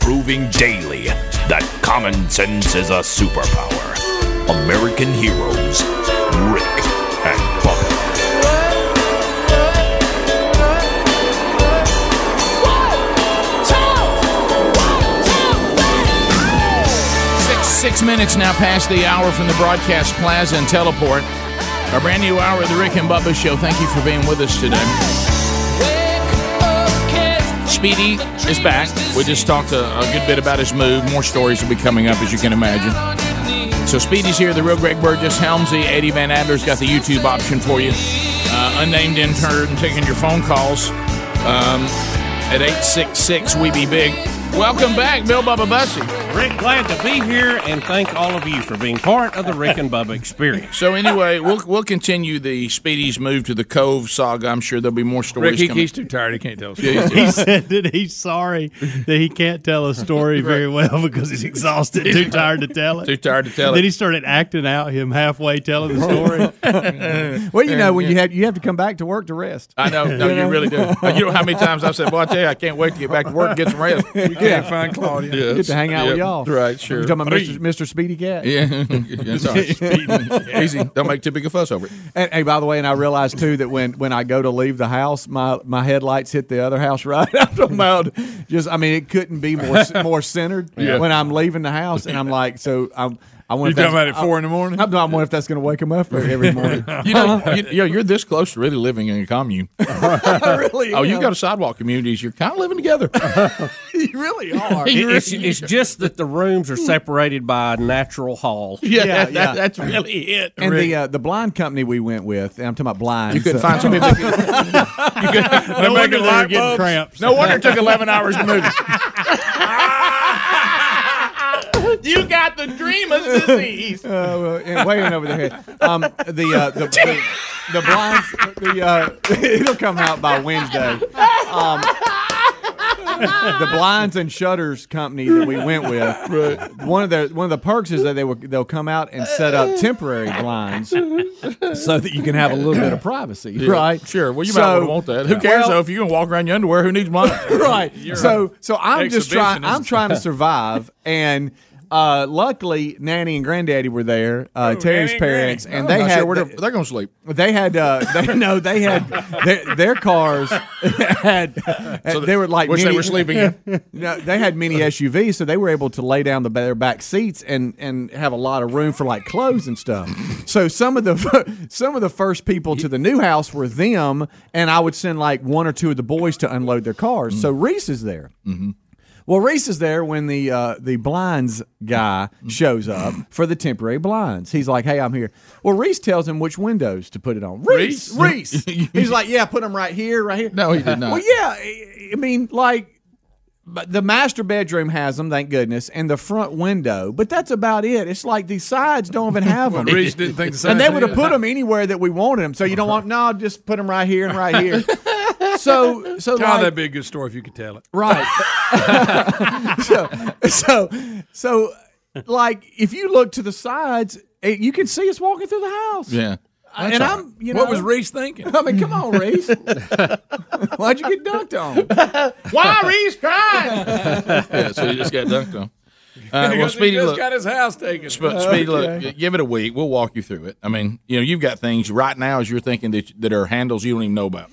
proving daily that common sense is a superpower. American heroes, Rick and Bubba. Six, six minutes now past the hour from the broadcast plaza and teleport. Our brand new hour of the Rick and Bubba Show. Thank you for being with us today. Speedy is back. We just talked a, a good bit about his move. More stories will be coming up, as you can imagine. So Speedy's here. The real Greg Burgess, Helmsy, Eddie Van Adler's got the YouTube option for you. Uh, unnamed intern taking your phone calls um, at 866 We Be Big. Welcome back, Bill Bubba Bussy. Rick, glad to be here and thank all of you for being part of the Rick and Bubba experience. So anyway, we'll we'll continue the Speedy's move to the Cove saga. I'm sure there'll be more stories. coming. too tired. He can't tell us. Yeah, He said that he's sorry that he can't tell a story very well because he's exhausted, too tired to tell it. too tired to tell Then he it. started acting out him halfway telling the story. Well, you know, when you have you have to come back to work to rest. I know, no, you really do. Uh, You know how many times I've said, "Boy, I tell you, I can't wait to get back to work, and get some rest." You can't find Claudia. Get to hang out with y'all. Right, sure. You're talking about Mr. Mr. Speedy Cat. Yeah, that's all right. Easy. Don't make too big a fuss over it. And hey, by the way, and I realized too that when when I go to leave the house, my my headlights hit the other house right after I'm out. Just, I mean, it couldn't be more more centered Yeah. when I'm leaving the house, and I'm like, so I'm. I wonder You if that's- talking about at four in the morning? I'm not wondering if that's going to wake him up every morning. You know, you, you know, you're this close to really living in a commune. I really? Oh, you've am. got a sidewalk communities. You're kind of living together. you really are. You It's, really- it's just that the rooms are separated by a natural hall. yeah, yeah, that- yeah. that's really it. And Rick. the uh, the blind company we went with, and I'm talking about blind. you could so- find somebody. That could, making no wonder they were light getting bulbs. cramps. No wonder it took 11 hours to move it. you got the dreamer's disease. uh, and way in over their head. Um, the, uh, the, the the blinds, the uh, it'll come out by Wednesday. Um, the blinds and shutters company that we went with. One of the one of the perks is that they will they'll come out and set up temporary blinds so that you can have a little bit of privacy, right? Sure. Well, you So- might want to want that. Who cares Well- though? If you can walk around your underwear, who needs mine? right. So so I'm just trying. exhibitionist. I'm trying to survive, and uh, luckily Nanny and Granddaddy were there. Uh, Oh, Terry's parents, and I'm they not had sure where they're, they're going to sleep. they had uh, they no they had their, their cars had they were like which mini, they were sleeping in. No, they had mini SUVs, so they were able to lay down the their back seats and and have a lot of room for like clothes and stuff. So some of the some of the first people to the new house were them, and I would send like one or two of the boys to unload their cars. So Reese is there. Well, Reese is there when the uh, the blinds guy shows up for the temporary blinds. He's like, "Hey, I'm here." Well, Reese tells him which windows to put it on. Reese, Reese. He's like, "Yeah, put them right here, right here." No, he did not. Well, yeah, I- I mean, like but the master bedroom has them, thank goodness, and the front window. But that's about it. It's like the sides don't even have them. Reese didn't think the same And they thing would have either. put them anywhere that we wanted them. So you don't want no, just put them right here and right here. So, so God, like, that'd be a good story if you could tell it. Right. so, so, so, like, if you look to the sides, eh, you can see us walking through the house. Yeah. and I'm, you know, What was Reese thinking? I mean, come on, Reese. Why'd you get dunked on? Why Reese crying? yeah, so he just got dunked on. Uh, well, Because he Speedy, just look, got his house taken. Sp- Speedy, look, g- give it a week. We'll walk you through it. I mean, you know, you've got things right now as you're thinking that that are handles you don't even know about.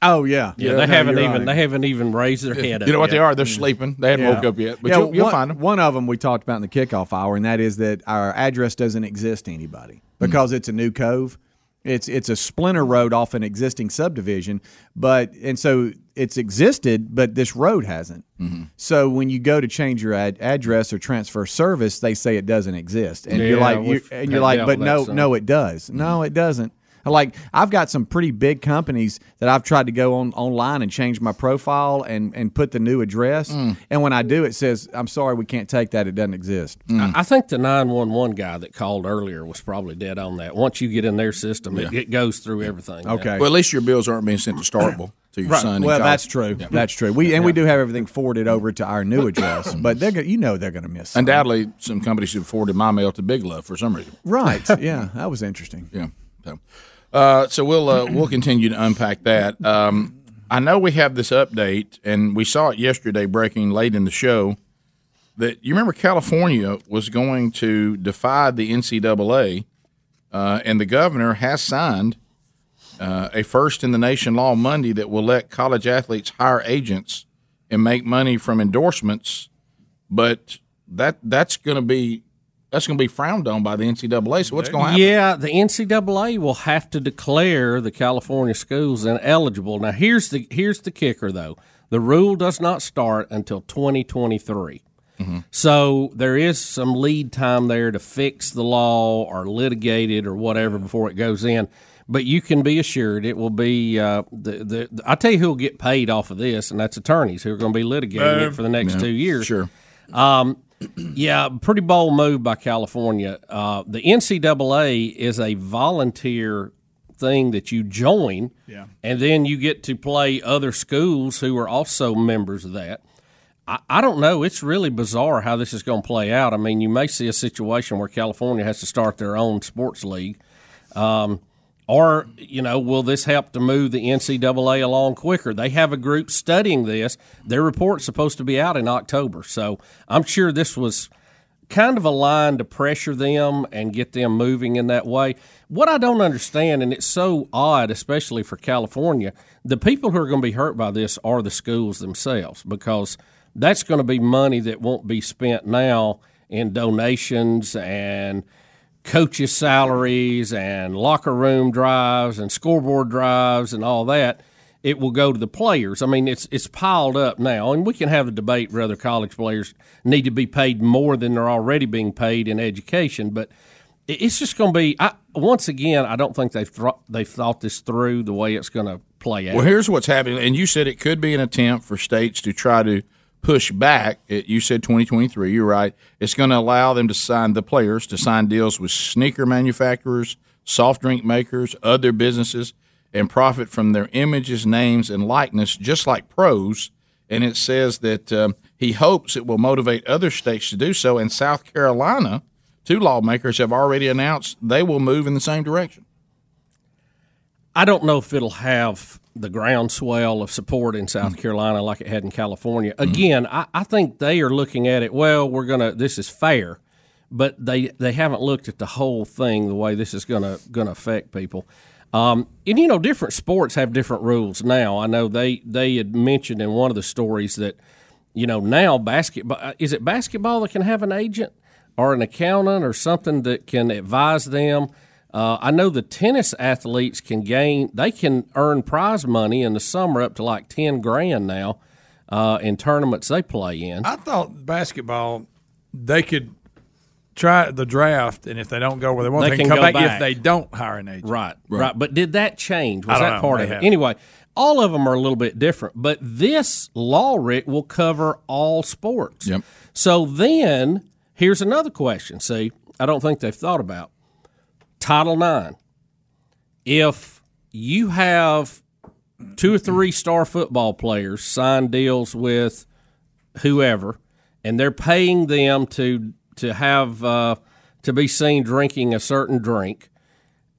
Oh, yeah. Yeah, they haven't even they haven't even raised their head. You know what up they are? They're sleeping. They hadn't Yeah. woke up yet, but Yeah, you'll, you'll one, find them. One of them we talked about in the kickoff hour, and that is that our address doesn't exist to anybody Hmm. because it's a new cove. It's it's a splinter road off an existing subdivision, but and so it's existed, but this road hasn't. Mm-hmm. So when you go to change your ad- address or transfer service, they say it doesn't exist, and you're Yeah, like, you we've and you're had like, dealt but with no, that some. no, Oh, it does. Mm-hmm. No, it doesn't. Like I've got some pretty big companies that I've tried to go on online and change my profile and and put the new address. Mm. And when I do, it says, "I'm sorry, we can't take that. It doesn't exist." Mm. I I think the 911 guy that called earlier was probably dead on that. Once you get in their system, it, it goes through everything. now. Okay. Well, at least your bills aren't being sent to Starkville to your son. in Well, college. that's true. That's true. We and we do have everything forwarded over to our new address, Mm. but they're go- you know they're going to miss. something. Undoubtedly, some companies have forwarded my mail to Big Love for some reason. right? Yeah, that was interesting. Yeah. So, uh, so we'll uh, we'll continue to unpack that. Um, I know we have this update, and we saw it yesterday breaking late in the show that you remember California was going to defy the NCAA, uh, and the governor has signed uh, a first in the nation law Monday that will let college athletes hire agents and make money from endorsements. But that that's going to be that's going to be frowned on by the NCAA. So what's going to happen? Yeah, the NCAA will have to declare the California schools ineligible. Now here's the here's the kicker though. The rule does not start until 2023. So there is some lead time there to fix the law or litigate it or whatever before it goes in. But you can be assured it will be uh, the, the I tell you who'll get paid off of this, and that's attorneys who are going to be litigating it for the next two years. Um, Sure. Yeah, pretty bold move by California. Uh, the NCAA is a volunteer thing that you join, yeah. and then you get to play other schools who are also members of that. I, I don't know. It's really bizarre how this is going to play out. I mean, you may see a situation where California has to start their own sports league. Um, or, you know, will this help to move the NCAA along quicker? They have a group studying this. Their report's supposed to be out in October. So I'm sure this was kind of a line to pressure them and get them moving in that way. What I don't understand, and it's so odd, especially for California, the people who are going to be hurt by this are the schools themselves because that's going to be money that won't be spent now in donations and coaches' salaries and locker room drives and scoreboard drives and all that. It will go to the players. I mean, it's it's piled up now, and we can have a debate whether college players need to be paid more than they're already being paid in education, but i- it's just going to be. I, once again, I don't think they've thro- they've thought this through the way it's going to play out. Well, here's what's happening, and you said it could be an attempt for states to try to push back. It, you said 2023. You're right. It's going to allow them to sign the players to sign deals with sneaker manufacturers, soft drink makers, other businesses, and profit from their images, names, and likeness, just like pros. And it says that um, he hopes it will motivate other states to do so. In South Carolina, two lawmakers have already announced they will move in the same direction. I don't know if it'll have the groundswell of support in South Carolina like it had in California. Again, I, I think they are looking at it. Well, we're gonna. This is fair, but they they haven't looked at the whole thing the way this is gonna gonna affect people. Um, and you know, different sports have different rules now. I know they they had mentioned in one of the stories that you know now basketball uh, is it basketball that can have an agent or an accountant or something that can advise them. Uh, I know the tennis athletes can gain; they can earn prize money in the summer up to like ten grand now uh, in tournaments they play in. I thought basketball, they could try the draft, and if they don't go where they want, They they, can can come go back, back. if they don't hire an agent. Right, right, But did that change? Was I don't that know. part They of it? haven't. Anyway, all of them are a little bit different, but this law, Rick, will cover all sports. Yep. So then here's another question. See, I don't think they've thought about Title IX. If you have two or three star football players sign deals with whoever, and they're paying them to to have uh, to be seen drinking a certain drink,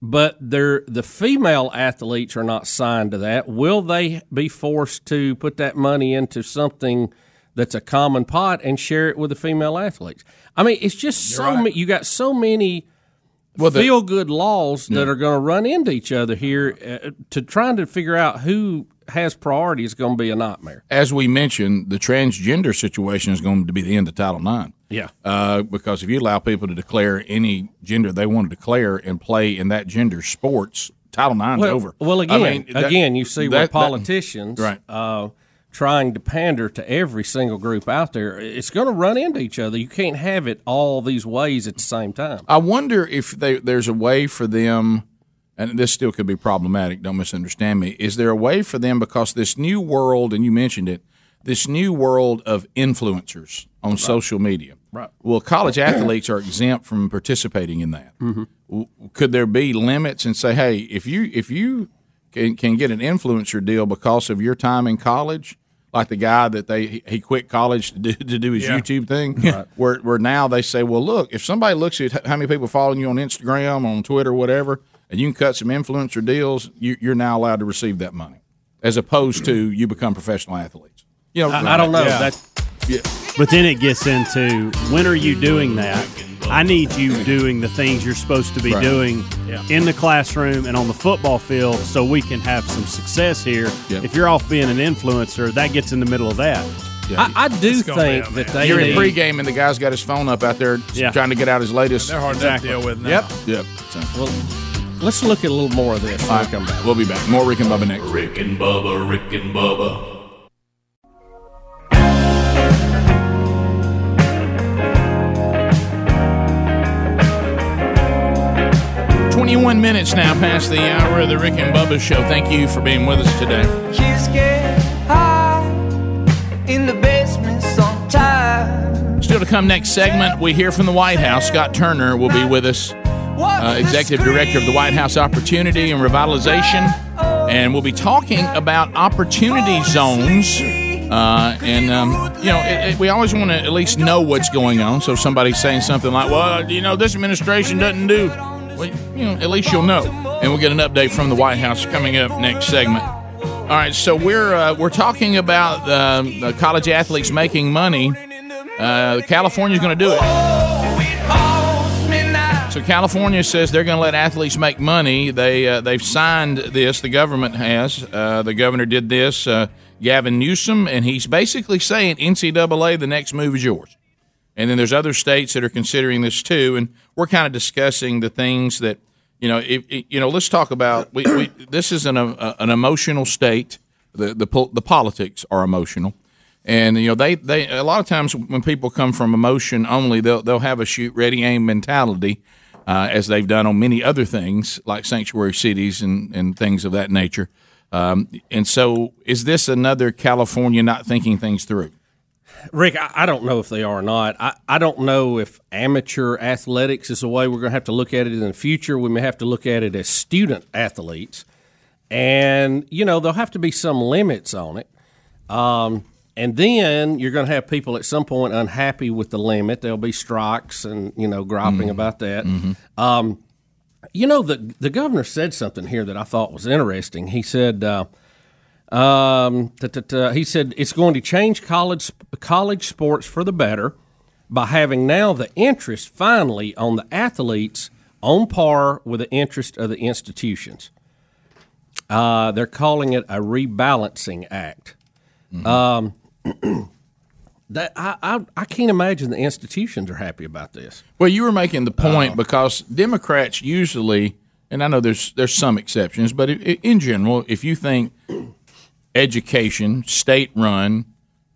but they're the female athletes are not signed to that. Will they be forced to put that money into something that's a common pot and share it with the female athletes? I mean, it's just so many. You got so many. the- feel good laws that are going to run into each other here uh, to trying to figure out who has priority is going to be a nightmare. as we mentioned, the transgender situation is going to be the end of Title IX. Yeah. Uh, because if you allow people to declare any gender they want to declare and play in that gender sports, Title IX's well, over. Well, I again, mean, that- again, you see where that- that- politicians Right. uh, trying to pander to every single group out there. It's going to run into each other. You can't have it all these ways at the same time. I wonder if they, there's a way for them, and this still could be problematic. Don't misunderstand me. Is there a way for them because this new world, and you mentioned it, this new world of influencers on social media? Right. Well, college athletes are exempt from participating in that. W- Could there be limits and say, hey, if you if you can, can get an influencer deal because of your time in college? Like the guy that they he- he quit college to do, to do his Yeah. YouTube YouTube thing where where now they say, well, look, if somebody looks at h- how many people following you on Instagram, on Twitter, whatever, and you can cut some influencer deals, you, you're now allowed to receive that money, as opposed to you become professional athletes. You know, I, I don't know. Yeah. That's yeah. But then it gets into when are you doing that? I need you doing the things you're supposed to be Right. doing in the classroom and on the football field so we can have some success here. Yeah. If you're off being an influencer, that gets in the middle of that. I, I do gonna be think a that man. they You're in need- pregame and the guy's got his phone up out there Yeah. trying to get out his latest. They're hard Exactly. to deal with now. Yep. Yep. So, all well, let's look at a little more of this. when we right, come back. We'll be back. More Rick and Bubba next. Rick and Bubba, Rick and Bubba. Twenty-one minutes now past the hour of the Rick and Bubba show. Thank you for being with us today. Kids get high in the basement sometimes. Still to come next segment, we hear from the White House. Scott Turner will be with us, uh, Executive Director of the White House Opportunity and Revitalization. And we'll be talking about opportunity zones. Uh, and, um, you know, it, it- we always want to at least know what's going on. So if somebody's saying something like, well, you know, this administration doesn't do, well, you know, Hmm, at least you'll know. And we'll get an update from the White House coming up next segment. All right, so we're uh, we're talking about um, the college athletes making money. Uh, California's going to do it. So California says they're going to let athletes make money. They uh, they've signed this. The government has. Uh, the governor did this. Uh, Gavin Newsom, and he's basically saying NCAA, the next move is yours. And then there's other states that are considering this too. And we're kind of discussing the things that you know. If, if- you know, let's talk about. We, we, this is an uh, an emotional state. The the pol- the politics are emotional, and you know they, they a lot of times when people come from emotion only, they'll they'll have a shoot ready aim mentality. Uh, as they've done on many other things like sanctuary cities and, and things of that nature. Um, and so, is this another California not thinking things through? Rick, I, I don't know if they are or not. I, I don't know if amateur athletics is the way we're going to have to look at it in the future. We may have to look at it as student athletes. And, you know, there'll have to be some limits on it. Um, and then you're going to have people at some point unhappy with the limit. There'll be strikes and, you know, griping about that. Um, you know, the, the governor said something here that I thought was interesting. He said, uh, um, ta- ta- ta. he said it's going to change college college sports for the better by having now the interest finally on the athletes on par with the interest of the institutions. Uh, they're calling it a rebalancing act. Um, that I, I I can't imagine the institutions are happy about this. Well, you were making the point because Democrats usually, and I know there's there's some exceptions, but i i- in general, if you think education, state run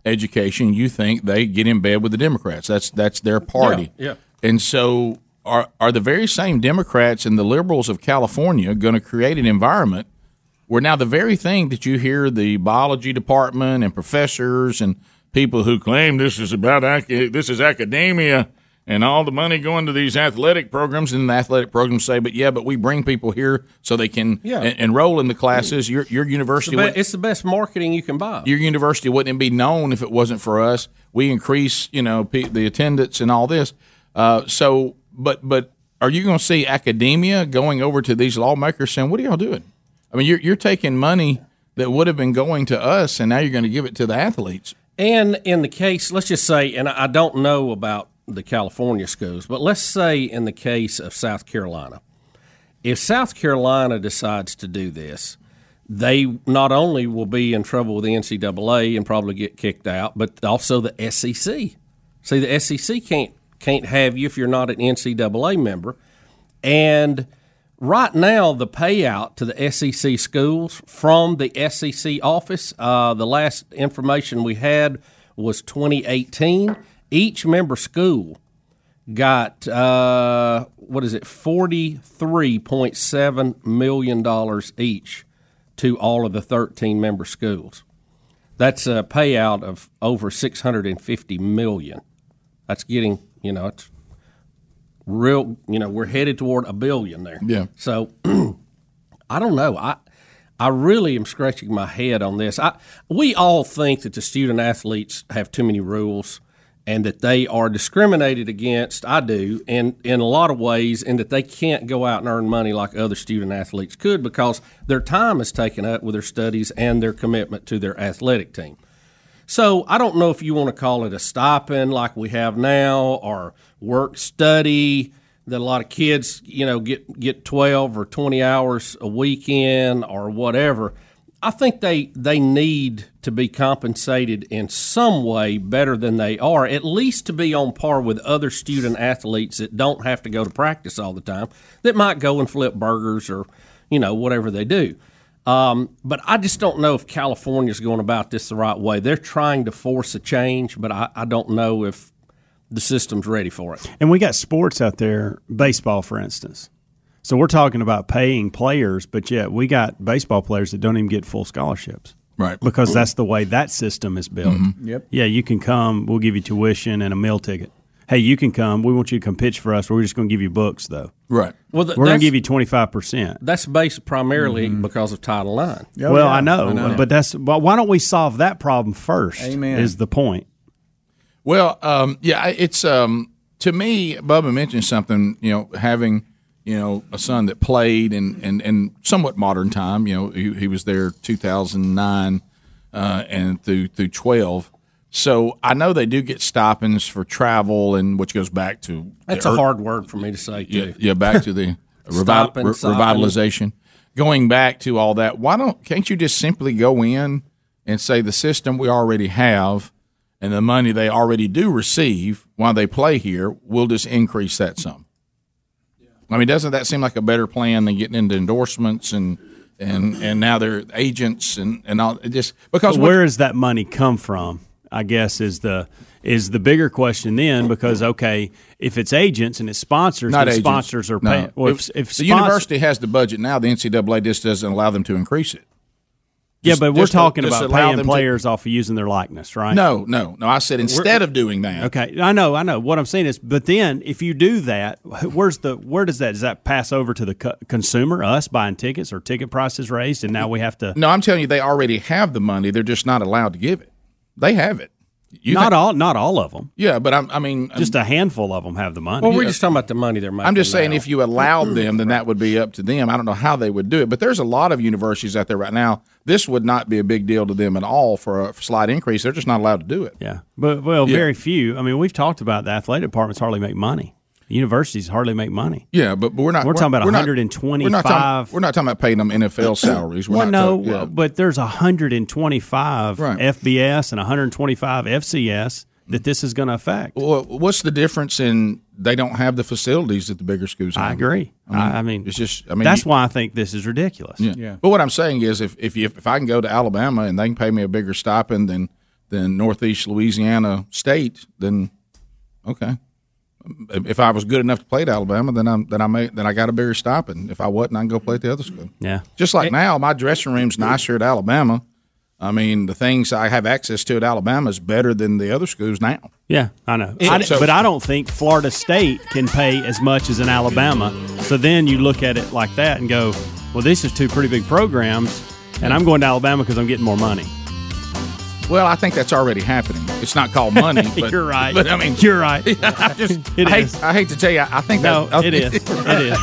education, you think they get in bed with the Democrats. That's that's their party. yeah. And so are are the very same Democrats and the liberals of California going to create an environment where now the very thing that you hear the biology department and professors and people who claim this is about ac- this is academia and all the money going to these athletic programs and the athletic programs say, but yeah, but we bring people here so they can Yeah. en- enroll in the classes. Your your university But wouldn't- it's the best marketing you can buy. your university wouldn't be known if it wasn't for us. We increase, you know, pe- the attendance and all this. Uh, so, but but are you going to see academia going over to these lawmakers saying, "What are y'all doing?" I mean, you're you're taking money that would have been going to us, and now you're going to give it to the athletes. And in the case, let's just say, and I I don't know about the California schools, but let's say in the case of South Carolina, if South Carolina decides to do this, they not only will be in trouble with the NCAA and probably get kicked out, but also the SEC. See, the SEC can't can't have you if you're not an NCAA member. And right now, the payout to the SEC schools from the SEC office, uh, the last information we had was 2018. Each member school got, uh, what is it, $43.7 million each to all of the 13 member schools. That's a payout of over 650 million. That's getting, you know, it's real you know we're headed toward a billion there Yeah. so i don't know i i really am scratching my head on this i we all think that the student athletes have too many rules and that they are discriminated against i do and in a lot of ways and that they can't go out and earn money like other student athletes could because their time is taken up with their studies and their commitment to their athletic team So I don't know if you want to call it a stipend like we have now, or work study that a lot of kids, you know, get get twelve or twenty hours a weekend or whatever. I think they they need to be compensated in some way better than they are, at least to be on par with other student athletes that don't have to go to practice all the time, that might go and flip burgers or, you know, whatever they do. Um, but I just don't know if California's going about this the right way. They're trying to force a change, but I, I don't know if the system's ready for it. And we got sports out there, baseball, for instance. So we're talking about paying players, but yet we got baseball players that don't even get full scholarships. Right. Mm-hmm. Because that's the way that system is built. Yep. Yeah, you can come, we'll give you tuition and a meal ticket. Hey, you can come. We want you to come pitch for us. We're just going to give you books, though. Right. Well, th- We're going that's, to give you 25%. that's based primarily Mm-hmm. because of Title IX. Oh, well, yeah, I, know, but that's why why don't we solve that problem first? Amen. Is the point? Well, um, yeah, I- it's um, to me. Bubba mentioned something. You know, having you know a son that played in and and somewhat modern time. You know, he, he was there two thousand nine uh, and through through twelve. So I know they do get stoppings for travel and which goes back to That's the a ear- hard word for me to say, too. yeah, yeah, back to the revival, Stop and re- stop and- revitalization. Going back to all that, why don't can't you just simply go in and say the system we already have and the money they already do receive while they play here, we'll just increase that some. I mean, doesn't that seem like a better plan than getting into endorsements and and and now they're agents and and all it just because But what- where does that money come from? I guess is the is the bigger question then because okay, if it's agents and it's sponsors, not then agents. sponsors are paying. No. Well, if, if, if the spons- university has the budget now, the NCAA just doesn't allow them to increase it. yeah, but we're just- talking just about allow paying them to- players off of using their likeness, right? No, no, no. I said instead of doing that, Okay, I know, I know. What I'm saying is, but then if you do that, wh- where's the where does that does that pass over to the co- consumer, us buying tickets or ticket prices raised, and now we have to No, I'm telling you, they already have the money. They're just not allowed to give it. They have it. You not think- all not all of them, Yeah, but I'm, I mean, I'm- just a handful of them have the money. Well, we're just talking about the money they're making. I'm just saying now. if you allowed them, then that would be up to them. I don't know how they would do it, but there's a lot of universities out there right now. This would not be a big deal to them at all for a slight increase. They're just not allowed to do it. Yeah, but well, very few. I mean, we've talked about the athletic departments hardly make money. Universities hardly make money. Yeah, but, but we're not. We're talking not- about 125 We're not talking, we're not talking about paying them NFL salaries. We're well, not no, talking- yeah. uh, but there's 125 Right. FBS and 125 FCS that this is going to affect. Well, what's the difference in they don't have the facilities that the bigger schools have? I agree. I I mean, It's just. I mean, that's you- why I think this is ridiculous. Yeah. But what I'm saying is, if if you, if I can go to Alabama and they can pay me a bigger stipend than than Northeast Louisiana State, then okay. If I was good enough to play at Alabama, then I'm then I may then I got a bigger stipend. If I wasn't, I can go play at the other school. Yeah. Just like now, my dressing room's nicer at Alabama. I mean, the things I have access to at Alabama is better than the other schools now. Yeah, I know. It- I d- so- but I don't think Florida State can pay as much as in Alabama. So then you look at it like that and go, well, these are two pretty big programs, and I'm going to Alabama because I'm getting more money. Well, I think that's already happening. It's not called money. But, You're right. But I mean, You're right. I just It I is. hate, I hate to tell you, I think No, that it is. It is.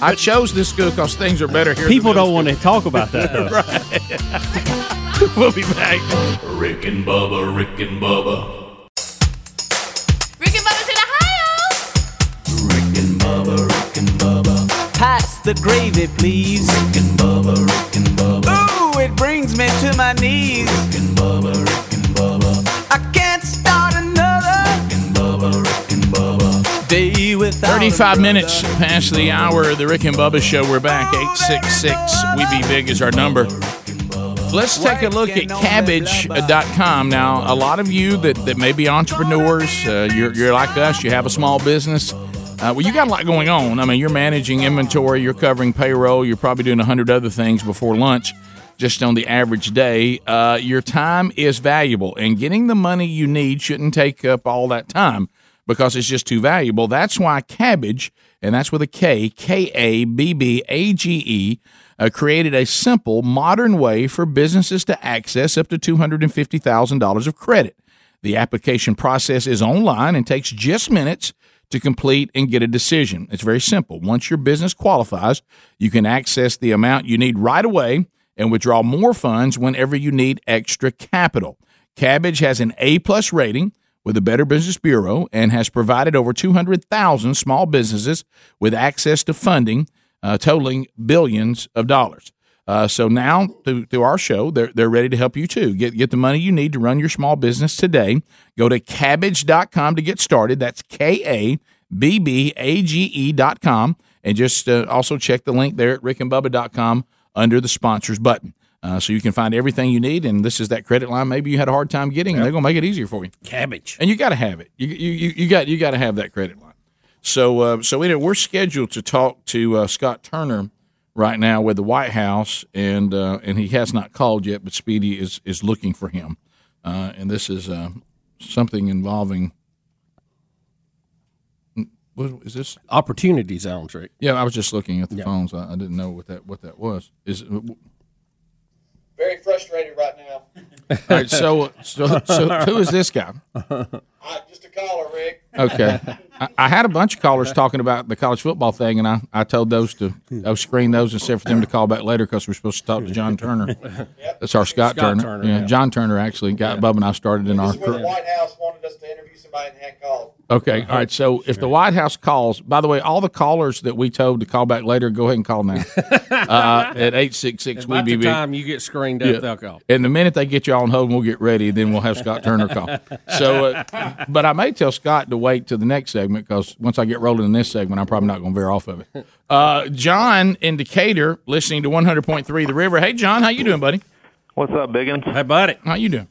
I chose this school because things are better here. People than the don't other want to talk about that though. school. We'll be back. Rick and Bubba, Rick and Bubba. Rick and Bubba's in Ohio. Pass the gravy, please. Rick and Bubba, Rick and Bubba. Ooh, it brings me to my knees. Rick and Bubba, Rick and Bubba. I can't start another. Rick and Bubba, Rick and Bubba. Day without. a 35 brother. minutes past the hour of the Rick and Bubba show. We're back. 866 We Be Big is our number. Let's take a look at cabbage.com. Now, a lot of you that, that may be entrepreneurs, uh, you're, you're like us, you have a small business. Uh, well, you got a lot going on. I mean, you're managing inventory, you're covering payroll, you're probably doing 100 other things before lunch just on the average day. Uh, your time is valuable, and getting the money you need shouldn't take up all that time because it's just too valuable. That's why Cabbage, and that's with a K, K A B B A G E, uh, created a simple, modern way for businesses to access up to $250,000 of credit. The application process is online and takes just minutes to complete and get a decision. It's very simple. Once your business qualifies, you can access the amount you need right away and withdraw more funds whenever you need extra capital. Cabbage has an A plus rating with the Better Business Bureau and has provided over 200,000 small businesses with access to funding uh, totaling billions of dollars. Uh, so now through, through our show, they're, they're ready to help you too. Get, get the money you need to run your small business today. Go to cabbage.com to get started. That's K A B B A G E.com. And just uh, also check the link there at rickandbubba.com under the sponsors button. Uh, so you can find everything you need, and this is that credit line. Maybe you had a hard time getting, and they're going to make it easier for you. Cabbage. And you got to have it. You you you, you got you got to have that credit line. So uh, so anyway, we're scheduled to talk to uh, Scott Turner right now with the White House, and uh, and he has not called yet, but Speedy is is looking for him, uh, and this is uh, something involving. hmm, What is this? Opportunity zone trick. Yeah, I was just looking at the phones. I, I didn't know what that what that was. Is it, Very frustrated right now. All right, so, so, so who is this guy? I, just a caller, Rick. Okay, I, I had a bunch of callers talking about the college football thing, and I, I told those to I screened those and said for them to call back later because we're supposed to talk to John Turner. That's our Scott, Scott Turner. Turner, yeah, yeah. John Turner actually got Bub and I started in our. This is when the White House wanted us to interview somebody and had called. Okay, all right. So if the White House calls, by the way, all the callers that we told to call back later, go ahead and call now uh, at eight six six. We By be the time you get screened up, they'll call. And the minute they get you on hold, and we'll get ready. Then we'll have Scott Turner call. So, uh, but I may tell Scott to wait till the next segment because once I get rolling in this segment, I'm probably not going to veer off of it. Uh, John in Decatur, listening to 100.3 The River. Hey, John, how you doing, buddy? What's up, Biggins? Hey, buddy. How you doing?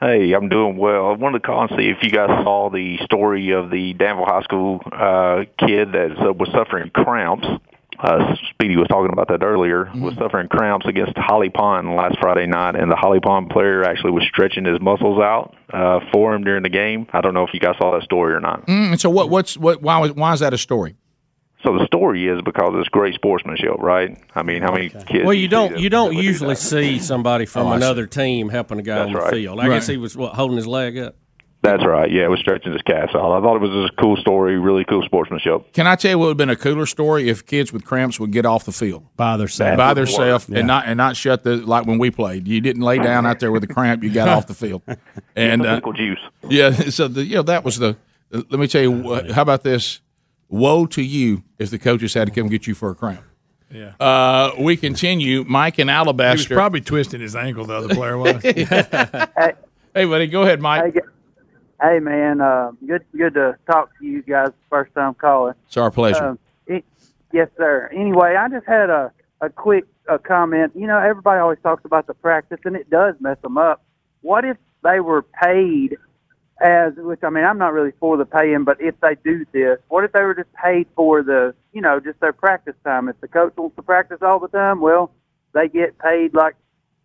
Hey, I'm doing well. I wanted to call and see if you guys saw the story of the Danville High School uh, kid that uh, was suffering cramps. Uh, Speedy was talking about that earlier. Mm-hmm. Was suffering cramps against Holly Pond last Friday night, and the Holly Pond player actually was stretching his muscles out uh, for him during the game. I don't know if you guys saw that story or not. Mm-hmm. Mm, so what? What's what? Why? was- Why is that a story? So the story is because it's great sportsmanship, right? I mean, how many kids? Well, do you see don't that- you that don't would do usually that? see somebody Oh, from another team helping a guy That's on the right. field. I guess he was what, holding his leg up. That's right. Yeah, it was stretching his calves out. I thought it was just a cool story, really cool sportsmanship. Can I tell you what would have been a cooler story if kids with cramps would get off the field? by themselves. by themselves and not and not shut the like when we played. You didn't lay down out there with a cramp. You got off the field, and uh, Pickle juice. yeah. So the, you know that was the. Let me tell you. wh- How about this? Woe to you if the coaches had to come get you for a cramp. Yeah. Uh, we continue. Mike in He was Alabaster. probably twisting his ankle. The other player was. Hey, hey, buddy, go ahead, Mike. Hey man, uh, good good to talk to you guys. First time calling. It's our pleasure. Um, it, yes, sir. Anyway, I just had a a quick uh comment. You know, everybody always talks about the practice, and it does mess them up. What if they were paid as? Which I mean, I'm not really for the paying, but if they do this, what if they were just paid for the you know just their practice time? If the coach wants to practice all the time, well, they get paid like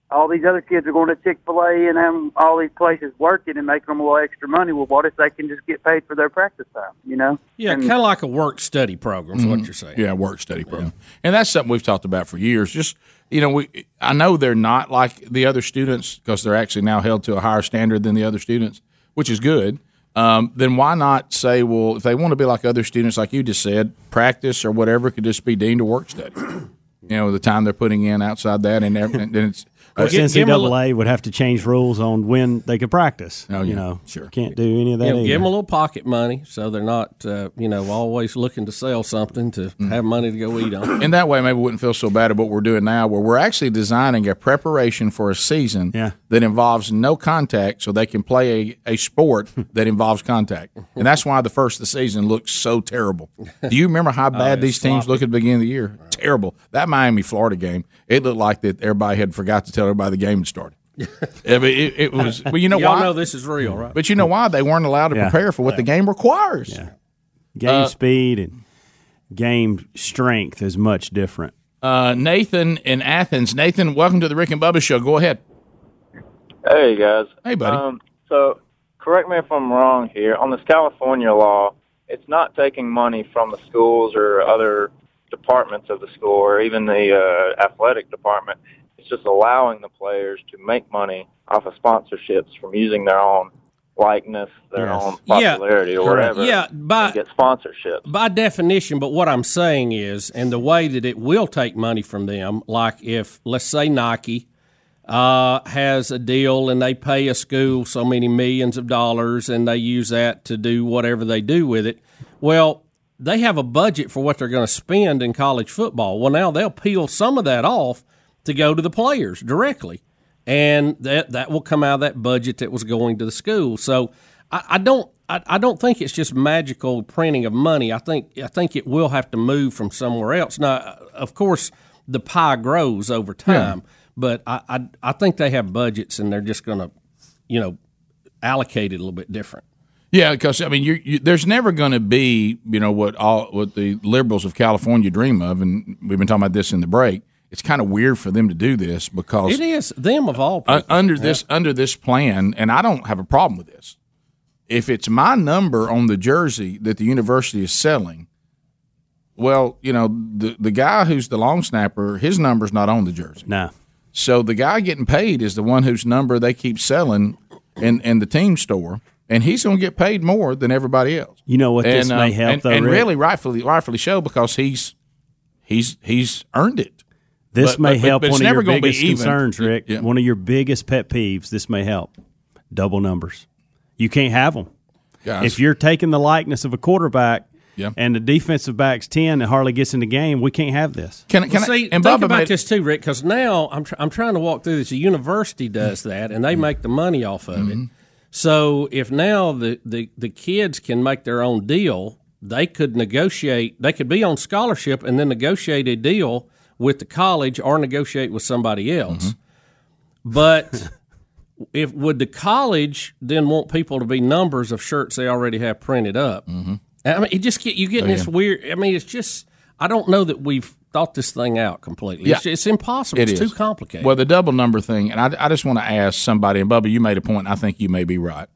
all these other kids are going to Chick Fil A and having all these places working and making them a little extra money. Well, what if they can just get paid for their practice time? You know? Yeah, And- kind of like a work study program. Is what you're saying? Mm-hmm. Yeah, work study program, and that's something we've talked about for years. Just you know, we I know they're not like the other students because they're actually now held to a higher standard than the other students, which is good. Um, then why not say, well, if they want to be like other students, like you just said, practice or whatever could just be deemed a work study. You know, the time they're putting in outside that, and everything. Then it's Of course, uh, give 'em a NCAA E would have to change rules on when they could practice. Oh, yeah, you know, sure. Can't do any of that. You know, either. give them a little pocket money so they're not, uh, you know, always looking to sell something to Mm-hmm. have money to go eat on. in that way, maybe we wouldn't feel so bad about what we're doing now, where we're actually designing a preparation for a season Yeah. that involves no contact so they can play a, a sport that involves contact. And that's why the first of the season looks so terrible. Do you remember Oh, how bad these teams look at the beginning of the year? Terrible. That Miami Florida game, it looked like that everybody had forgot to tell everybody the game had started. I mean, it, it was, well, you know Y'all why? know this is real, right? But you know why? They weren't allowed to Yeah. prepare for what the game requires. game uh, speed and game strength is much different. Uh, Nathan in Athens. Nathan, welcome to the Rick and Bubba Show. Go ahead. Hey, guys. Hey, buddy. Um, so, correct me if I'm wrong here. On this California law, it's not taking money from the schools or other departments of the school or even the uh, athletic department. It's just allowing the players to make money off of sponsorships from using their own likeness, their Yes. own Yeah, popularity or correct. whatever. Yeah, by- and get sponsorships. By definition, but what I'm saying is, and the way that it will take money from them, like if, let's say, Nike uh, has a deal and they pay a school so many millions of dollars and they use that to do whatever they do with it. Well, they have a budget for what they're going to spend in college football. Well, now they'll peel some of that off to go to the players directly, and that that will come out of that budget that was going to the school. So I, I don't. I, I don't think it's just magical printing of money. I think I think it will have to move from somewhere else. Now, uh, of course, the pie grows over time, but I, I I think they have budgets and they're just going to, you know, allocate it a little bit different. Yeah, because I mean, you, you, there's never going to be, you know, what all what the liberals of California dream of, and we've been talking about this in the break. It's kind of weird for them to do this because It is them of all uh, people. under Yeah. this under this plan, and I don't have a problem with this. If it's my number on the jersey that the university is selling, well, you know the the guy who's the long snapper, his number's not on the jersey. No. So the guy getting paid is the one whose number they keep selling in in the team store, and he's going to get paid more than everybody else. You know what this And, may um, help and, though, and Rick? really rightfully rightfully so because he's he's he's earned it. This But- may but- but- help but it's one of never your gonna be biggest even. concerns, Rick. One of your biggest pet peeves. This may help. Double numbers. You can't have them. Yeah, if you're taking the likeness of a quarterback Yeah. and the defensive back's 10 and hardly gets in the game, we can't have this. Well, see, think about this too, Rick? Because now I'm tr- I'm trying to walk through this. The university does that, and they make the money off of it. So if now the, the the kids can make their own deal, they could negotiate. They could be on scholarship and then negotiate a deal with the college or negotiate with somebody else. But if would the college then want people to be numbers of shirts they already have printed up? I mean, it just get you get in Oh, yeah. this weird. I mean, it's just I don't know that we've thought this thing out completely. It's, Yeah. it's impossible. It it's is. too complicated. Well, the double number thing, and I, I just want to ask somebody, and Bubba, you made a point, and I think you may be right.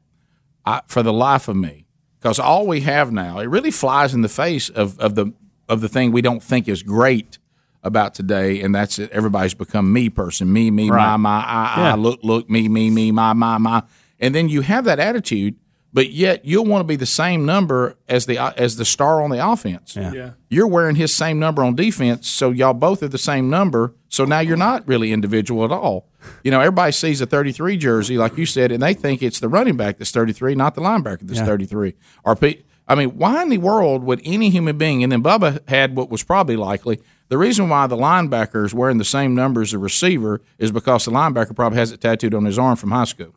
I, for the life of me, because all we have now, it really flies in the face of, of the of the thing we don't think is great about today, and that's that everybody's become me person, me, me, my, Right. my, I, Yeah. I, look, look, me, me, me, my, my, my, and then you have that attitude, but yet you'll want to be the same number as the as the star on the offense. Yeah. You're wearing his same number on defense, so y'all both are the same number. So now you're not really individual at all. You know, everybody sees a 33 jersey, like you said, and they think it's the running back that's 33, not the linebacker that's Yeah. 33. Or, pe- I mean, why in the world would any human being? And then Bubba had what was probably likely the reason why the linebacker is wearing the same number as the receiver is because the linebacker probably has it tattooed on his arm from high school.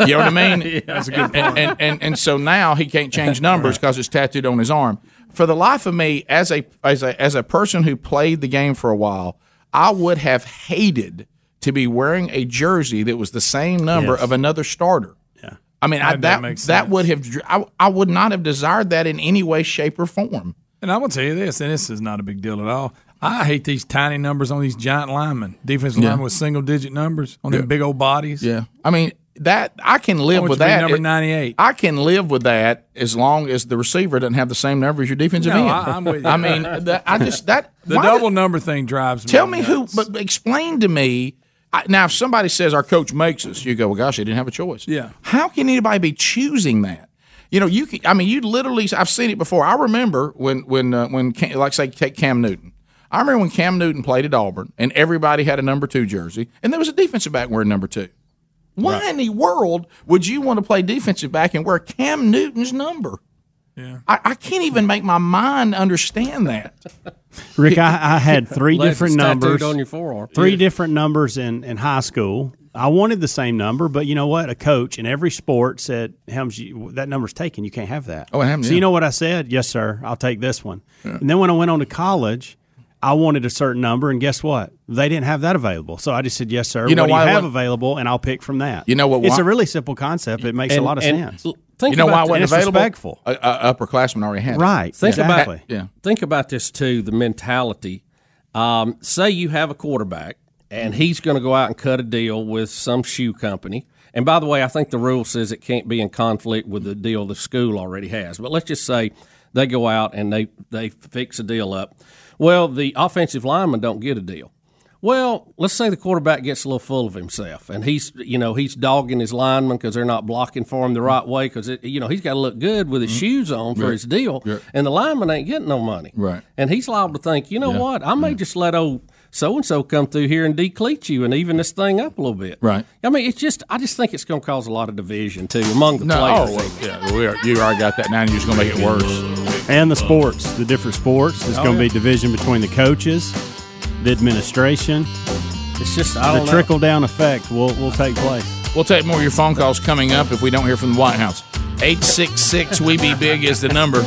You know what I mean? That's a good And, and, and, and so now he can't change numbers because it's tattooed on his arm. For the life of me, as a, as a as a person who played the game for a while, I would have hated to be wearing a jersey that was the same number Yes. of another starter. Yeah, I mean I, That doesn't that make that, would have dr- I, I would not have desired that in any way, shape, or form. And I'm gonna tell you this, and this is not a big deal at all. I hate these tiny numbers on these giant linemen, defensive Yeah. linemen with single digit numbers on Yeah. them big old bodies. Yeah, I mean that I can live want with you to be that. number It- 98. I can live with that as long as the receiver doesn't have the same number as your defensive No, end. I, am with you. I mean, that, I just that the why double number thing drives me. Tell me who, but explain to me. I, now, if somebody says our coach makes us, you go, well, gosh, they didn't have a choice. Yeah. How can anybody be choosing that? You know, you can, I mean, you literally, I've seen it before. I remember when, when, uh, when, Cam, like, say, take Cam Newton. I remember when Cam Newton played at Auburn and everybody had a number two jersey and there was a defensive back wearing number two. Why in the world would you want to play defensive back and wear Cam Newton's number? Yeah. I, I can't even make my mind understand that. Rick, I, I had three Legs different tattooed numbers on your forearm. Three Yeah. different numbers in, in high school. I wanted the same number, but you know what? A coach in every sport said, "Helms, you, that number's taken. You can't have that." Oh, it happened, so yeah. you know what I said? Yes, sir. I'll take this one. And then when I went on to college, I wanted a certain number, and guess what? They didn't have that available. So I just said, "Yes, sir. You know what why I do you have went- available?" And I'll pick from that. You know what- It's why- a really simple concept. It makes a And- lot of and sense. l- think You know about why it the- wasn't And it's available? respectful. A, a upperclassman already had it. Right, Think exactly. about Think about this too. The mentality. Um, say you have a quarterback, and he's going to go out and cut a deal with some shoe company. And by the way, I think the rule says it can't be in conflict with the deal the school already has. But let's just say they go out and they they fix a deal up. Well, the offensive linemen don't get a deal. Well, let's say the quarterback gets a little full of himself, and he's you know he's dogging his linemen because they're not blocking for him the right way because you know he's got to look good with his shoes on for Yeah. his deal, Mm-hmm. Yeah. and the lineman ain't getting no money, Right. and he's liable to think, you know Yeah. what, I may just let old so and so come through here and decleat you and even this thing up a little bit. Right. I mean, it's just I just think it's going to cause a lot of division too among the No, players. oh, well, yeah, we are, you already got that. Now you're just going to make it worse. And the sports, the different sports. There's Oh, going to yeah. be division between the coaches, the administration. It's just I the don't know. trickle down effect will will take place. We'll take more of your phone calls coming up if we don't hear from the White House. 866 We Be Big is the number.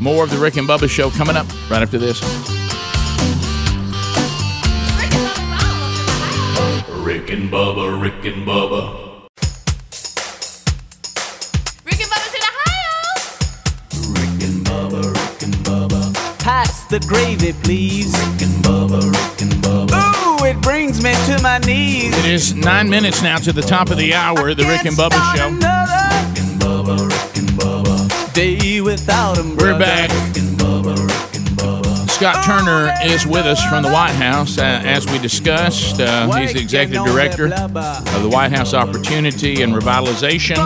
More of the Rick and Bubba show coming up right after this. Rick and Bubba, Rick and Bubba, Rick and Bubba's in Ohio. Pass the gravy, please. Ooh, it brings me to my knees. It is nine minutes now to the top of the hour, the Rick and Bubba show. Another day without 'em, We're brother. back. Scott Turner is with us from the White House. Uh, as we discussed, uh, he's the executive director of the White House Opportunity and Revitalization.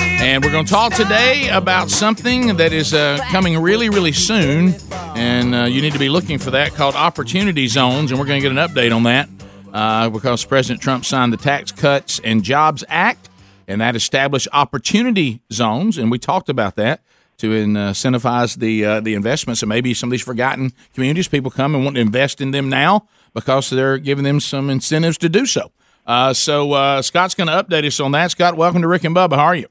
And we're going to talk today about something that is uh, coming really, really soon. And uh, you need to be looking for that called Opportunity Zones. And we're going to get an update on that uh, because President Trump signed the Tax Cuts and Jobs Act and that established opportunity zones. And we talked about that to in- uh, incentivize the uh, the investments. And maybe some of these forgotten communities, people come and want to invest in them now because they're giving them some incentives to do so. Uh, so uh, Scott's going to update us on that. Scott, welcome to Rick and Bubba. How are you?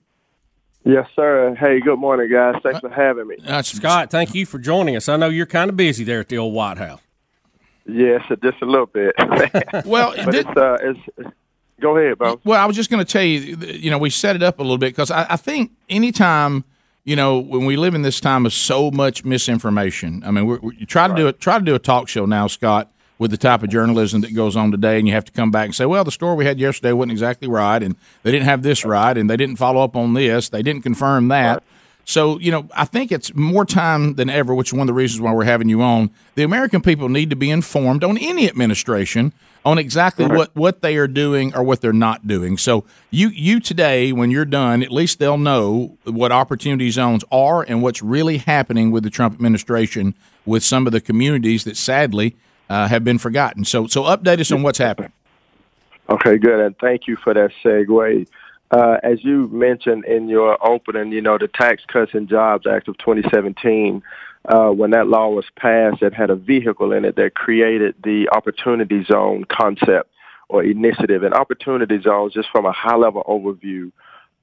Yes, sir. Hey, good morning, guys. Thanks for having me. Scott, thank you for joining us. I know you're kind of busy there at the old White House. Yes, just a little bit. well, but it's, uh, it's, it's- go ahead, bro. Well, I was just going to tell you, th- you know, we set it up a little bit because I, I think anytime, you know, when we live in this time of so much misinformation, I mean, we're, we you try to do it, try to do a talk show now, Scott, with the type of journalism that goes on today, and you have to come back and say, well, the story we had yesterday wasn't exactly right, and they didn't have this right, and they didn't follow up on this, they didn't confirm that. So, you know, I think it's more time than ever, which is one of the reasons why we're having you on. The American people need to be informed on any administration on exactly what, what they are doing or what they're not doing. So, you you today, when you're done, at least they'll know what opportunity zones are and what's really happening with the Trump administration with some of the communities that sadly uh, have been forgotten. So, so update us on what's happening. Okay, good. And thank you for that segue. Uh, as you mentioned in your opening, you know, the Tax Cuts and Jobs Act of 2017, uh, when that law was passed, it had a vehicle in it that created the Opportunity Zone concept or initiative. And Opportunity Zones, just from a high level overview,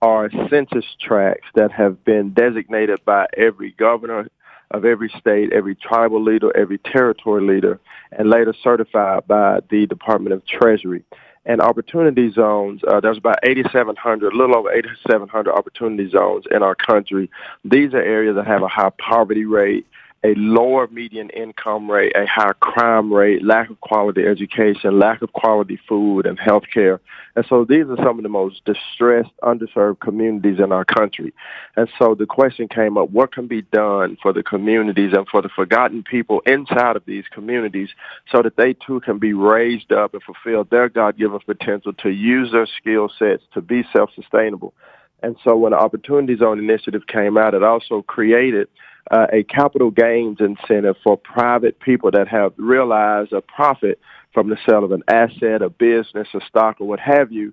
are census tracts that have been designated by every governor of every state, every tribal leader, every territory leader, and later certified by the Department of Treasury and opportunity zones. Uh, there's about 8,700, a little over 8,700 opportunity zones in our country. These are areas that have a high poverty rate, a lower median income rate, a high crime rate, lack of quality education, lack of quality food and health care. And so these are some of the most distressed, underserved communities in our country. And so the question came up, what can be done for the communities and for the forgotten people inside of these communities so that they too can be raised up and fulfill their God-given potential to use their skill sets to be self-sustainable? And so when the Opportunity Zone initiative came out, it also created uh, a capital gains incentive for private people that have realized a profit from the sale of an asset, a business, a stock, or what have you,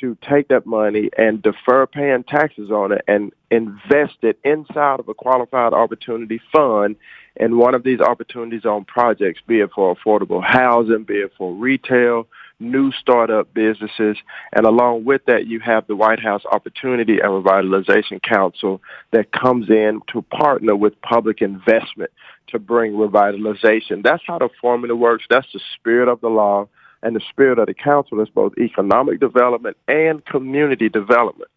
to take that money and defer paying taxes on it and invest it inside of a qualified opportunity fund in one of these opportunity zone projects, be it for affordable housing, be it for retail, new startup businesses. And along with that, you have the White House Opportunity and Revitalization Council that comes in to partner with public investment to bring revitalization. That's how the formula works. That's the spirit of the law. And the spirit of the council is both economic development and community development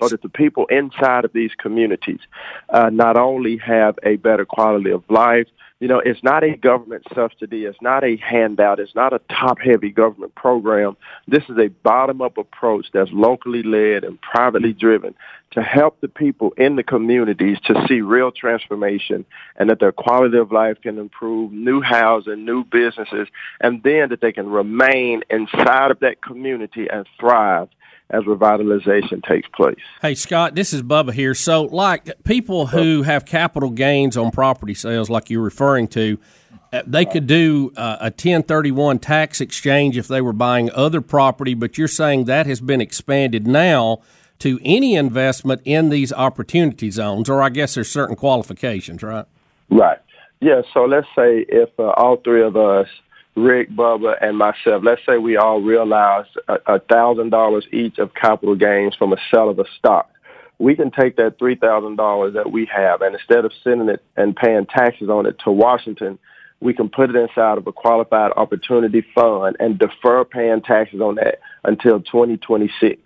so that the people inside of these communities uh, not only have a better quality of life, you know, it's not a government subsidy, it's not a handout, it's not a top-heavy government program. This is a bottom-up approach that's locally led and privately driven to help the people in the communities to see real transformation and that their quality of life can improve, new housing, new businesses, and then that they can remain inside of that community and thrive as revitalization takes place. Hey Scott, this is Bubba here. So, like people who have capital gains on property sales, like you're referring to, Uh, They could do uh, a 1031 tax exchange if they were buying other property, but you're saying that has been expanded now to any investment in these opportunity zones, or I guess there's certain qualifications, right? Right. Yeah. So let's say if uh, all three of us, Rick, Bubba, and myself, let's say we all realized a thousand dollars each of capital gains from a sale of a stock, we can take that three thousand dollars that we have, and instead of sending it and paying taxes on it to Washington, we can put it inside of a qualified opportunity fund and defer paying taxes on that until 2026.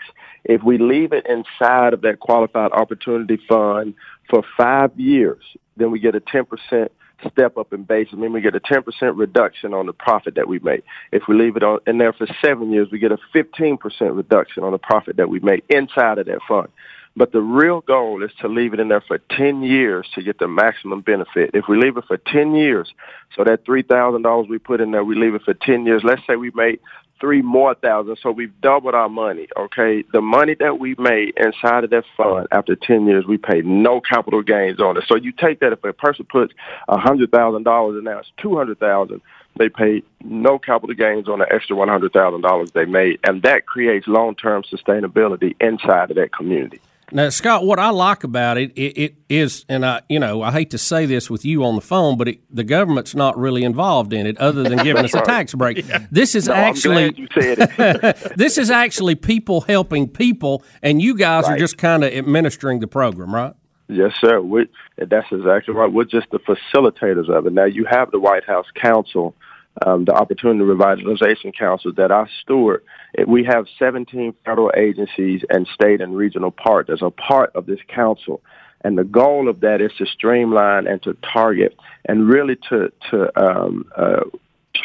If we leave it inside of that qualified opportunity fund for five years, then we get a 10% step up in base. I mean, we get a 10% reduction on the profit that we make. If we leave it on, in there for seven years, we get a 15% reduction on the profit that we make inside of that fund. But the real goal is to leave it in there for 10 years to get the maximum benefit. If we leave it for 10 years, so that $3,000 we put in there, we leave it for 10 years. Let's say we made three more thousand, so we've doubled our money, okay? The money that we made inside of that fund after 10 years, we paid no capital gains on it. So you take that, if a person puts $100,000 and now it's 200000 they paid no capital gains on the extra $100,000 they made, and that creates long-term sustainability inside of that community. Now, Scott, what I like about it, it, it is, and I, you know, I hate to say this with you on the phone, but it, the government's not really involved in it, other than giving us a Right. tax break. This is No, I'm actually, glad you said it. this is actually people helping people, and you guys are Right. just kind of administering the program, right? Yes, sir. We, that's exactly right. We're just the facilitators of it. Now, you have the White House Council, um, the Opportunity Revitalization Council that I steward. It- We have 17 federal agencies and state and regional partners are part of this council. And the goal of that is to streamline and to target and really to, to um, uh,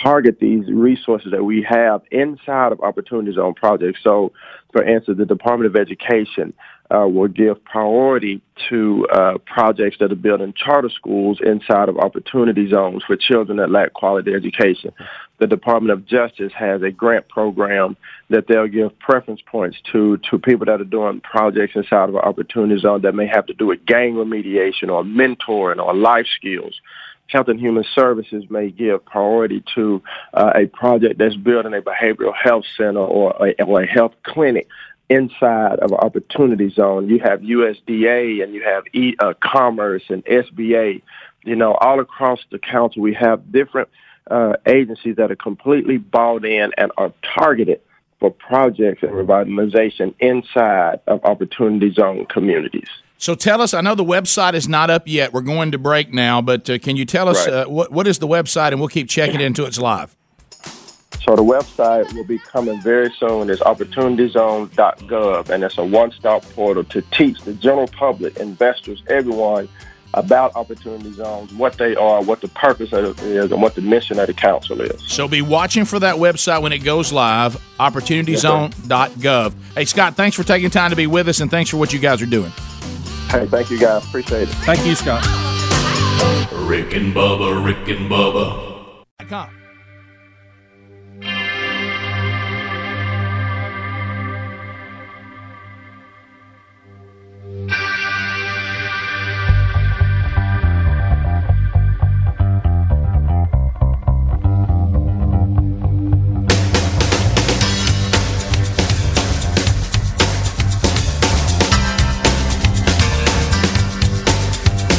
target these resources that we have inside of Opportunity Zone projects. So, for instance, the Department of Education uh, will give priority to uh, projects that are building charter schools inside of opportunity zones for children that lack quality education. The Department of Justice has a grant program that they'll give preference points to to people that are doing projects inside of an opportunity zone that may have to do with gang remediation or mentoring or life skills. Health and Human Services may give priority to uh, a project that's building a behavioral health center or a, or a health clinic inside of an opportunity zone. You have USDA and you have e- uh, Commerce and SBA. You know, all across the council, we have different uh, agencies that are completely bought in and are targeted for projects and revitalization inside of opportunity zone communities. So tell us. I know the website is not up yet. We're going to break now, but uh, can you tell us Right. uh, what what is the website, and we'll keep checking it until it's live. So the website will be coming very soon. It's opportunityzone.gov, and it's a one-stop portal to teach the general public, investors, everyone about opportunity zones, what they are, what the purpose of it is, and what the mission of the council is. So be watching for that website when it goes live. OpportunityZone.gov. Hey Scott, thanks for taking time to be with us, and thanks for what you guys are doing. Hey, thank you guys. Appreciate it. Thank you, Scott. Rick and Bubba, Rick and Bubba.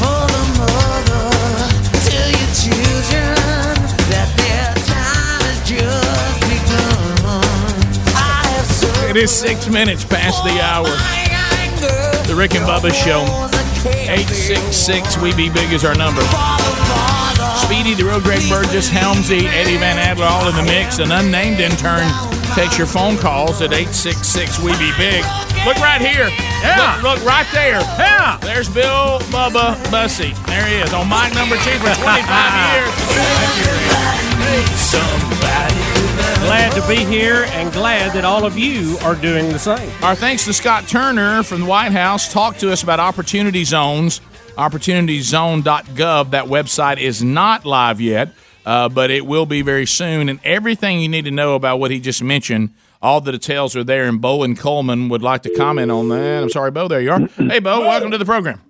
Mother, mother, tell your children that their time has just begun. I It have is six minutes past the hour. The Rick and Bubba Show. 866 We Be Big is our number. Speedy, the real Greg Burgess, Helmsy, Eddie Van Adler, all in the mix. An unnamed intern takes your phone calls at 866 We Be Big. Look right here. Yeah. Look, look right there. Yeah. There's Bill Bubba Bussy. There he is on mic number two for 25 years. Glad to be here and glad that all of you are doing the same. Our thanks to Scott Turner from the White House. Talk to us about opportunity zones. OpportunityZone.gov. That website is not live yet, uh, but it will be very soon. And everything you need to know about what he just mentioned, all the details are there. And Bo and Coleman would like to comment on that. I'm sorry, Bo. There you are. Hey, Bo. Welcome to the program.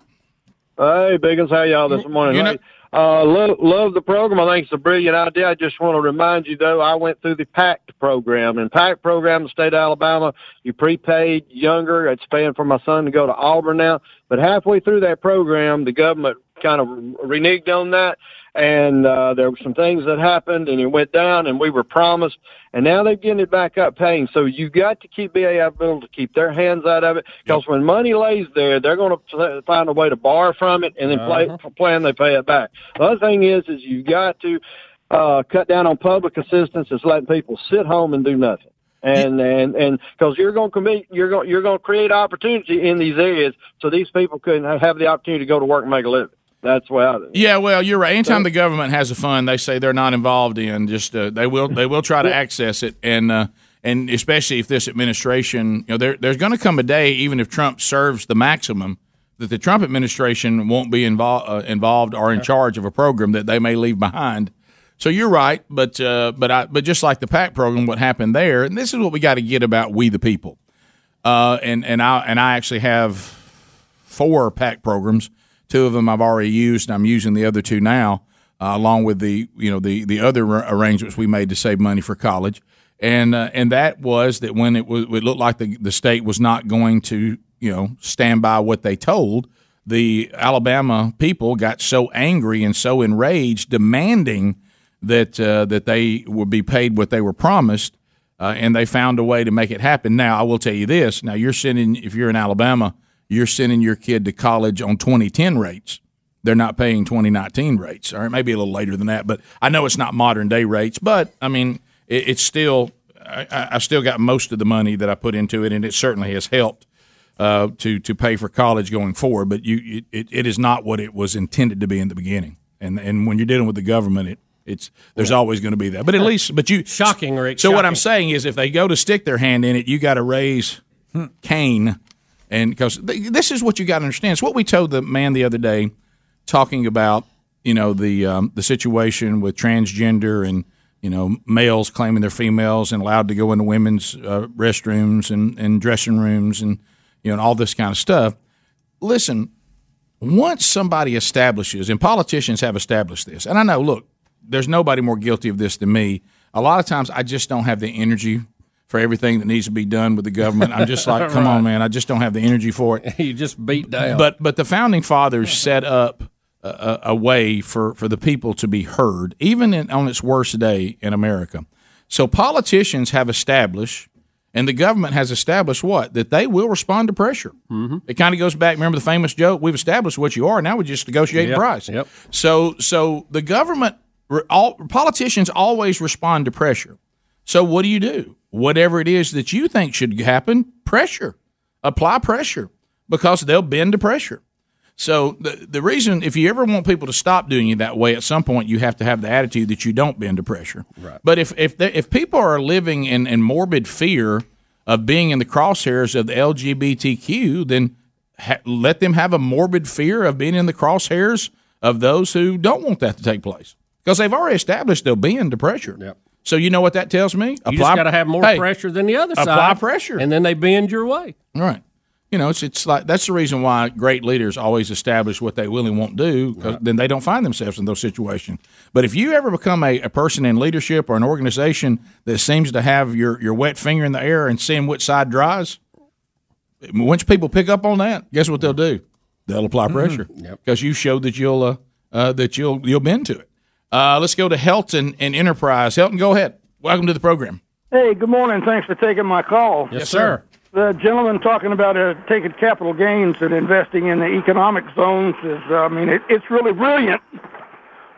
Hey, Biggins, how y'all this morning? You know- Hey, Uh, love, love the program. I think it's a brilliant idea. I just want to remind you, though, I went through the PACT program. And PACT program in the state of Alabama, you prepaid younger. It's paying for my son to go to Auburn now. But halfway through that program, the government kind of reneged on that. And uh, there were some things that happened, and it went down, and we were promised. And now they're getting it back up paying. So you got to keep BAI Bill to keep their hands out of it. Because when money lays there, they're going to find a way to borrow from it, and then play, plan they pay it back. The other thing is, is you got to uh, cut down on public assistance. It's letting people sit home and do nothing. And, and and because you're going to commit, you're going you're going to create opportunity in these areas, so these people can have the opportunity to go to work and make a living. That's the way I Yeah, well, you're right. Anytime the government has a fund, they say they're not involved in. Just uh, they will they will try to access it, and uh, and especially if this administration, you know, there, there's going to come a day, even if Trump serves the maximum, that the Trump administration won't be involved uh, involved or in charge of a program that they may leave behind. So you're right, but uh, but I but just like the PAC program, what happened there, and this is what we got to get about we the people, uh, and and I and I actually have four PAC programs. Two of them I've already used, and I'm using the other two now, uh, along with the you know the the other ar- arrangements we made to save money for college, and uh, and that was that when it was it looked like the the state was not going to you know stand by what they told, the Alabama people got so angry and so enraged, demanding that uh, that they would be paid what they were promised. Uh, and they found a way to make it happen. Now, I will tell you this. Now, you're sending, if you're in Alabama, you're sending your kid to college on 2010 rates. They're not paying 2019 rates, or maybe a little later than that. But I know it's not modern day rates. But I mean, it, it's still I, I I still got most of the money that I put into it, and it certainly has helped uh, to to pay for college going forward. But you, it- it, it is not what it was intended to be in the beginning. And and when you're dealing with the government, it it's there's always going to be that. But at least, but you shocking, Rick. So what I'm saying is, if they go to stick their hand in it, you got to raise Cain, and because this is what you got to understand. It's what we told the man the other day, talking about you know the um, the situation with transgender and you know males claiming they're females and allowed to go into women's uh, restrooms and, and dressing rooms and you know and all this kind of stuff. Listen, once somebody establishes, and politicians have established this, and I know, look, there's nobody more guilty of this than me. A lot of times I just don't have the energy for everything that needs to be done with the government. I'm just like, come on, Right. man, I just don't have the energy for it. you just beat down. But but the founding fathers set up a, a, a way for, for the people to be heard, even in, on its worst day in America. So politicians have established, and the government has established what that they will respond to pressure. Mm-hmm. It kind of goes back. Remember the famous joke: "We've established what you are. Now we just negotiate Yep, price." Yep. So so the government, re- all politicians always respond to pressure. So what do you do? Whatever it is that you think should happen, pressure, apply pressure because they'll bend to pressure. So the the reason, if you ever want people to stop doing you that way, at some point you have to have the attitude that you don't bend to pressure. Right. But if if they, if people are living in, in morbid fear of being in the crosshairs of the LGBTQ, then ha- let them have a morbid fear of being in the crosshairs of those who don't want that to take place because they've already established they'll bend to pressure. Yep. So you know what that tells me? You just got to have more Hey, pressure than the other apply side. pressure. and then they bend your way. Right. You know, it's it's like that's the reason why great leaders always establish what they will and won't do, 'cause then they don't find themselves in those situations. But if you ever become a, a person in leadership or an organization that seems to have your, your wet finger in the air and seeing which side dries, once people pick up on that, guess what they'll do? They'll apply Mm-hmm. pressure because you showed that you'll uh, uh, that you'll you'll bend to it. Uh, let's go to Helton and Enterprise. Helton, go ahead. Welcome to the program. Hey, good morning. Thanks for taking my call. Yes, sir. The gentleman talking about uh, taking capital gains and investing in the economic zones is, uh, I mean, it, it's really brilliant.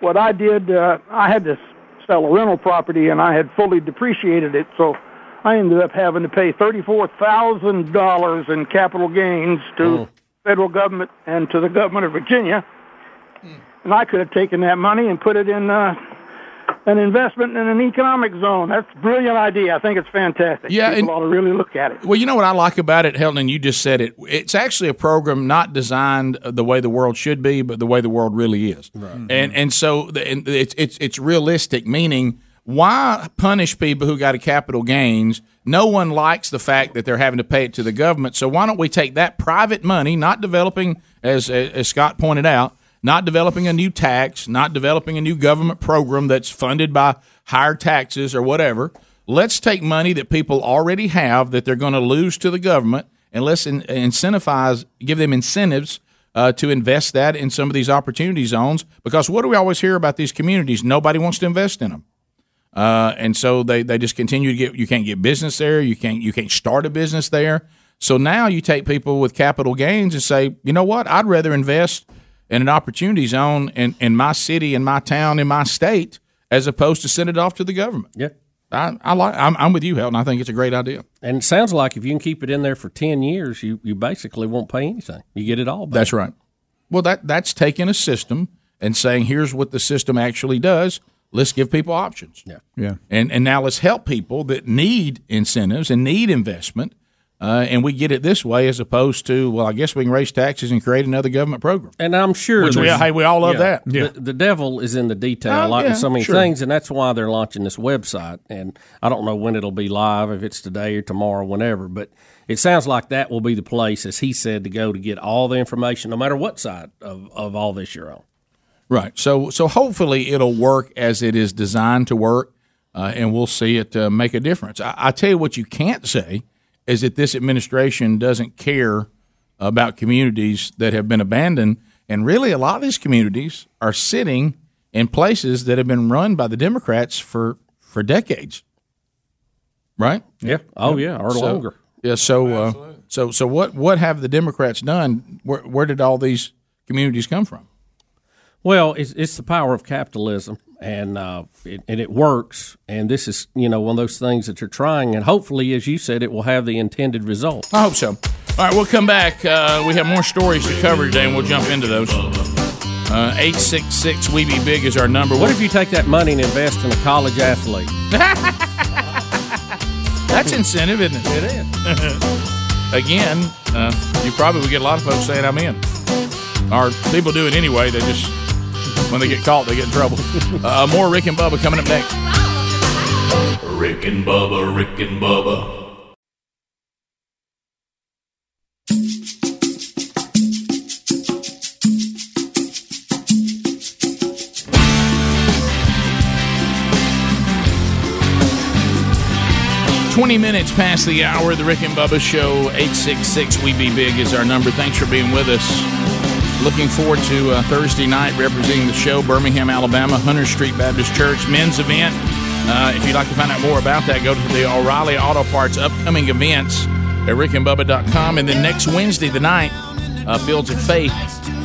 What I did, uh, I had to s- sell a rental property and I had fully depreciated it, so I ended up having to pay thirty-four thousand dollars in capital gains to Oh. federal government and to the government of Virginia. Hmm. And I could have taken that money and put it in uh, an investment in an economic zone. That's a brilliant idea. I think it's fantastic. Yeah, People and- ought to really look at it. Well, you know what I like about it, Helen, and you just said it. It's actually a program not designed the way the world should be, but the way the world really is. Right. And and so the, and it's it's it's realistic. Meaning, why punish people who got a capital gains? No one likes the fact that they're having to pay it to the government. So why don't we take that private money, not developing as as Scott pointed out, not developing a new tax, not developing a new government program that's funded by higher taxes or whatever. Let's take money that people already have that they're going to lose to the government and let's in- incentivize, give them incentives uh, to invest that in some of these opportunity zones. Because what do we always hear about these communities? Nobody wants to invest in them. Uh, and so they, they just continue to get you can't get business there you can't you can't start a business there so now you take people with capital gains and say you know what I'd rather invest in an opportunity zone in, in my city in my town in my state as opposed to send it off to the government yeah I, I like I'm, I'm with you Helton I think it's a great idea And it sounds like if you can keep it in there for ten years, you, you basically won't pay anything. You get it all. Back. That's right. Well, that that's taking a system and saying, here's what the system actually does. Let's give people options. Yeah. Yeah. And and now let's help people that need incentives and need investment. Uh, and we get it this way as opposed to, well, I guess we can raise taxes and create another government program. And I'm sure Which we, there's- hey, we all love yeah, that. The, the devil is in the detail, Oh, like yeah, with so many sure. things, and that's why they're launching this website. And I don't know when it'll be live, if it's today or tomorrow, whenever. But it sounds like that will be the place, as he said, to go to get all the information, no matter what side of, of all this you're on. Right. So so hopefully it'll work as it is designed to work, uh, and we'll see it uh, make a difference. I, I tell you what, you can't say is that this administration doesn't care about communities that have been abandoned, and really a lot of these communities are sitting in places that have been run by the Democrats for for decades. Right. Yeah. Oh, yeah, or So- longer. Yeah. So uh, so so what what have the Democrats done? Where, where did all these communities come from? Well, it's, it's the power of capitalism, and uh, it, and it works. And this is you know one of those things that you're trying, and hopefully, as you said, it will have the intended result. I hope so. All right, we'll come back. Uh, we have more stories to cover today, and we'll jump into those. Uh, Eight six six, we be big is our number. What if you take that money and invest in a college athlete? That's incentive, isn't it? It is. Again, uh, you probably would get a lot of folks saying I'm in, or people do it anyway. They just when they get caught, they get in trouble. Uh, more Rick and Bubba coming up next. Rick and Bubba, Rick and Bubba, Twenty minutes past the hour, the Rick and Bubba Show. Eight six six, we be big is our number. Thanks for being with us. Looking forward to uh, Thursday night representing the show, Birmingham, Alabama, Hunter Street Baptist Church men's event. Uh, if you'd like to find out more about that, go to the O'Reilly Auto Parts upcoming events at rickandbubba.com. And then next Wednesday, the night, uh, Fields of Faith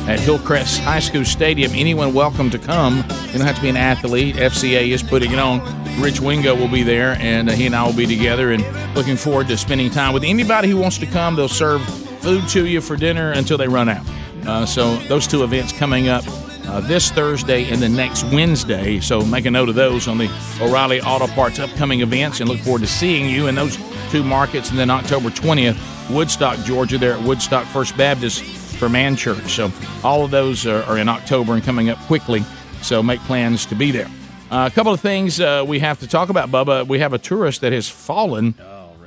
at Hillcrest High School Stadium. Anyone welcome to come. You don't have to be an athlete. FCA is putting it on. Rich Wingo will be there, and uh, he and I will be together. And looking forward to spending time with anybody who wants to come. They'll serve food to you for dinner until they run out. Uh, so those two events coming up uh, this Thursday and the next Wednesday. So make a note of those on the O'Reilly Auto Parts upcoming events, and look forward to seeing you in those two markets. And then October 20th, Woodstock, Georgia, there at Woodstock First Baptist for Man Church. So all of those are, are in October and coming up quickly. So make plans to be there. Uh, a couple of things uh, we have to talk about, Bubba. We have a tourist that has fallen.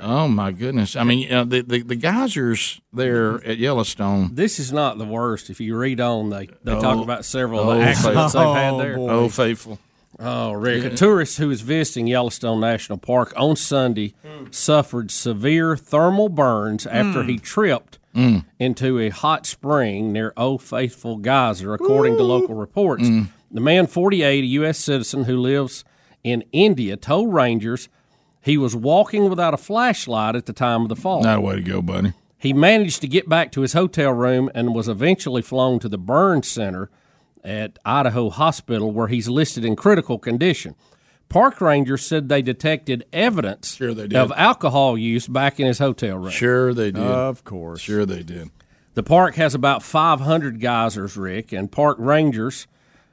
Oh, my goodness! I mean, uh, the, the the geysers there at Yellowstone. This is not the worst. If you read on, they, they Oh. talk about several of Oh, the accidents faithful. they've had there. Oh, boy. Oh, faithful. Oh, Rick. Yeah. A tourist who was visiting Yellowstone National Park on Sunday suffered severe thermal burns after Mm. he tripped Mm. into a hot spring near Old Faithful Geyser, according to local reports. Mm. The man, 48, a U.S. citizen who lives in India, told rangers he was walking without a flashlight at the time of the fall. Not a way to go, buddy. He managed to get back to his hotel room and was eventually flown to the burn center at Idaho Hospital, where he's listed in critical condition. Park rangers said they detected evidence did. of alcohol use back in his hotel room. Sure, they did. Of course. Sure, they did. The park has about 500 geysers, Rick, and park rangers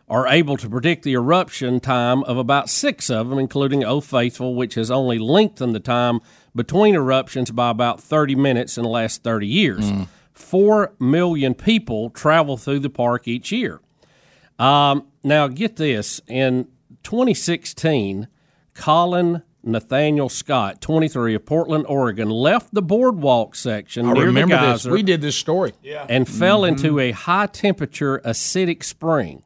are able to predict the eruption time of about six of them, including Old Faithful, which has only lengthened the time between eruptions by about 30 minutes in the last 30 years. Four million people travel through the park each year. Um, now, get this in 2016, Colin Nathaniel Scott, 23 of Portland, Oregon, left the boardwalk section I near remember the this. geyser We did this story. Yeah. Mm-hmm. and fell into a high temperature acidic spring.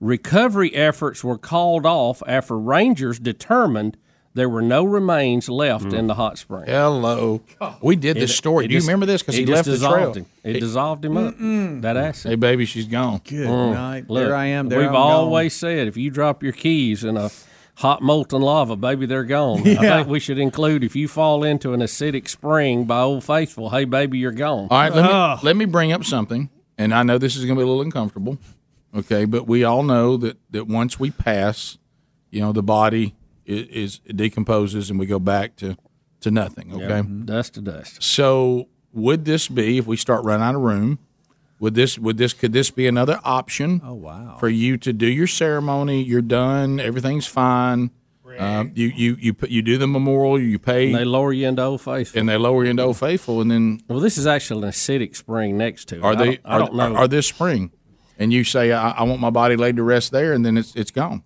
Recovery efforts were called off after rangers determined there were no remains left in the hot spring. Mm. Hello. We did this story. Do you remember this? 'Cause it he just left the dissolved trail. Him. It, It- dissolved him up. That acid. Hey, baby, she's gone. Good night. There I am, there Mm. we've I'm gone. always said if you drop your keys in a hot molten lava, baby, they're gone. I Yeah. think we should include if you fall into an acidic spring by Old Faithful, hey, baby, you're gone. All right, let me, let me bring up something, and I know this is going to be a little uncomfortable, okay? But we all know that that once we pass, you know, the body is, is it decomposes and we go back to to nothing, okay? Mm-hmm. Dust to dust. So would this be if we start running out of room? Would this would this could this be another option? Oh wow! For you to do your ceremony, you're done, everything's fine. Um, you you you put, you do the memorial, you pay, And they lower you into Old Faithful, and they lower you into Old Faithful, and then well, this is actually an acidic spring next to it. Are I they? don't- I are, don't know. Are, this spring? And you say, I, "I want my body laid to rest there," and then it's it's gone.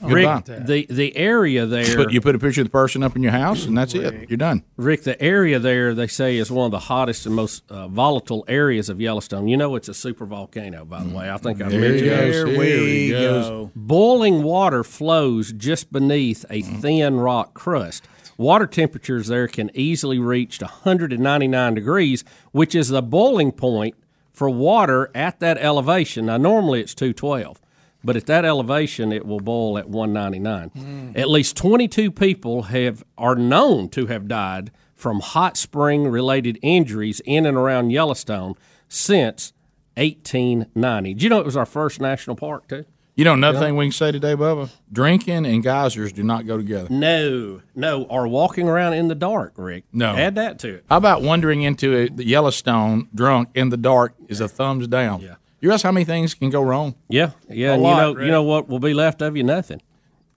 Goodbye. Rick, the the area there. But you put a picture of the person up in your house, and that's it. You're done. Rick, the area there they say is one of the hottest and most uh, volatile areas of Yellowstone. You know it's a super volcano, by the way. I think I There mentioned he goes. that. There Here he we goes. go. Boiling water flows just beneath a Mm-hmm. thin rock crust. Water temperatures there can easily reach 199 degrees, which is the boiling point for water at that elevation. Now, normally it's 212, but at that elevation, it will boil at 199. Mm. At least 22 people have are known to have died from hot spring related injuries in and around Yellowstone since 1890. Do you know it was our first national park too? You know another thing we can say today, Bubba: drinking and geysers do not go together. No, no, or walking around in the dark, Rick. No. add that to it. How about wandering into a, the Yellowstone drunk in the dark is a thumbs down. Yeah. You realize how many things can go wrong? Yeah, yeah. A and lot, you know, Rick. you know what will be left of you? Nothing.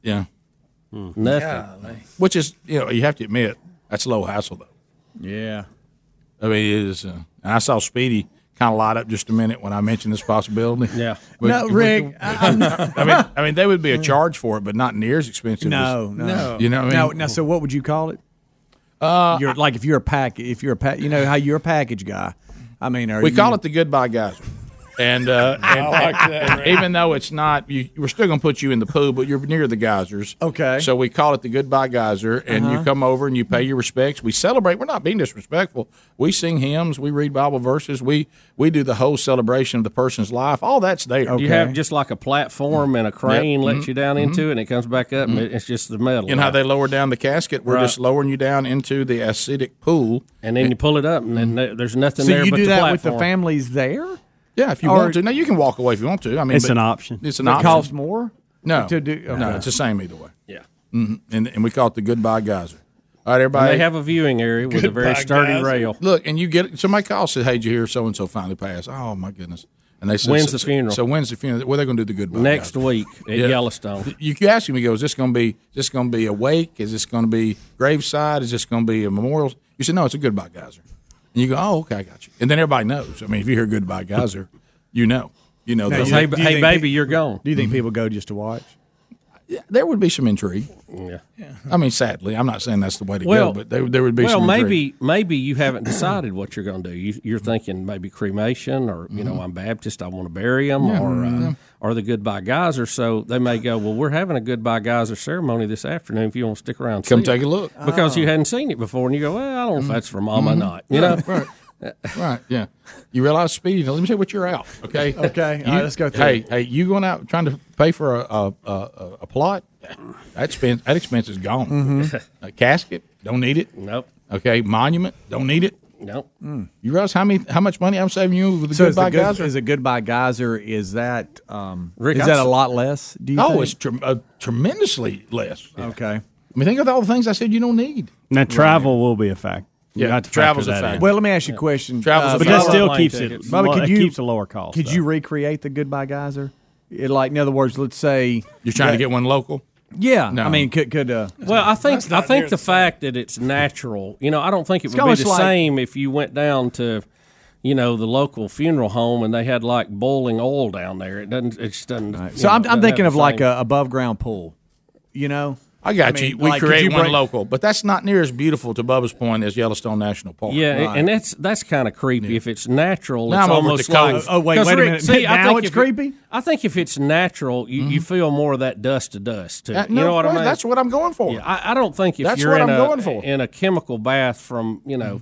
Hmm, Yeah. Nothing. Which is, you know, you have to admit, that's low hassle, though. Yeah. I mean, it is. Uh, and I saw Speedy kind of light up just a minute when I mentioned this possibility. yeah. No, Rick, I, mean, I mean, there would be a charge for it, but not near as expensive. No, as, no, You know what I Now, mean? now, so what would you call it? Uh, you're like if you're a pack, if you're a pack, you know how you're a package guy. I mean, are we you, call it the goodbye guys. And, uh, and, like that, and Rick. even though it's not, you, we're still going to put you in the pool, but you're near the geysers. Okay. So we call it the goodbye geyser, and you Uh-huh. come over and you pay your respects. We celebrate. We're not being disrespectful. We sing hymns. We read Bible verses. We we do the whole celebration of the person's life. All that's there. You have just like a Mm. platform and a crane lets Mm-hmm. you down into it, and it comes back up, and it- it's just the metal. You know Mm-hmm. how they lower down the casket? We're Right. just lowering you down into the acidic pool, Mm-hmm. and then you pull it up, and then there- there's nothing there. but the platform. families there? Yeah, if you Or- want to. Now you can walk away if you want to. I mean, It's but- an option. It's an It option. costs more No, to do- no, okay. it's the same either way. Yeah, hmm and and we call it the goodbye geyser. All right, And everybody. they have a viewing area with a very Goodbye, sturdy guys. rail. Look, and you get somebody calls says, "Hey, did you hear so and so finally passed?" Oh my goodness! And they said, When's so, the so- funeral? So when's the funeral? Well, they're going to do the goodbye Next geyser. week at Yeah. Yellowstone. You you ask him, he goes, "Is this going to be? Is this going to be a wake? Is this going to be graveside? Is this going to be a memorial?" You say, "No, it's a goodbye geyser." And you go, "Oh, okay, I got you." And then everybody knows. I mean, if you hear goodbye geyser, you know, you know. Mm-hmm. Now, they'll- you- Hey, do you hey, think- baby, you're gone. Do you think people go just to watch? Yeah, there would be some intrigue. Yeah. I mean, sadly, I'm not saying that's the way to Well, go, but there, there would be well, some Mm-hmm. intrigue. maybe maybe you haven't decided what you're going to do. You, you're thinking maybe cremation, or you know, I'm Baptist, I want to bury them, Mm-hmm. Yeah. mm-hmm. or uh, Yeah. or the goodbye geyser. So they may go, well, we're having a goodbye geyser ceremony this afternoon. If you want to stick around, and Come see take it." a look. because Oh. you hadn't seen it before, and you go, well, I don't know if that's for mom or Mhm. not. You Right, know, right, yeah. You realize speedy. Now, let me say what you're out. Okay. Okay, all right, let's go through Hey, it. hey, you going out trying to pay for a a, a, a- a plot? That expense, that expense is gone. Mhm. A casket, don't need it. Nope. Okay, monument, don't need it. Nope. You realize how many how much money I'm saving you with the Hmm. So is, goodbye the good, geyser? is a goodbye geyser? Is that um, Rick, is I that s- a lot less? Do you? oh, think? it's trem uh, tremendously less. okay. I mean, think of all the things I said you don't need. Now travel will be a fact. You Yeah, have to factor travel's a that in. fact. Well, let me ask you a question. Travel's a but fact. that Bubba, still plane keeps it. tickets. Bubba, Well, could it you, keeps a lower cost, Could though. you recreate the goodbye geyser? It, like, in other words, let's say You're trying to that- get one local. Yeah, No. I mean, could could uh, Well, I think I not think near the the fact that it's natural, you know, I don't think it It's would be almost the like- same if you went down to, you know, the local funeral home and they had like boiling oil down there. It doesn't. It just doesn't. you So know, I'm, doesn't I'm have thinking the of like same- a above ground pool. You know, I got I mean, you. We like, could create you one break- local, but that's not near as beautiful to Bubba's point as Yellowstone National Park. Yeah, and that's that's kind of creepy if it's natural. Now it's I'm over almost the coast. like Oh, wait, 'cause wait a Rick, minute. See, I Now think it's if it- I think if it's natural, you, you feel more of that dust to dust. Too. That- you Uh, no, know what I well, mean? That's what I'm going for. Yeah, I, I don't think if That's you're what in I'm a going for. in a chemical bath from you know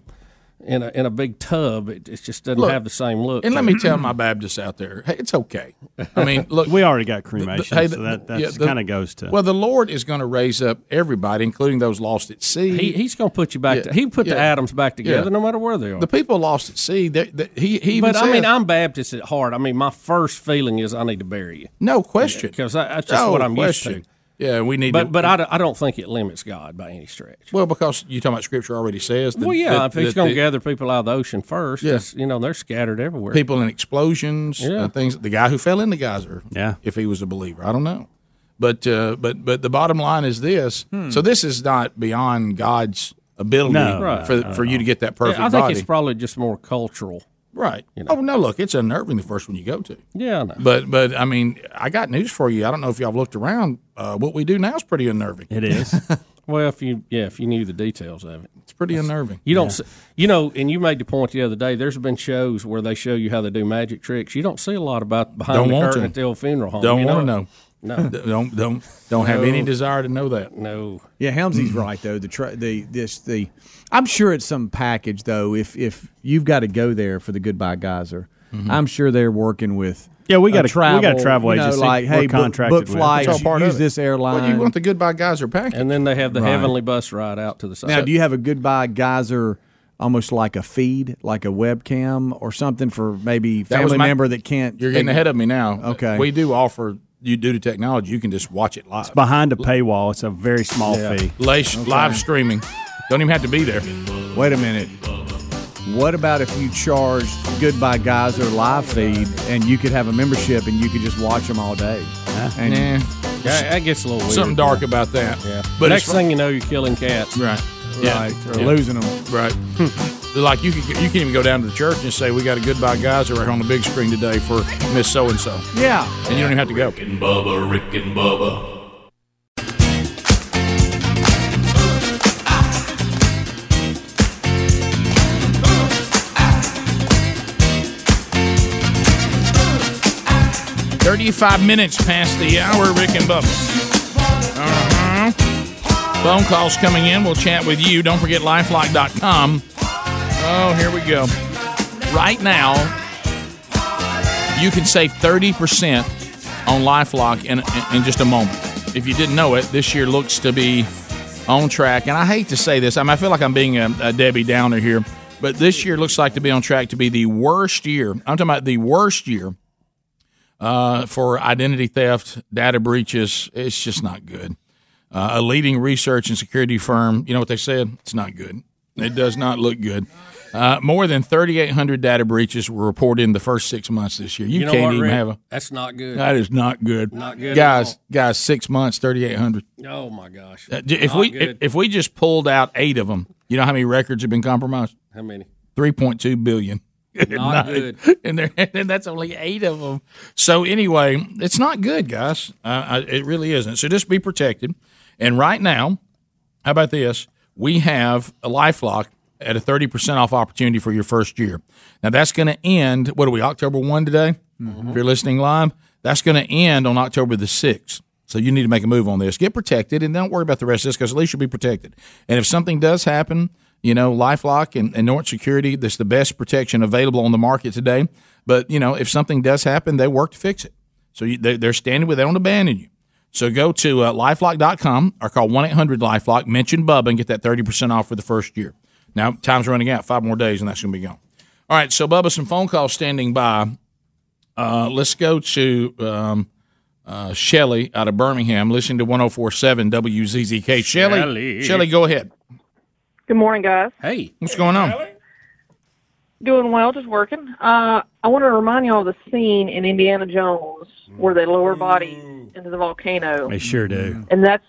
in a in a big tub, it, it just doesn't Look, have the same look. and to let it. me tell my Baptists out there, hey, it's okay. I mean, look, we already got cremation, hey, so that the- that's yeah, the- kind of goes to. Well, the Lord is going to raise up everybody, including those lost at sea. He- he's going to put you back. to- he put the atoms back together, no matter where they are. The people lost at sea. They, they, he, he even but I mean, says- I'm Baptist at heart. I mean, my first feeling is I need to bury you. No question. because that's just No what I'm question. used to. Yeah, we need But to- but I, don't- I don't think it limits God by any stretch. well because you talking about Scripture already says. that- well, yeah, that- if he's that going to the- gather people out of the ocean first, Yeah. it's- you know they're scattered everywhere. people in explosions Yeah. and things. The guy who fell in the geyser, yeah, if he was a believer, I don't know. But uh, but but the bottom line is this. Hmm. So this is not beyond God's ability No, Right. for no, for you to get that perfect I think body. it's probably just more cultural. Right. Oh no! Look, it's unnerving the first one you go to. Yeah, I know. But but I mean, I got news for you. I don't know if y'all have looked around. Uh, what we do now is pretty unnerving. It is. Well, if you yeah, if you knew the details of it, it's pretty unnerving. You don't, Yeah. see, you know, and you made the point the other day. There's been shows where they show you how they do magic tricks. You don't see a lot about behind Don't the want curtain to. at the old funeral home. Don't you want know? to know. No, Don't don't don't have any No. desire to know that. Mm-hmm. No. Yeah, Helmsy's right though. The tra- the this the I'm sure it's some package though. If if you've got to go there for the Goodbye Geyser, Mm-hmm. Mhm. I'm sure they're working with. Yeah, we a got a- we got a travel you know, agency. like, We're hey, book, contracted book with. flights, It's all part use of it. this airline. Well, you want the goodbye geyser package, and then they have the Right. heavenly bus ride out to the side. Now, do you have a goodbye geyser almost like a feed, like a webcam or something for maybe That was family my- member that can't? You're getting ahead of me now. Okay. We do offer you due to technology, you can just watch it live. behind a paywall. It's a very small Yeah. fee. Lash- Okay. Live streaming. Don't even have to be there. Wait a minute. What about if you charged Goodbye Geyser live feed and you could have a membership and you could just watch them all day? And- Nah. Yeah, that gets a little weird. Something dark about that. Yeah. But But next it's- thing you know, you're killing cats. Right. Right. Or losing 'em. Right. like you can you can even go down to the church and say we got a goodbye geyser right here on the big screen today for Miss So and So. Yeah. And you don't even have to go. Rick and Bubba, Rick and Bubba. Thirty five minutes past the hour, Rick and Bubba. Uh-huh. Phone calls coming in. We'll chat with you. Don't forget lifelock.com. Oh, here we go. Right now, you can save 30% on lifelock in, in, in just a moment. If you didn't know it, this year looks to be on track. And I hate to say this, I, mean, I feel like I'm being a, a Debbie Downer here, but this year looks like to be on track to be the worst year. I'm talking about the worst year uh, for identity theft, data breaches. It's just not good. Uh, a leading research and security firm, you know what they said? It's not good. It does not look good. Uh, more than 3,800 data breaches were reported in the first six months this year. You, know can't what, even Rick? have a. That's not good. That is not good. Not good at guys. Guys, six months, 3,800. Oh my gosh. Uh, j- if Not we if, good. if we just pulled out eight of them, you know how many records have been compromised? How many? 3.2 billion. Good Not night. good. And, there, and that's only eight of them. So anyway, it's not good, guys. Uh, I, it really isn't. So just be protected. And right now, how about this? We have a LifeLock at a thirty percent off opportunity for your first year. Now that's going to end. What are we? October one today. If you're listening live, that's going to end on October the sixth. So you need to make a move on this. Get protected, and don't worry about the rest of this because at least you'll be protected. And if something does happen, you know, LifeLock and, and Norton Security, that's the best protection available on the market today. But you know, if something does happen, they work to fix it. So you, they, they're standing with, they don't abandon you. So go to uh, lifelock.com or call 1 800 Lifelock, mention Bubba, and get that 30% off for the first year. Now, time's running out, five more days, and that's going to be gone. All right, so Bubba, some phone calls standing by. Uh, let's go to um, uh, Shelly out of Birmingham, listening to 1047 WZZK. Shelly, Shelley. Shelly, go ahead. Good morning, guys. Hey, what's going on? Doing well, just working. Uh, I want to remind y'all of the scene in Indiana Jones where they lower bodies into the volcano, They sure do. and that's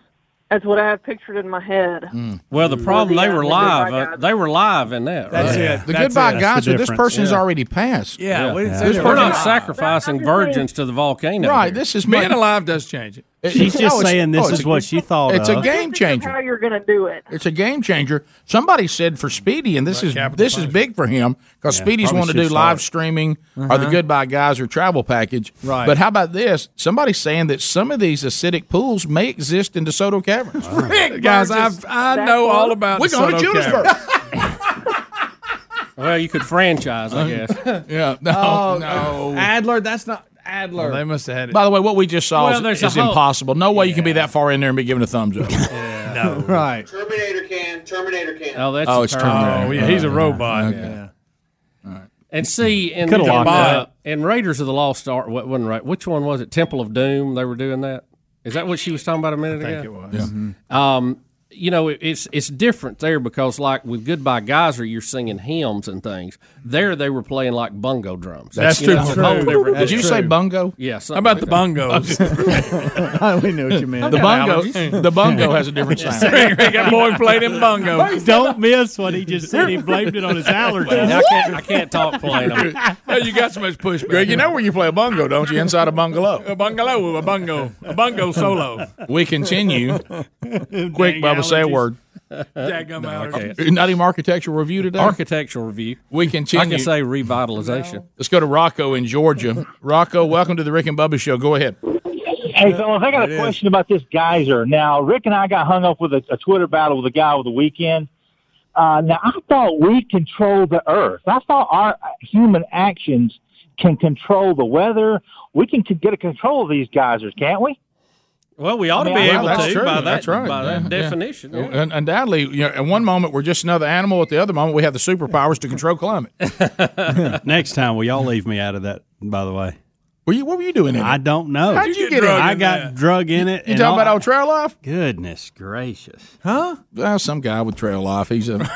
that's what I have pictured in my head. Well, the problem they Yeah, were we did live. like uh, they were live in that. That's right? it. The goodbye guys, this person's Yeah. already passed. Yeah, This we're not person- sacrificing virgins to the volcano. Right, here. this is Being making- alive does change it. oh, She's just saying this is what she thought It's a of. game changer. How you're going to do it? It's a game changer. Somebody said for Speedy, and this is this is big for him because Yeah, Speedy's probably wanting to should do start. live streaming or the Uh-huh. Goodbye Guys or travel package. Right. But how about this? Somebody's saying that some of these acidic pools may exist in DeSoto Caverns. Rick Guys, I've, I That know close? all about We're going to DeSoto County. Julesburg. Well, you could franchise, Uh-huh. I guess. yeah. No. Oh, no. Adler, that's not Adler. Well, they must have had it. By the way, what we just saw Well, is, there's a is whole- impossible. No way you can be that far in there and be given a thumbs up. no. right. Terminator can. Terminator can. Oh, that's oh, it's Terminator. Oh, yeah, he's a robot. Yeah. And see, in, Coulda locked uh, it. in Raiders of the Lost Ark, what wasn't right? Which one was it? Temple of Doom. They were doing that. Is that what she was talking about a minute I ago? think it was. Um, you know, it, it's it's different there because like with Goodbye Geyser, you're singing hymns and things. There, they were playing like bungo drums. That's You know, true. it's a whole True. different Did you deal. say bungo? Yeah. How something about like the bongos? that. I only know what you meant. The bungo- the bungo has a different sound. that boy played in bungo. Don't miss what he just said. He blamed it on his allergies. I can't, I can't talk plain. Yeah, you got so much pushback. Greg, you know where you play a bungo, don't you? Inside a bungalow. A bungalow, a bungo, a bungo solo. We continue. Quick, Dang Bubba, say a allergies. word. Daggum allergies. Not even architectural review today. Architectural review. We continue. I can say revitalization. Let's go to Rocco in Georgia. Rocco, welcome to the Rick and Bubba Show. Go ahead. Hey, fellas, I got It a is. question about this geyser. Now, Rick and I got hung up with a, a Twitter battle with a guy over the weekend. Uh, now, I thought we control the earth. I thought our human actions can control the weather. We can c- get a control of these geysers, can't we? Well, we ought to I mean, be I- able that's to true. by that, that's right. by Yeah, yeah. that definition. yeah. And, undoubtedly, you know, at one moment we're just another animal. At the other moment, we have the superpowers to control climate. Next time, will y'all leave me out of that? By the way, were you? What were you doing? In I don't know. How'd you get in I it? got drug in it. You and talking all- about old Trail Life? Goodness gracious! Huh? Well, some guy with Trail Life. He's a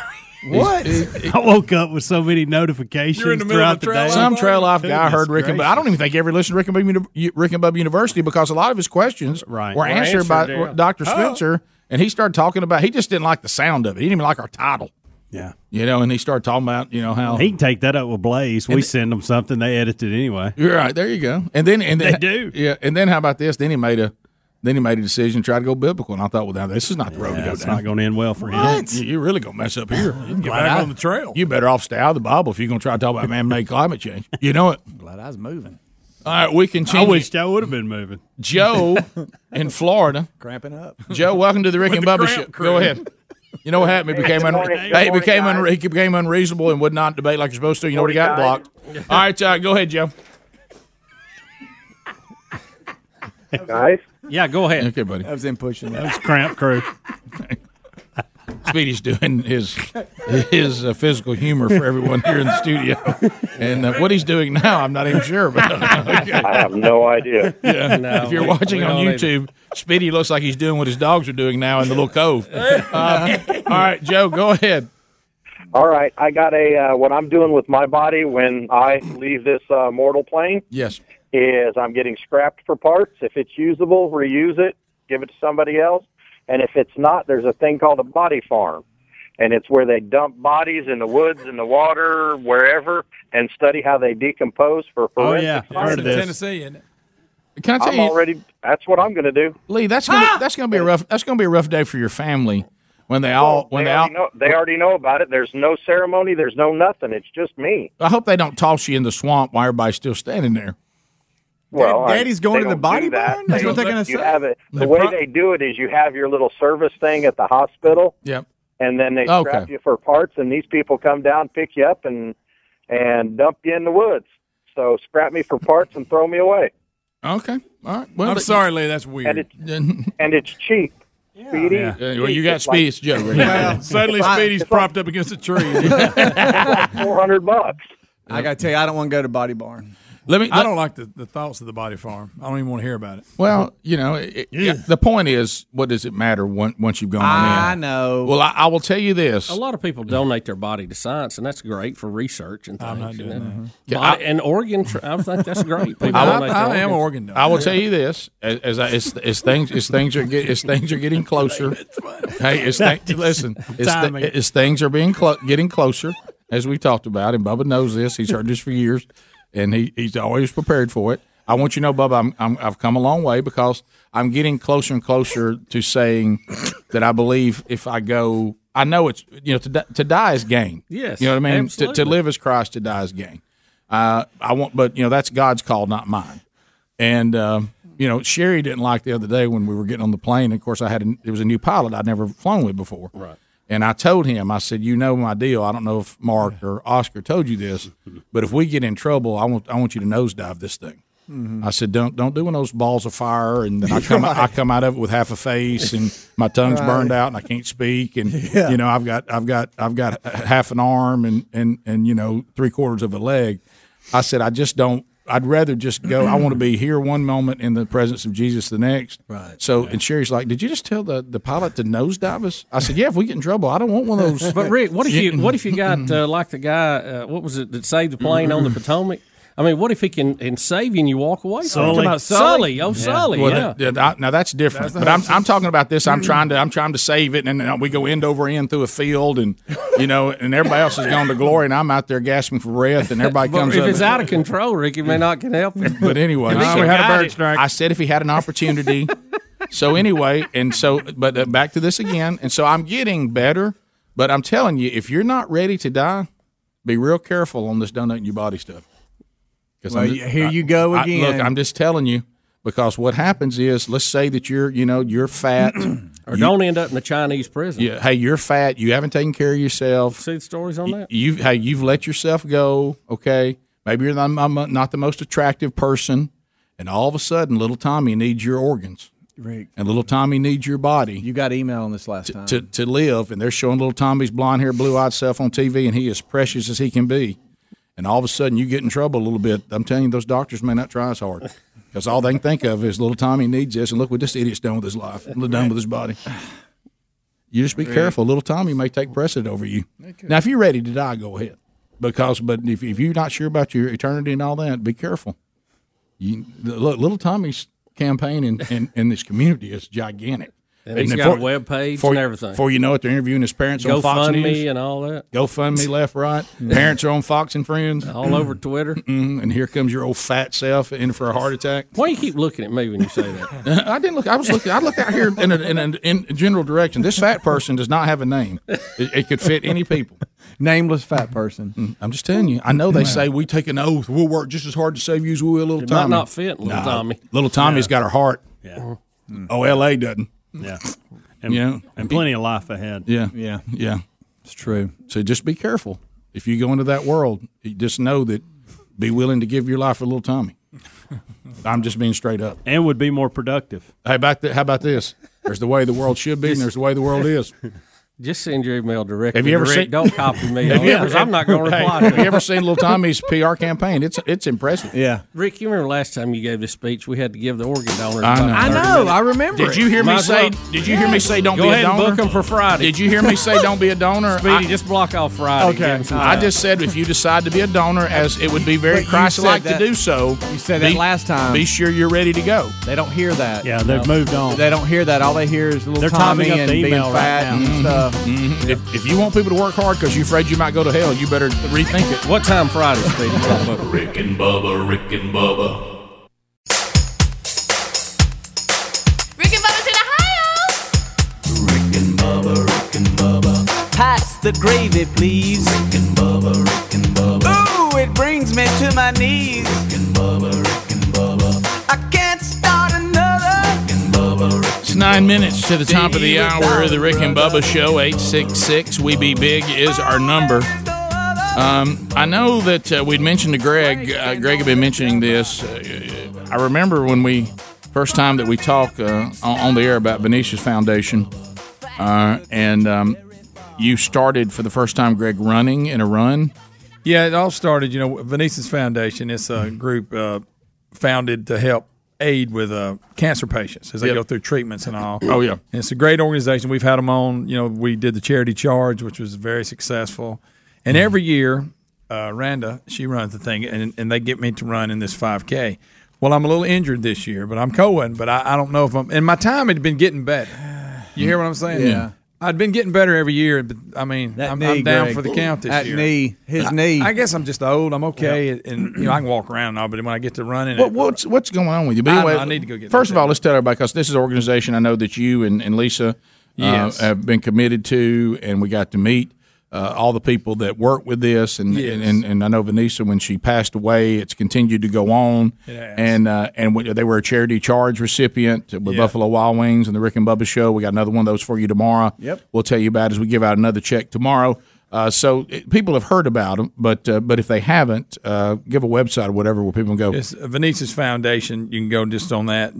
What? I woke up with so many notifications throughout the, day. Some trail life guy Goodness heard Rick and Bubba. I don't even think he ever listened to Rick and Bubba, Uni- U- Rick and Bubba University because a lot of his questions were Were answered, answered, by yeah. Dr. Oh. Spencer, and he started talking about he just didn't like the sound of it. He didn't even like our title. Yeah. You know, and he started talking about, you know, how He can take that up with Blaze. We send them something. They edit it anyway. You're right. There you go. And then and then, They do. Yeah. And then how about this? Then he made a then he made a decision, to try to go biblical, and I thought, well, now this is not the road to go it's down. not going to end well for him. What? You, you're really gonna mess up here. You can get Glad I- trail. You better off stay out of the Bible if you're gonna try to talk about man-made climate change. You know it. Glad I was moving. All right, we continue. I wished I would have been moving. Joe in Florida. Cramping up. Joe, welcome to the Rick With and the Bubba cramp Show. crew. Go ahead. You know what happened? He Hey, became, good unre- morning. hey, he Good morning, became, unre- guys. he became unreasonable and would not debate like you're supposed to. You know what he got? Morning, Blocked. All right, uh, go ahead, Joe. Guys? Yeah, go ahead. Okay, buddy. I was in pushing that. That's cramp crew. Speedy's doing his his uh, physical humor for everyone here in the studio, and uh, what he's doing now, I'm not even sure. But I have no idea. Yeah. No, if you're we- watching we on don't either. YouTube, Speedy looks like he's doing what his dogs are doing now in the little cove. Uh, all right, Joe, go ahead. All right, I got a uh, what I'm doing with my body when I leave this uh, mortal plane Yes. is I'm getting scrapped for parts. If it's usable, reuse it, give it to somebody else. And if it's not, there's a thing called a body farm. And it's where they dump bodies in the woods, in the water, wherever, and study how they decompose for Oh, forensic. yeah. I heard science. this. Tennessee, isn't it? Can I tell I'm you- already. That's what I'm going to do. Lee, that's gonna, Ah! that's gonna be a rough that's gonna be a rough day for your family when they all when they they all. already know, they already know about it. There's no ceremony. There's no nothing. It's just me. I hope they don't toss you in the swamp while everybody's still standing there. Well, I- Daddy's going they to the don't body do that. barn? That's what they're gonna you say. Have it. The They way pro- they do it is you have your little service thing at the hospital, Yep. and then they Okay. strap you for parts, and these people come down, pick you up, and and dump you in the woods. So scrap me for parts and throw me away. Okay. All right. I'm but- sorry, Lee. That's And weird. it's and it's cheap. Speedy. Yeah. Yeah, well, you got Speedy, it's Joe, right? Well, suddenly Speedy's propped up against a tree. Four hundred bucks. I got to tell you, I don't want to go to Body Barn. Let me. I don't like the, the thoughts of the body farm. I don't even want to hear about it. Well, you know, it, it, the point is, what does it matter once once you've gone I on in? know. Well, I, I will tell you this. A lot of people donate their body to science, and that's great for research and things. I'm not you doing know. that. Yeah, Body- and organ, tra- I think that's great. People donate their organs. I will tell you this: as, as, I, as, as things as things are get, as things are getting closer, hey, as thi- listen, as, Timing. thi- as things are being clo- getting closer, as we've talked about, and Bubba knows this; he's heard this for years, and he, he's always prepared for it. I want you to know, Bubba, I'm, I'm, I've come a long way because I'm getting closer and closer to saying that I believe if I go, I know it's you know to di- to die is gain. Yes, you know what I mean. To, to absolutely. live is Christ, to die is gain. Uh, I want, but you know that's God's call, not mine. And um, you know, Sherry didn't like the other day when we were getting on the plane. Of course, I had a, it was a new pilot I'd never flown with before. Right. And I told him, I said, you know my deal. I don't know if Mark or Oscar told you this, but if we get in trouble, I want I want you to nosedive this thing. I said, "Don't don't do one of those balls of fire." And then I come Right. I come out of it with half a face, and my tongue's Right. burned out, and I can't speak, and Yeah. you know I've got I've got I've got half an arm, and and and you know three quarters of a leg. I said, I just don't. I'd rather just go. I want to be here one moment in the presence of Jesus the next. Right. So, and Sherry's like, "Did you just tell the, the pilot to nosedive us?" I said, "Yeah. If we get in trouble, I don't want one of those." But Rick, what if you what if you got uh, like the guy? Uh, what was it that saved the plane on the Mm-hmm. Potomac? I mean, what if he can and save you and you walk away? Sully. From it? About Sully. Oh, Sully. Well, yeah. that- that- I- now that's different. but I'm, I'm talking about this. I'm trying to I'm trying to save it, and then we go end over end through a field, and you know, and everybody else has gone to glory, and I'm out there gasping for breath, and everybody But comes if up. it's out of control, Ricky may not can help you. but anyway, If he can guide it. strike. I said if he had an opportunity. so anyway, and so but uh, back to this again, and so I'm getting better, but I'm telling you, if you're not ready to die, be real careful on this donut in your body stuff. 'Cause Well, I'm- y- here you go I- again. look, I'm just telling you because what happens is, let's say that you're, you know, you're fat, or don't end up in a Chinese prison. Yeah, hey, you're fat. You haven't taken care of yourself. See the stories on that. You, hey, you've let yourself go. Okay, maybe you're not, I'm not the most attractive person, and all of a sudden, little Tommy needs your organs. Rick. And little Tommy needs your body. You got email on this last time. to, to live. And they're showing little Tommy's blonde hair, blue eyed self on TV, and he is precious as he can be. And all of a sudden, you get in trouble a little bit. I'm telling you, those doctors may not try as hard because all they can think of is little Tommy needs this. And look what this idiot's done with his life, done with his body. You just be Right. careful. Little Tommy may take precedent over you. Now, if you're ready to die, go ahead. Because, but if, if you're not sure about your eternity and all that, be careful. You, look, little Tommy's campaign in, in, in this community is gigantic. And he's then got a for- web page for- and everything. Before you know it, they're interviewing his parents on Fox GoFundMe News. and all that. GoFundMe left, right. Parents are on Fox and Friends. All over Twitter. Mm-hmm. And here comes your old fat self in for a heart attack. Why do you keep looking at me when you say that? I didn't look. I was looking. I looked out here in a, in, a, in a general direction. This fat person does not have a name. It, it could fit any people. Mm-hmm. Nameless fat person. I'm just telling you. I know they say we take an oath. We'll work just as hard to save you as we will, little It might Tommy. not fit, little No. Tommy. Little Tommy's got her heart. Yeah. Oh, L.A. doesn't. Yeah. And, you know, and plenty of life ahead. Yeah. Yeah. Yeah. It's true. So just be careful. If you go into that world, you just know that be willing to give your life for little Tommy. I'm just being straight up. And would be more productive. How about, th- how about this? There's the way the world should be, and there's the way the world is. Just send your email directly. Have you to ever Rick. seen? Don't copy me. Have on you it, ever- 'cause I'm not going to Hey, reply. to Have you it. ever seen Little Tommy's PR campaign? It's it's impressive. Yeah. Rick, you remember last time you gave this speech? We had to give the organ donors. I about know. 30 minutes. Did you hear me Might as say? well. Did you hear me say? Don't Go be ahead a donor. And book 'em for Friday. Did you hear me say? Don't be a donor. Speedy, I- just block off Friday. Give him some I time. just said if you decide to be a donor, as it would be But very you Christ-like said to that- do so. you said that be- last time. Be sure you're ready to go. They don't hear that. Yeah, they've moved on. They don't hear that. All they hear is little They're Tommy typing up and the being email right fat Mm-hmm. now. and stuff. Mhm. If, if you want people to work hard because you're afraid you might go to hell, you better rethink it. What time Friday, Speedy? Rick and Bubba, Rick and Bubba, Rick and Bubba's in Ohio. Pass the gravy, please. Rick and Bubba, Rick and Bubba. Ooh, it brings me to my knees. Rick and Bubba, Rick and Bubba. I can't start another. It's nine minutes to the top of the hour of the Rick and Bubba Show. 866 We Be Big is our number. Um, I know that uh, we'd mentioned to Greg, uh, Greg had been mentioning this. Uh, I remember when we, first time that we talked uh, on, on the air about Venetia's Foundation, uh, and um, you started for the first time, Greg, running in a run. Yeah, it all started, you know, Venetia's Foundation. It's a group uh, founded to help aid with uh, cancer patients as they Yep. go through treatments and all. Oh, yeah. And it's a great organization. We've had them on. You know, we did the Charity Charge, which was very successful. And Mm-hmm. every year, uh, Randa, she runs the thing, and, and they get me to run in this 5K. Well, I'm a little injured this year, but I'm going, but I, I don't know if I'm. And my time had been getting better. You hear what I'm saying? Yeah. I'd been getting better every year, but I mean, I'm, I'm knee, down Greg. for the count this That year. knee, his I- knee. I guess I'm just old. I'm okay, and you know I can walk around and all, but when I get to running, What, what's what's going on with you? But I anyway, know, I need to go get First of all, let's tell everybody because this is an organization I know that you and, and Lisa uh, Yes. have been committed to, and we got to meet uh, all the people that work with this, and, Yes. and, and and I know Vanessa when she passed away, it's continued to go on, and uh, and we, they were a charity charge recipient with Yeah. Buffalo Wild Wings and the Rick and Bubba Show. We got another one of those for you tomorrow. Yep. we'll tell you about it as we give out another check tomorrow. Uh, so it, people have heard about them, but uh, but if they haven't, uh, give a website or whatever where people can go. It's Venice's uh, Foundation. You can go just on that,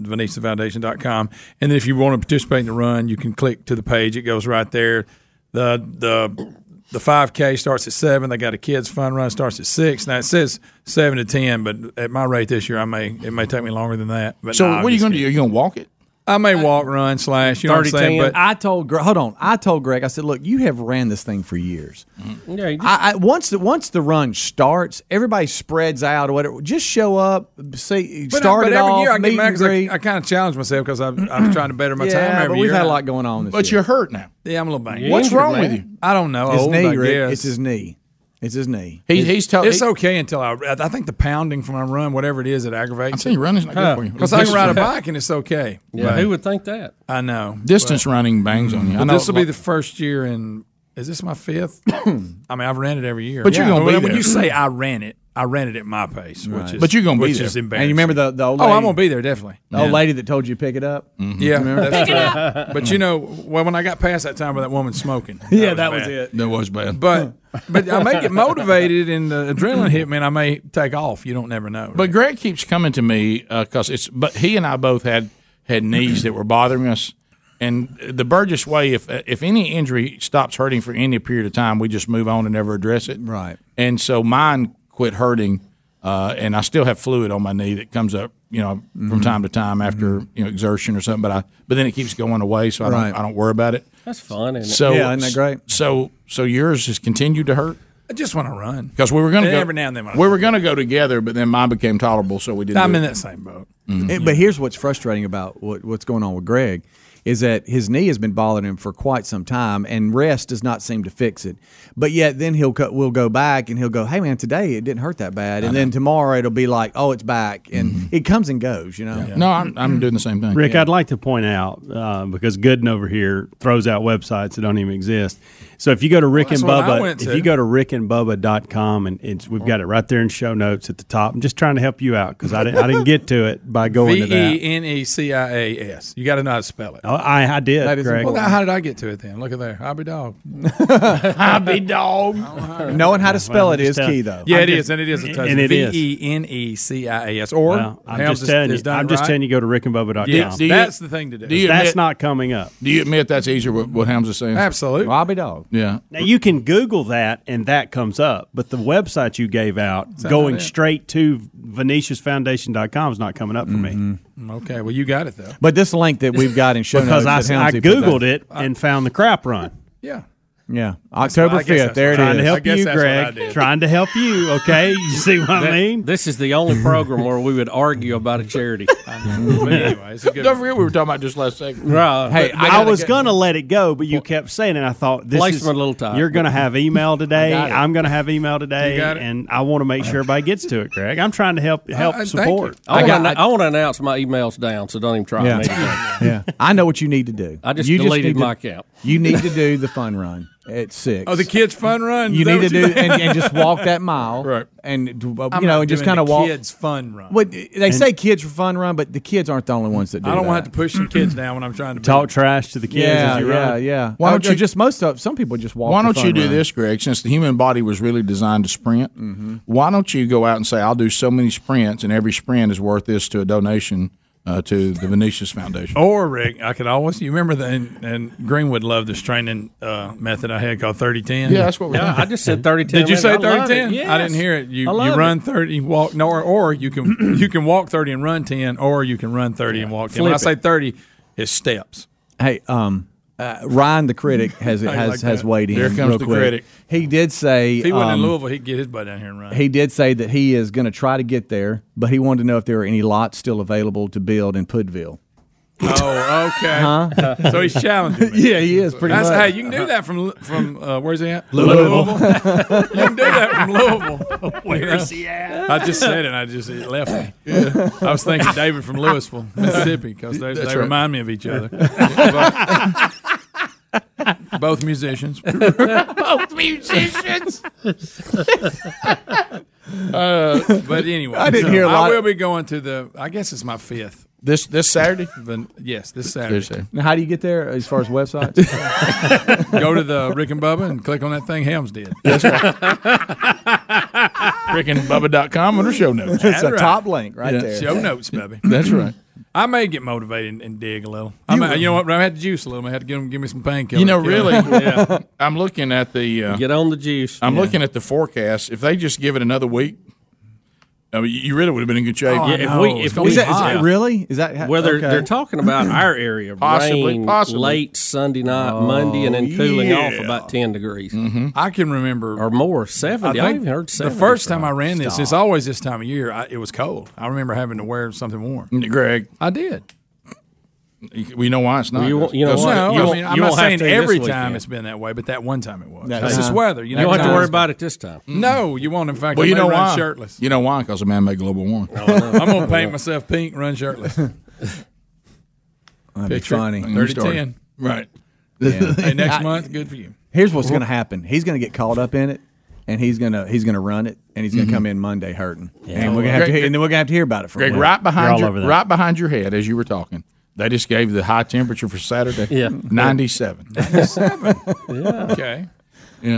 VeniceFoundation.com. And then if you want to participate in the run, you can click to the page. It goes right there. The the the 5K starts at 7. They got a kids fun run starts at 6. Now it says 7 to 10, but at my rate this year, I may it may take me longer than that. But so nah, I'm what are you just going to do? Are you going to walk it? I may walk, run, slash. You know what I'm saying? But I told Greg, hold on. I told Greg, I said, look, you have ran this thing for years. Yeah, you just- I, I once the once the run starts, everybody spreads out or whatever. Just show up, see, but, start but it every off, year I meet get mad and greet. because I, I kind of challenge myself because I'm, I'm trying to better my Yeah, time every but we've year. had a lot going on this But year. you're hurt now. Yeah, I'm a little banged. What's wrong with you? I don't know. His Old, knee, I Rick. guess. It's his knee. It's his knee. He's It's- It's okay until I. I think the pounding from my run, whatever it is, it aggravates. I'm saying running's not good Huh. for you. Because I can ride a bike and it's okay. Yeah, But who would think that? I know. Distance running bangs on you. I mm-hmm. But know this will be it- the first year in. Is this my fifth? I mean, I've ran it every year. But you're gonna when, be when there. you say I ran it, I ran it at my pace, which Right. is But you're gonna be which there. is And you embarrassing. remember the- the old oh, I'm lady- gonna be there definitely. the old Yeah. Mm-hmm. lady that told you to pick it up. Yeah, Remember? that's right. But you know, well, when I got past that time with that woman smoking, Yeah, that was bad. it. That was bad. But but I may get motivated and the adrenaline hit me, and I may take off. You don't never know. But Greg keeps coming to me because it's. But he and I both had had knees that were bothering us, and the Burgess way. If if any injury stops hurting for any period of time, we just move on and never address it. Right. And so mine quit hurting, uh, and I still have fluid on my knee that comes up, you know, from Mhm. time to time after you know exertion or something. But I but then it keeps going away, so I Right. don't I don't worry about it. That's fun, isn't it? So Yeah, isn't that great? So so yours has continued to hurt. I just want to run Because we were going to And go every now and then. when I We were going to go together, but then mine became tolerable, so we didn't. I'm do in it. that same boat. And- But here's what's frustrating about what, what's going on with Greg is that his knee has been bothering him for quite some time, and rest does not seem to fix it. But yet, then he'll go, we'll go back and he'll go, "Hey man, today it didn't hurt that bad," and then tomorrow it'll be like, "Oh, it's back," and Mm-hmm. it comes and goes, you know. No, I'm, I'm doing the same thing. Rick, Yeah. I'd like to point out uh, because Gooden over here throws out websites that don't even exist. So if you go to Rick that's and what I Bubba, went if to. you go to rickandbubba.com and it's, we've got it right there in show notes at the top. I'm just trying to help you out because I didn't, I didn't get to it by going V to that. e n e c i a s. You got to know how to spell it. Oh, I, I did, Greg. Well, now, how did I get to it then? Look at there, hobby dog. hobby dog. Knowing how to spell Well, it I'm is just telling- key, though. Yeah, I'm it is, just- and it is a touch. and it is. V e n e c i a s. Or Well, I'm Helms just has- telling you. has done I'm it just right. telling you. Go to rickandbubba.com. Yes, Do you- that's the thing to do. do you That's admit- not coming up. Do you admit that's easier? What, what Helms is saying? Absolutely, Bobby Dog. Yeah. Now you can Google that, and that comes up. But the website you gave out, that not going it? straight to venetiusfoundation.com, is not coming up for me Okay, well, you got it though. But this link that we've got in show because I, notes that I Helmsy put googled out- it and found the crap run. Yeah. Yeah, October I guess fifth. that's There it is. what I did. Trying to help I guess you, that's what I Greg. did. Trying to help you. Okay, you see what I mean? This is the only program where we would argue about a charity. But anyway, it's a good Don't forget we were talking about just last second. Right. Hey, But- but I, gotta was get- gonna let it go, but you kept saying it. I thought this Place is them a little tight. You're gonna have email today. I got it. I'm gonna have email today, You got it? and I want to make sure everybody gets to it, Greg. I'm trying to help help support. I, want to, I want to announce my emails down, so don't even try Yeah. me. yeah, I know what you need to do. I just you deleted need to- my account. You need to do the fun run at six. Oh, the kids' fun run. You Is need that to what do you- and, and just walk that mile, Right. And do- uh, I'm you know, not and just doing kind of the walk. kids' fun run. What they say, kids for fun run, but the kids aren't the only ones that do. I don't that. want to have to push some kids down when I'm trying to Talk trash to the kids Yeah, as you yeah, run. yeah. Why Oh, Why don't don't you- you just most of some people just walk? Why for don't you fun do run. this, Greg? Since the human body was really designed to sprint, Mm-hmm. why don't you go out and say, "I'll do so many sprints, and every sprint is worth this to a donation uh, to the Venetius Foundation." Or Rick, I could always. You remember the and, and Greenwood loved this training uh, method I had called thirty ten. Yeah, that's what we're Yeah, doing. I just said 30-10. Did you I say love thirty it. ten? I Yes. didn't hear it. You I you love run thirty, walk no, or, or you can you can walk thirty and run ten, or you can run thirty and walk ten. When I Flip say thirty, it's steps. Hey, um, uh, Ryan the critic has I has like has that. weighed in. Here comes real the quick. critic. He did say If he wasn't in um, Louisville, he'd get his butt down here and run. He did say that he is going to try to get there, but he wanted to know if there were any lots still available to build in Pudville. Oh, okay. Huh? So he's challenging. Me. Yeah, he is, pretty That's, much. Hey, you can do that from from uh, where's he at? Louisville. you can do that from Louisville. Where's You he know? at? I just said it. I just it left me. I was thinking David from Louisville, Mississippi, because they, That's they right. remind me of each other. Both- Both musicians. Both musicians. Uh, but anyway, I didn't hear a I lot- will be going to the. I guess it's my fifth. This this Saturday? Then- yes, this Saturday. Now, how do you get there as far as websites? Go to the Rick and Bubba and click on that thing Helms did. That's right. rickandbubba.com under show notes. It's a top link right Yeah. there. Show notes, baby. That's right. I may get motivated and, and dig a little. I You may, will. you know what? I had to juice a little. I had to give, give me some painkillers. You know, Kill really, it. yeah. I'm looking at the uh, get on the juice. I'm Yeah. looking at the forecast. If they just give it another week, I mean, you- you really would have been in good Oh, shape. Oh, Yeah, if we, if we, whether they're talking about our area, Possibly, rain possibly. late Sunday night, Oh, Monday, and then cooling yeah. off about ten degrees. Mm-hmm. I can remember or more seventy. I, think even heard the seventy. first time I ran this, Stop. it's always this time of year. I, it was cold. I remember having to wear something warm. Greg, I did. we know why it's not. Well, you won't- you know Because- what? No, You I won't- mean, you won't I'm not have saying to this every weekend. time it's been that way, but that one time it was. That's That's right. just weather. You, You don't have to worry about it this time. No, you won't. In fact, Hmm. Well, I you may know run why? Oh, Shirtless. You know why? Because a man made global warming. I'm gonna paint myself pink, run shirtless. That'd Picture. be funny. 30 10. Right. Hey, next month, good for you. Here's what's going to happen. He's going to get caught up in it, and he's going to he's going to run it, and he's going to Mhm. come in Monday hurting, Yeah. and we're going to have to Greg- hear, and then we're going to have to hear about it from Greg, Will. right behind your right behind your head as you were talking. They just gave the high temperature for Saturday. Yeah. ninety-seven. Ninety-seven. yeah. Okay. Yeah.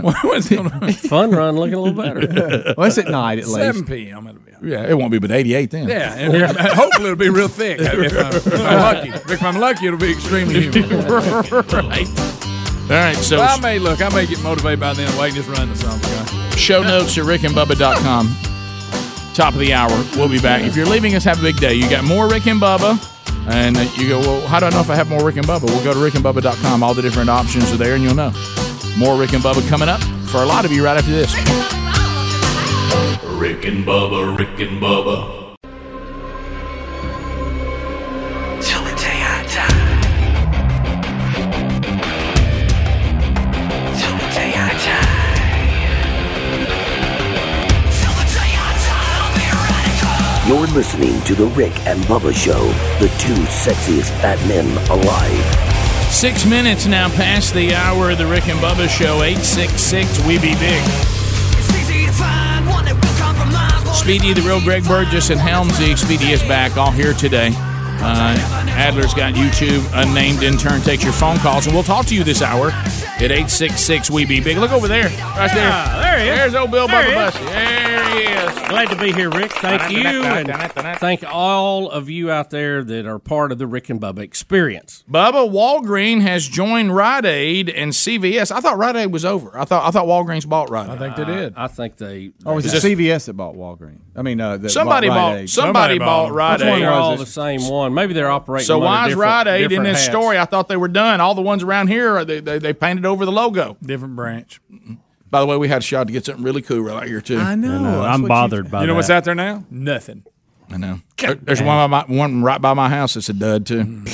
What's going on? Fun run looking a little better. well, it's at night at least. 7 p.m. It'll be. Yeah, it won't be but eighty-eight then. Yeah, and hopefully it'll be real thick. If I'm, if I'm lucky, if I'm lucky, it'll be extremely humid. right. All right. So Well, I may look. I may get motivated by then. Wait, just run to something. Show notes at rickandbubba.com. Top of the hour. We'll be back. If you're leaving us, have a big day. You got more Rick and Bubba. And uh, you go, well, how do I know if I have more Rick and Bubba? We'll go to rickandbubba.com. All the different options are there, and you'll know. More Rick and Bubba coming up for a lot of you right after this. Rick and Bubba, Rick and Bubba, Till the day I die. Till the day I die. You're listening to The Rick and Bubba Show, the two sexiest fat men alive. Six minutes now past the hour of the Rick and Bubba Show, 866 We Be Big. Speedy, the real Greg Burgess, and Helmsy. Speedy is back, all here today. Uh, Adler's got YouTube. Unnamed intern takes your phone calls, and we'll talk to you this hour at 866 We Be E Big. Look over there, right Yeah, there. there he is. There's old Bill There he Bubba is. Bussy. There he is. Glad to be here, Rick. Thank you, and thank all of you out there that are part of the Rick and Bubba experience. Bubba, Walgreen has joined Rite Aid and CVS. I thought Rite Aid was over. I thought I thought Walgreens bought Rite Aid. I think they did. I think they. Or was Is Oh, it this- CVS that bought Walgreens? I mean, uh, that Somebody bought, bought- Rite Aid. somebody Somebody bought bought Rite Which one Aid. They're was all it? the same one. Maybe they're operating. So under why is different- Rite Aid in different this hats. story? I thought they were done. All the ones around here, are- they, they, they painted over the logo. Different branch. By the way, we had a shot to get something really cool right here too. I know. I know. That's I'm what you- bothered by You know that. what's out there now? Nothing. I know. There- There's one by my, one right by my house. that's a dud too.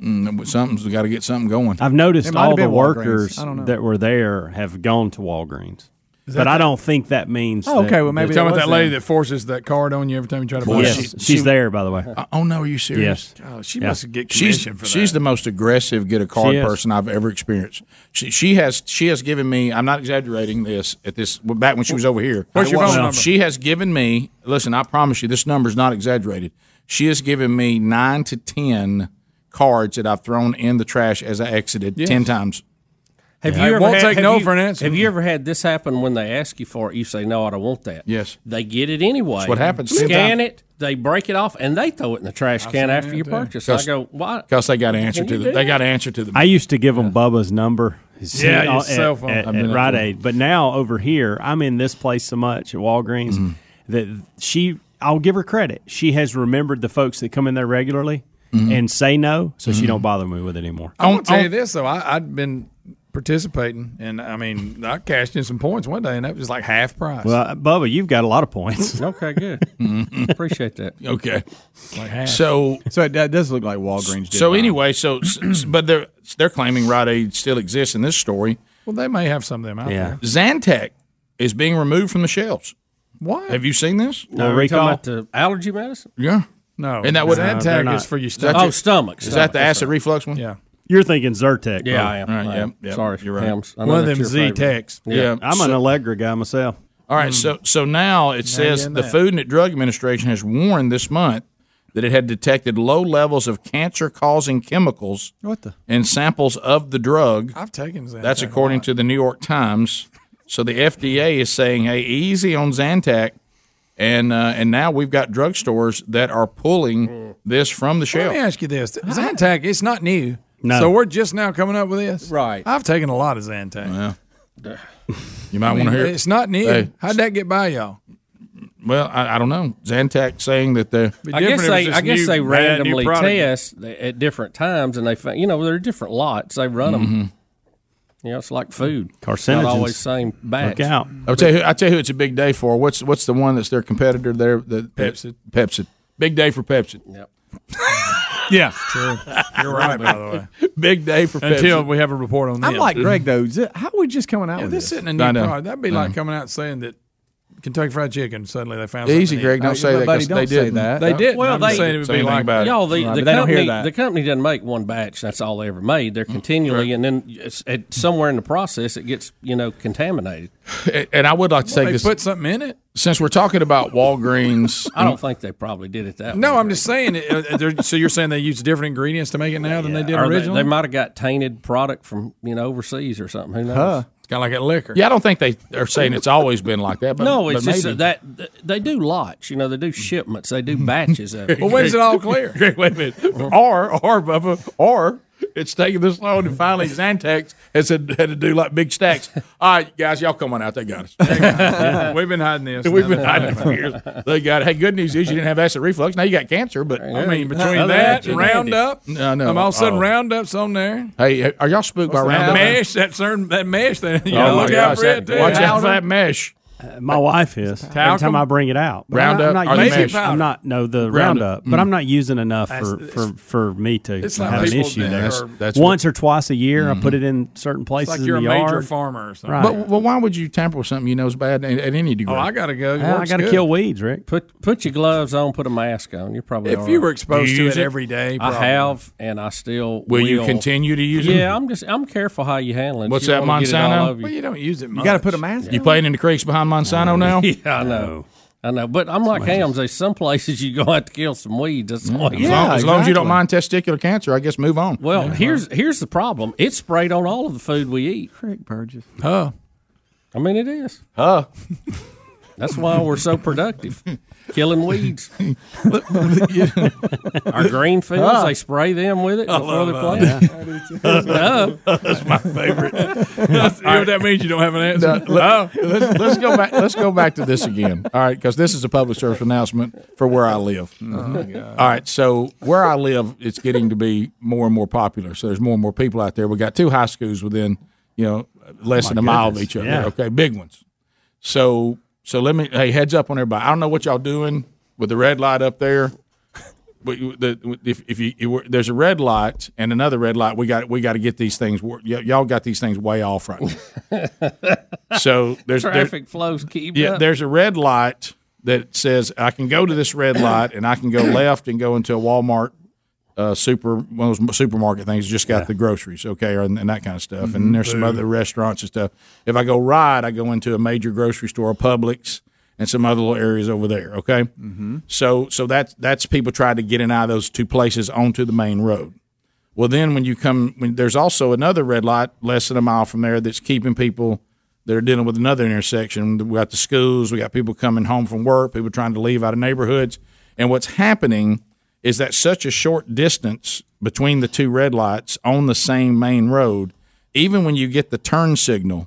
Mm, something's got to get something going. I've noticed all the workers that were there have gone to Walgreens, Is but that I the- don't think that means. that- You're talking about that lady that forces that card on you every time you try to buy. Yes, she's there by the way. oh no, are you serious? Yes. Oh, she Yeah. must get She's commission for that. she's the most aggressive get a card She is. person I've ever experienced. She she has she has given me. I'm not exaggerating this. At this back when she was over here, What's your phone Well, number? She has given me. Listen, I promise you, this number's not exaggerated. She has given me nine to ten cards that I've thrown in the trash as I exited Yes. ten times. Have Yeah. you It ever won't had- take have no you- for an answer. Have you ever had this happen when they ask you for it? You say, "No, I don't want that." Yes, they get it anyway. That's what happens. Scan Sometimes. it. They break it off and they throw it in the trash can after you purchase. I go, "Why?" Because they got an answer Can to you the, do they got an answer to the. I used to give them Bubba's number. his Yeah, cell- your at, cell phone. at, I've been at there Rite too. Aid. But now over here, I'm in this place so much at Walgreens Mm-hmm. that she, I'll give her credit. She has remembered the folks that come in there regularly Mhm. Mm-hmm. and say no, so she Mhm. don't bother me with it anymore. I want to tell you this though. I, I've been participating, and I mean, I cashed in some points one day, and that was like half price. Well, Bubba, you've got a lot of points. okay, good. Appreciate that. Okay. Like half. So so it, it does look like Walgreens. Did So mine. anyway, so s- s- but they're they're claiming Rite Aid still exists in this story. Well, they may have some of them out Yeah. Zantac is being removed from the shelves. What? Have you seen this? No, are you talking about the allergy medicine? Oh, Yeah. No. Isn't that what Zantac they're not. is for your Is stomach? that your- Is that the acid reflux one? Yeah. You're thinking Zyrtec. Yeah, bro. I am. Right, I am. yep, yep. Sorry. You're right. Hams. I know One of that's them your Z favorite. Techs. Yeah. Mm. Yeah. I'm an So- Allegra guy myself. All Hmm. right, so so now it says getting the that. Food and Drug Administration has warned this month that it had detected low levels of cancer-causing chemicals What the? in samples of the drug. I've taken Zantac. That's according to the New York Times. So the FDA is saying, "Hey, easy on Zantac," and uh, and now we've got drugstores that are Mm. pulling this from the Let shelf. me ask you this: Zantac, it's not new. No. So we're just now coming up with this, right? I've taken a lot of Zantac. You might I want to mean, hear. It's not new. Hey, How'd that get by y'all? well, I, I don't know. Zantac saying that they're. I guess they, I guess they randomly test. test at different times, and they, fa- you know, there are different lots. They run Mm-hmm. them. You know, it's like food. Carcinogens. Not always same batch. I'll tell you. Who, I'll tell you. Who it's a big day for. What's what's the one that's their competitor there? The Pepsi. Pepsi. Big day for Pepsi. Yep. Yeah, true. You're right. By the way, big day for until Pepsi. we have a report on. I'm them. like Greg though. Is it- How are we just coming out Yeah, with this this? isn't a new product. That'd be like coming out saying that Kentucky Fried Chicken suddenly they found Easy, something Greg, new. don't say that, 'cause Buddy, don't they say didn't. that. They did. Well, I'm they just saying it would be like y'all. The, Right, the but they don't hear company, that. the company doesn't make one batch. That's all they ever made. They're continually, and then it's, at somewhere in the process, it gets you know contaminated. And I would like to Well, take they this. put something in it. Since we're talking about Walgreens, I don't think they probably did it that way. No, I'm just saying. It, uh, they're- so you're saying they use different ingredients to make it now than they did Or originally? They, they might have got tainted product from you know overseas or something. Who knows? It's kind of like a liquor. Yeah, I don't think they are saying it's always been like that. But no, it's but just maybe. Mm-hmm. that that they do lots. You know, they do shipments. They do batches of. it. Well, when's it all clear? Great, wait a minute. Or, or, Bubba, or it's taking this long, and finally Zantac has had, had to do like big stacks. All right, guys, y'all come on out. They got us. We've been hiding this. We've been hiding it for years. They got. Hey, good news is you didn't have acid reflux. Now you got cancer. But I mean, between that and Roundup, no, no. I'm all of a sudden Oh. Roundup's on there. Hey, are y'all spooked by That Roundup? mesh, that certain that mesh thing. You Oh, gotta my look gosh, out for it. that- watch out for that mesh. Uh, My wife is. Every time Talcum? I bring it out. But Roundup I'm not, or I'm the not Mexican using- powder? I'm not, no, the Roundup. Roundup, but Mm. I'm not using enough for, That's- for, for me to it's like have an people issue that there. are- That's Once or twice a year, Mm-hmm. I put it in certain places you're in a the major yard. farmer or something. Right. But well, why would you tamper with something you know is bad at, at any degree? Oh, I gotta go. It I works got to good. kill weeds, Rick. Put put your gloves on. Put a mask on. You're probably If all you right. were exposed Do you to use it every day, I probably. have, and I still Will you continue to use it? Yeah, I'm just I'm careful how you handle it. What's You that, don't wanna get it all Monsanto? over Well, you don't use it. You Much. gotta put a mask. You playing in the creeks behind Monsanto now? Yeah, I know. I know, but I'm like hams. There's some places you gonna have to kill some weeds. That's all Mm. As, long, as long as you don't mind testicular cancer, I guess move on. Well, here's here's the problem. It's sprayed on all of the food we eat. Craig Burgess. Huh. I mean, it is. Huh. That's why we're so productive, killing weeds. Our green fields, Huh. they spray them with it I before they love plant. that. Duh. That's my favorite. you know what that means? You don't have an answer. let, us let's go back. Let's go back to this again. All right, because this is a public service announcement for where I live. All right, so where I live, it's getting to be more and more popular. So there's more and more people out there. We got two high schools within you know less My than a mile of goodness, each other. yeah. Okay, big ones. So so let me hey heads up on everybody. I don't know what y'all doing with the red light up there. But you- the, if, if you, you were, there's a red light and another red light, we got we got to get these things. wor- y- y'all got these things way off right now. so there's there- Traffic flows keep yeah, up. there's a red light that says I can go to this red light and I can go left and go into a Walmart uh, super one of those supermarket things. Just got the groceries, okay, or, and that kind of stuff. And there's some Boo. other restaurants and stuff. If I go right, I go into a major grocery store, Publix, and some other little areas over there. Okay, so so that's that's people trying to get in out of those two places onto the main road. Well, then when you come, when there's also another red light less than a mile from there that's keeping people that are dealing with another intersection. We got the schools, we got people coming home from work, people trying to leave out of neighborhoods. And what's happening is that such a short distance between the two red lights on the same main road, even when you get the turn signal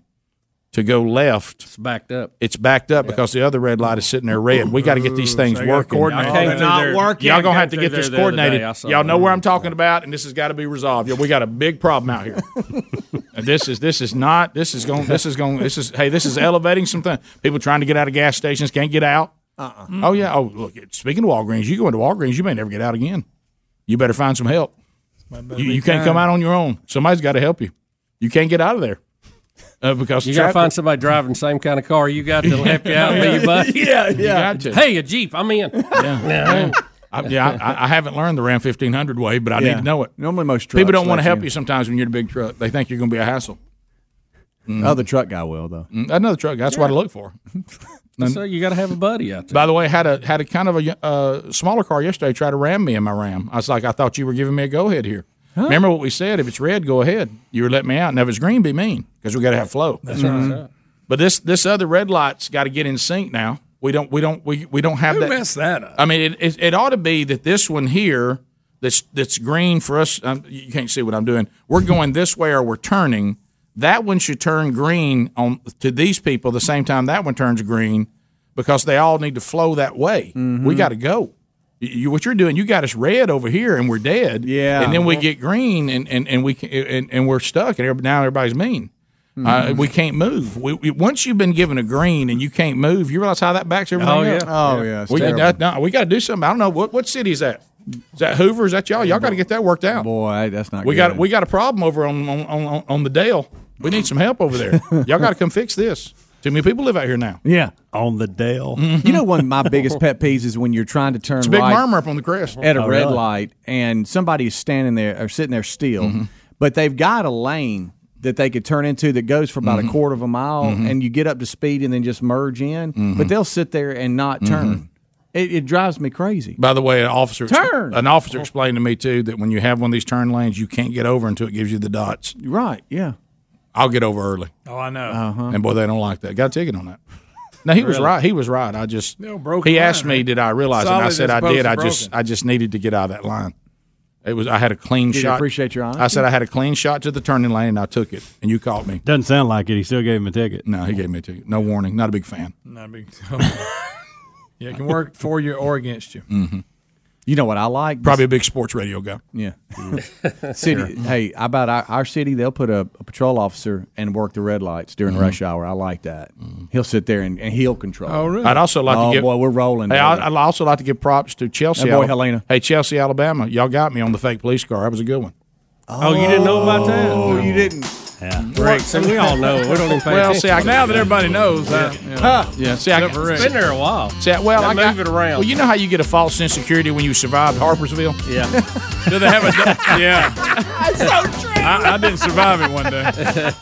to go left, it's backed up. It's backed up because the other red light is sitting there red. We got to get these things So I gotta working. coordinate Y'all came that. through Not there. working. Y'all Y'all gonna came have to through get there this the other day. coordinated. I saw Y'all know that. where I'm talking about, and this has got to be resolved. Yo, we got a big problem out here. And this is this is not this is going this is going this is hey this is elevating some things. People trying to get out of gas stations can't get out. Uh-uh. Oh yeah. Oh look. Speaking of Walgreens, you go into Walgreens, you may never get out again. You better find some help. You, you can't come out on your own. Somebody's got to help you. You can't get out of there uh, because You got to traffic- find somebody driving the same kind of car you got that'll help you out, be your buddy. Yeah, You yeah. got to. Hey, a Jeep, I'm in. Yeah. Yeah. I, yeah, I, I haven't learned the Ram 1500 way, but I Yeah. need to know it. Normally, most people trucks don't want let to you help in. you sometimes when you're in a big truck. They think you're going to be a hassle. Other truck guy will though. Mm, Another truck. That's what I look for. So you got to have a buddy out there. By the way, had a had a kind of a uh, smaller car yesterday try to ram me in my Ram. I was like, I thought you were giving me a go ahead here. Remember what we said? If it's red, go ahead. You were letting me out. And if it's green, be mean because we got to have flow. Mm-hmm. That's Mhm. right. But this this other red light's got to get in sync now. We don't we don't we, we don't have Who that. messed that up? I mean, it, it, it ought to be that this one here that's that's green for us. Um, you can't see what I'm doing. We're going this way or we're turning. That one should turn green on to these people the same time that one turns green because they all need to flow that way. We got to go. You- You, what you're doing, you got us red over here, and we're dead. Yeah, and then we get green, and and and we can- and, and we're stuck, and every- now everybody's mean. Uh, Mhm. we can't move. We, we, once you've been given a green and you can't move, you realize how that backs everything Oh, yeah. up. Oh, yeah, it's We, terrible. that- no, we got to do something. I don't know what what city is that. Is that Hoover? Is that y'all? Y'all got to get that worked out. Boy, that's not. we good. got we got a problem over on on, on on the Dale. We need some help over there. y'all got to come fix this. Too many people live out here now. Yeah, on the Dell. You know, one of my biggest pet peeves is when you're trying to turn Mm-hmm. It's a big right murmur up on the crest at Oh, a red light, and somebody is standing there or sitting there still, Mm-hmm. but they've got a lane that they could turn into that goes for about Mm-hmm. a quarter of a mile, Mhm. and you get up to speed and then just merge in. Mm-hmm. But they'll sit there and not turn. It, it drives me crazy. By the way, an officer Turn. an officer explained to me too that when you have one of these turn lanes, you can't get over until it gives you the dots. Right? Uh-huh. Yeah. I'll get over early, Oh, I know. and boy, they don't like that. Got a ticket on that. Now he was Really? right. He was right. I just No, broken he line, asked me, right? did I realize? and I Solid said as I opposed did. to I just I just needed to get out of that line. It was I had a clean Did he shot. appreciate your honesty? I said I had a clean shot to the turning lane, and I took it, and you caught me. Doesn't sound like it. He still gave him a ticket. No, he gave me a ticket. No warning. Not a big fan. Not a big. yeah, it can work for you or against you. Mm-hmm. You know what I like? Probably a big sports radio guy. Yeah. city. Hey, I bet our, our city they'll put a, a patrol officer and work the red lights during Mhm. rush hour. I like that. He'll sit there and, and he'll control. it. I'd also like Oh, to give. boy, we're rolling. Hey, baby. I'd, I'd also like to give props to Chelsea. That boy, Al- Helena. Hey, Chelsea, Alabama. Y'all got me on the fake police car. That was a good one. Oh, you didn't know about that? Oh, you didn't. Yeah. Rick, so we all know. We don't even pay Well, attention. see, I can- Now that everybody knows, I- yeah. yeah. yeah. See, I Except for Rick. It's been there a while. See, I- well, Now I got, move it around. Well, you know how you get a false sense of security when you survived Harpersville. Yeah. Do they have a? yeah, That's so true. I, I didn't survive it one day.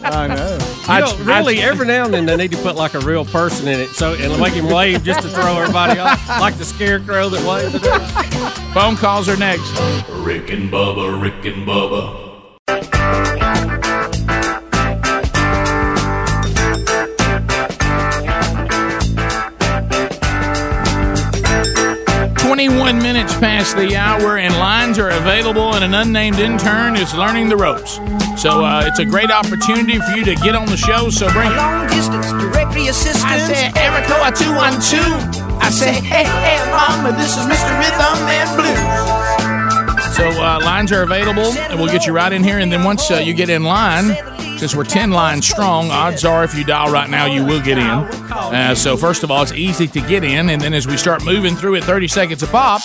I know. You know, really, every now and then they need to put like a real person in it, so and make him wave just to throw everybody off, like the scarecrow that waved. at us. Phone calls are next. Rick and Bubba, Rick and Bubba, Twenty-one minutes past the hour, and lines are available, and an unnamed intern is learning the ropes. So uh, it's a great opportunity for you to get on the show. So bring it. Long distance directory assistance. I said, Erica, 212. I say, hey, hey, mama, this is Mr. Rhythm and Blues. So uh, lines are available, and we'll get you right in here. And then once uh, you get in line, since we're ten lines strong, odds are if you dial right now, you will get in. Uh, so first of all, it's easy to get in, and then as we start moving through at thirty seconds a pop,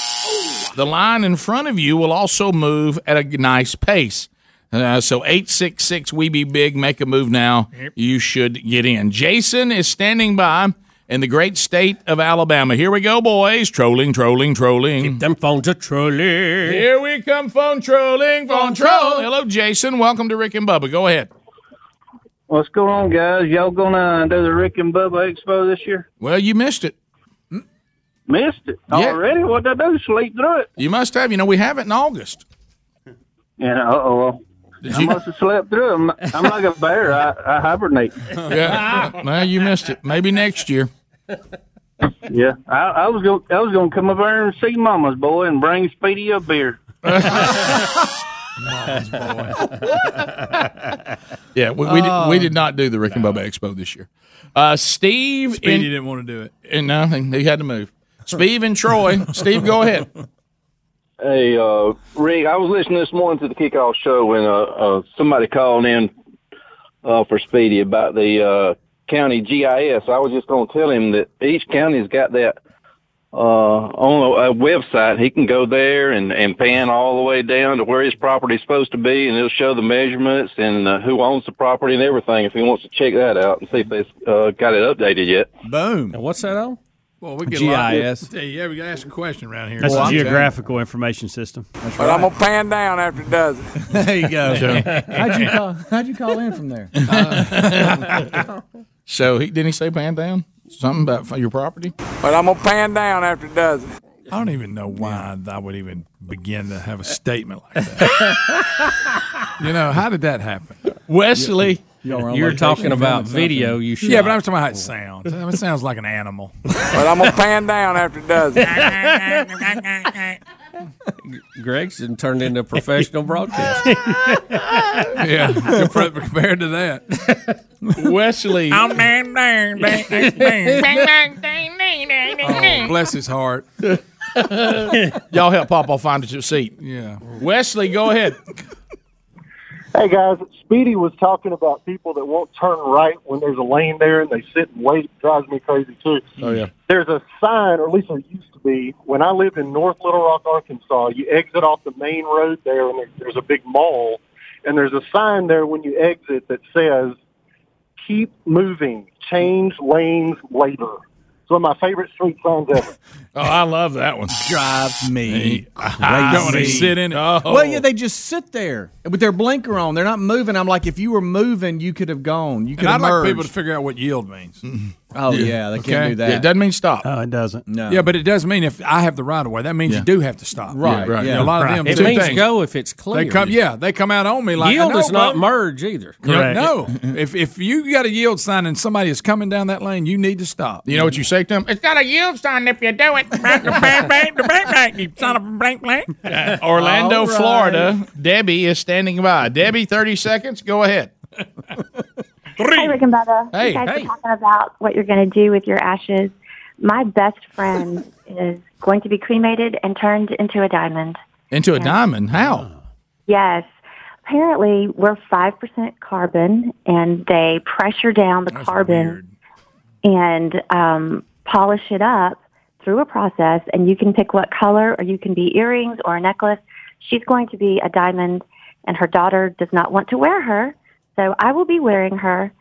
the line in front of you will also move at a nice pace. Uh, so eight six six, we be big. Make a move now. You should get in. Jason is standing by in the great state of Alabama. Here we go, boys. Trolling, trolling, trolling. Keep them phones a trolling. Here we come, phone trolling, phone troll. Hello, Jason. Welcome to Rick and Bubba. Go ahead. What's going on, guys? Y'all gonna uh, do the Rick and Bubba Expo this year? Well, you missed it. Missed it already? What'd I do? Sleep through it? You must have. You know, we have it in August. Yeah. Uh oh. I must have slept through. it. I'm, I'm like a bear. I, I hibernate. Ah. Yeah. well, you missed it. Maybe next year. Yeah. I, I was gonna I was gonna come over here and see Mama's boy and bring Speedy a beer. Collins, boy. Yeah, we, we, did, we Oh. did not do the Rick and Bubba Expo this year. Uh, Steve, Speedy in- didn't want to do it. and no, he had to move. Steve and Troy. Steve, go ahead. Hey, uh, Rick, I was listening this morning to the kickoff show when uh, uh, somebody called in uh, for Speedy about the uh, county GIS. I was just going to tell him that each county's got that uh, on a, a website. He can go there and, and pan all the way down to where his property's supposed to be, and it'll show the measurements and uh, who owns the property and everything if he wants to check that out and see if they've uh, got it updated yet. Boom. And what's that on? Well, we get GIS. A lot, yeah, we got to ask a question around here. That's the geographical information system. That's But I'm right. gonna pan down after it does it. There you go. how'd you call? How'd you call in from there? Uh, So he didn't he say pan down something about f- your property? but I'm gonna pan down after it does it. I don't even know why I would even begin to have a statement like that. you know, how did that happen? Wesley, Y'all were on You're location talking about filming video something. you Yeah, shot. but I'm talking about how it sounds. It sounds like an animal. But I'm gonna pan down after it does it. Greg's and turned into a professional broadcast. yeah, compar- compared to that. Wesley. Oh, bless his heart. Y'all help Papa find his seat. Yeah. Wesley, go ahead. Hey guys, Speedy was talking about people that won't turn right when there's a lane there and they sit and wait. drives me crazy too. Oh yeah. There's a sign, or at least there used to be, when I lived in North Little Rock, Arkansas. You exit off the main road there, and there- there's a big mall, and there's a sign there when you exit that says, "Keep moving, change lanes later." It's one of my favorite street signs ever. Oh, I love that one. Drives me I don't want to sit in it. Oh. Well, yeah, they just sit there with their blinker on. They're not moving. I'm like, if you were moving, you could have gone. You could And I'd have merged. like people to figure out what yield means. Mm-hmm. Oh, yeah, they can't do that. Yeah, it doesn't mean stop. Oh, it doesn't. No. Yeah, but it does mean if I have the right of way, that means you do have to stop. Right, Yeah, right. You know, a lot Right. of them. It two means things. go if it's They clear. come, yeah, they come out on me like Yield no, is not buddy. merge either. No, if if you got a yield sign and somebody is coming down that lane, you need to stop. You know what you say to them? It's got a yield sign if you do it. You son of a blank blank. Orlando, All right. Florida. Debbie is standing by. Debbie, thirty seconds. Go ahead. Hey, Rick and Bubba. Hey, you guys hey. are talking about what you're going to do with your ashes. My best friend is going to be cremated and turned into a diamond. Into a diamond. How? Yes. Apparently, we're 5% carbon, and they pressure down the carbon and um, polish it up through a process, and you can pick what color, or you can be earrings or a necklace. She's going to be a diamond, and her daughter does not want to wear her, so I will be wearing her.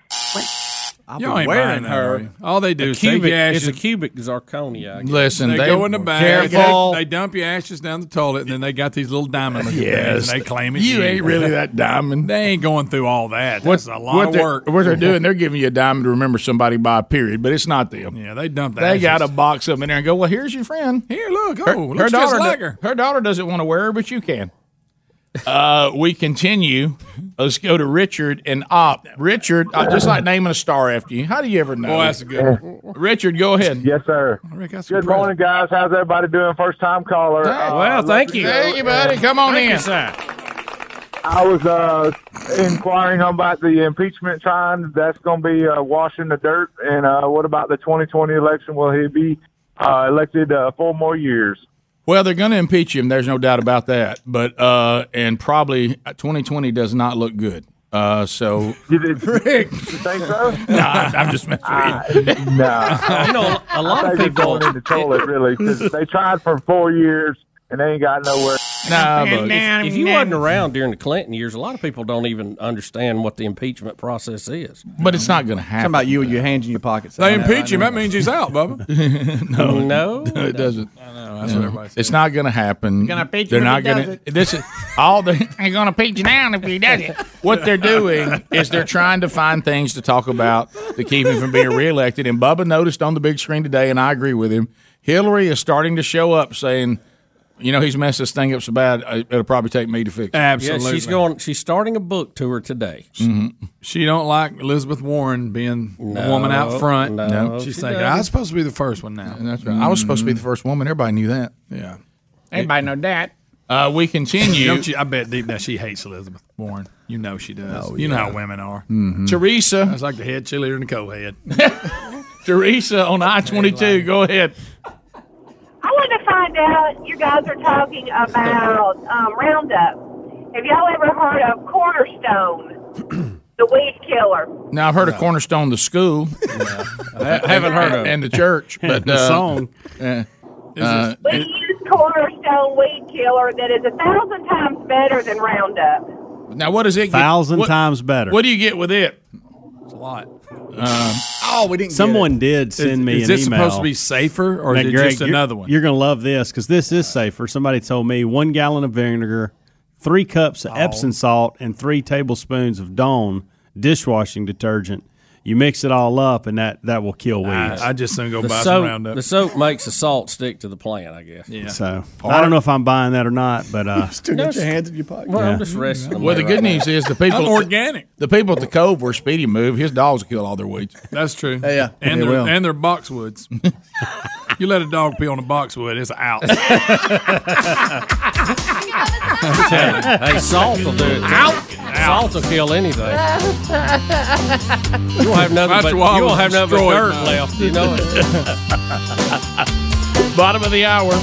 Y'all ain't wearing buying that, her. are you? All they do A is take cubic, your it's ashes- a cubic zirconia. I guess. Listen, they, go in the bag. They, Careful. they dump your ashes down the toilet, and then they got these little diamond. looking things, Yes. and they claim it. You ain't really that diamond. They ain't going through all that. That's a lot what of they're- work. What they're doing, they're giving you a diamond to remember somebody by a period, but it's not them. Yeah, they dump. The They ashes. got a box of them in there and go, well, here's your friend. Here, look. Oh, Her, looks her just daughter, like do- her. her daughter doesn't want to wear her, but you can. Uh, we continue. Let's go to Richard and Op. Richard, I just like naming a star after you. How do you ever know? Boy, that's a good one. Richard, go ahead. Yes, sir. Good morning, guys. How's everybody doing? First time caller. Uh, love the show. Thank you, buddy. Come on in. I was uh, inquiring about the impeachment trial. That's going to be uh, washing the dirt. And uh, what about the 2020 election? Will he be uh, elected uh, four more years? Well, they're going to impeach him. There's no doubt about that. But uh, and probably 2020 does not look good. Uh, so Rick, you think so? Nah, I'm just messing with you. No, You know, a lot of people going in the toilet. Really, 'cause they tried for four years and they ain't got nowhere. Nah, but if, if you wasn't around during the Clinton years, a lot of people don't even understand what the impeachment process is. But it's not going to happen. Something about you with your hands in your pockets. They impeach him. That means he's out, Bubba. no, no, it doesn't. know, that's what everybody It's not going to happen. Gonna impeach They're him if not he does going to. This is all the. Ain't gonna peach down if he does it. What they're doing is they're trying to find things to talk about to keep him from being reelected. And Bubba noticed on the big screen today, and I agree with him. Hillary is starting to show up saying, "You know, he's messed this thing up so bad. uh, It'll probably take me to fix it." Yeah, she's going. She's starting a book tour today. Mm-hmm. She don't like Elizabeth Warren being the No, woman out front. no, She's she thinking, doesn't. I was supposed to be the first one now. That's right. I was supposed to be the first woman. Everybody knew that. Yeah. Everybody know that. Uh, we continue. Mm-hmm. Don't you- I bet deep down she hates Elizabeth Warren. You know she does. Oh, You know yeah. how women are. Mhm. Teresa. That's like the head cheerleader and the cold head. Teresa on I twenty two. Go ahead. I wanted to find out you guys are talking about um, Roundup. Have y'all ever heard of Cornerstone, the weed killer? Now I've heard of Cornerstone the school. I haven't heard of it. and the church, but The uh, song. uh, uh, We use Cornerstone weed killer that is a thousand times better than Roundup. now what does it? Thousand what- times better. What do you get with it? It's a lot. oh, we didn't. Someone did send Is- me is an this email. supposed to be safer, or is Now, it Greg, just you're- another one? You're going to love this because this is safer. Somebody told me one gallon of vinegar, three cups of Epsom salt, and three tablespoons of Dawn dishwashing detergent. You mix it all up, and that that will kill weeds. I just soon go the buy some soap, Roundup. The soap makes the salt stick to the plant, I guess. Yeah. So I don't know if I'm buying that or not, but uh, Still got your hands in your pocket. Well, Yeah. I'm just resting. them Well, the there right good news now. is the people I'm organic. The people at the cove where Speedy moved, his dogs kill all their weeds. That's true. Yeah. and They they're, will. and they're boxwoods. you let a dog pee on a boxwood, it's out. hey, hey, salt will do it. too. Salt will kill anything. You won't have nothing My but, you chihuahua won't have nothing but destroyed dirt mine. left. You know it. Bottom of the hour.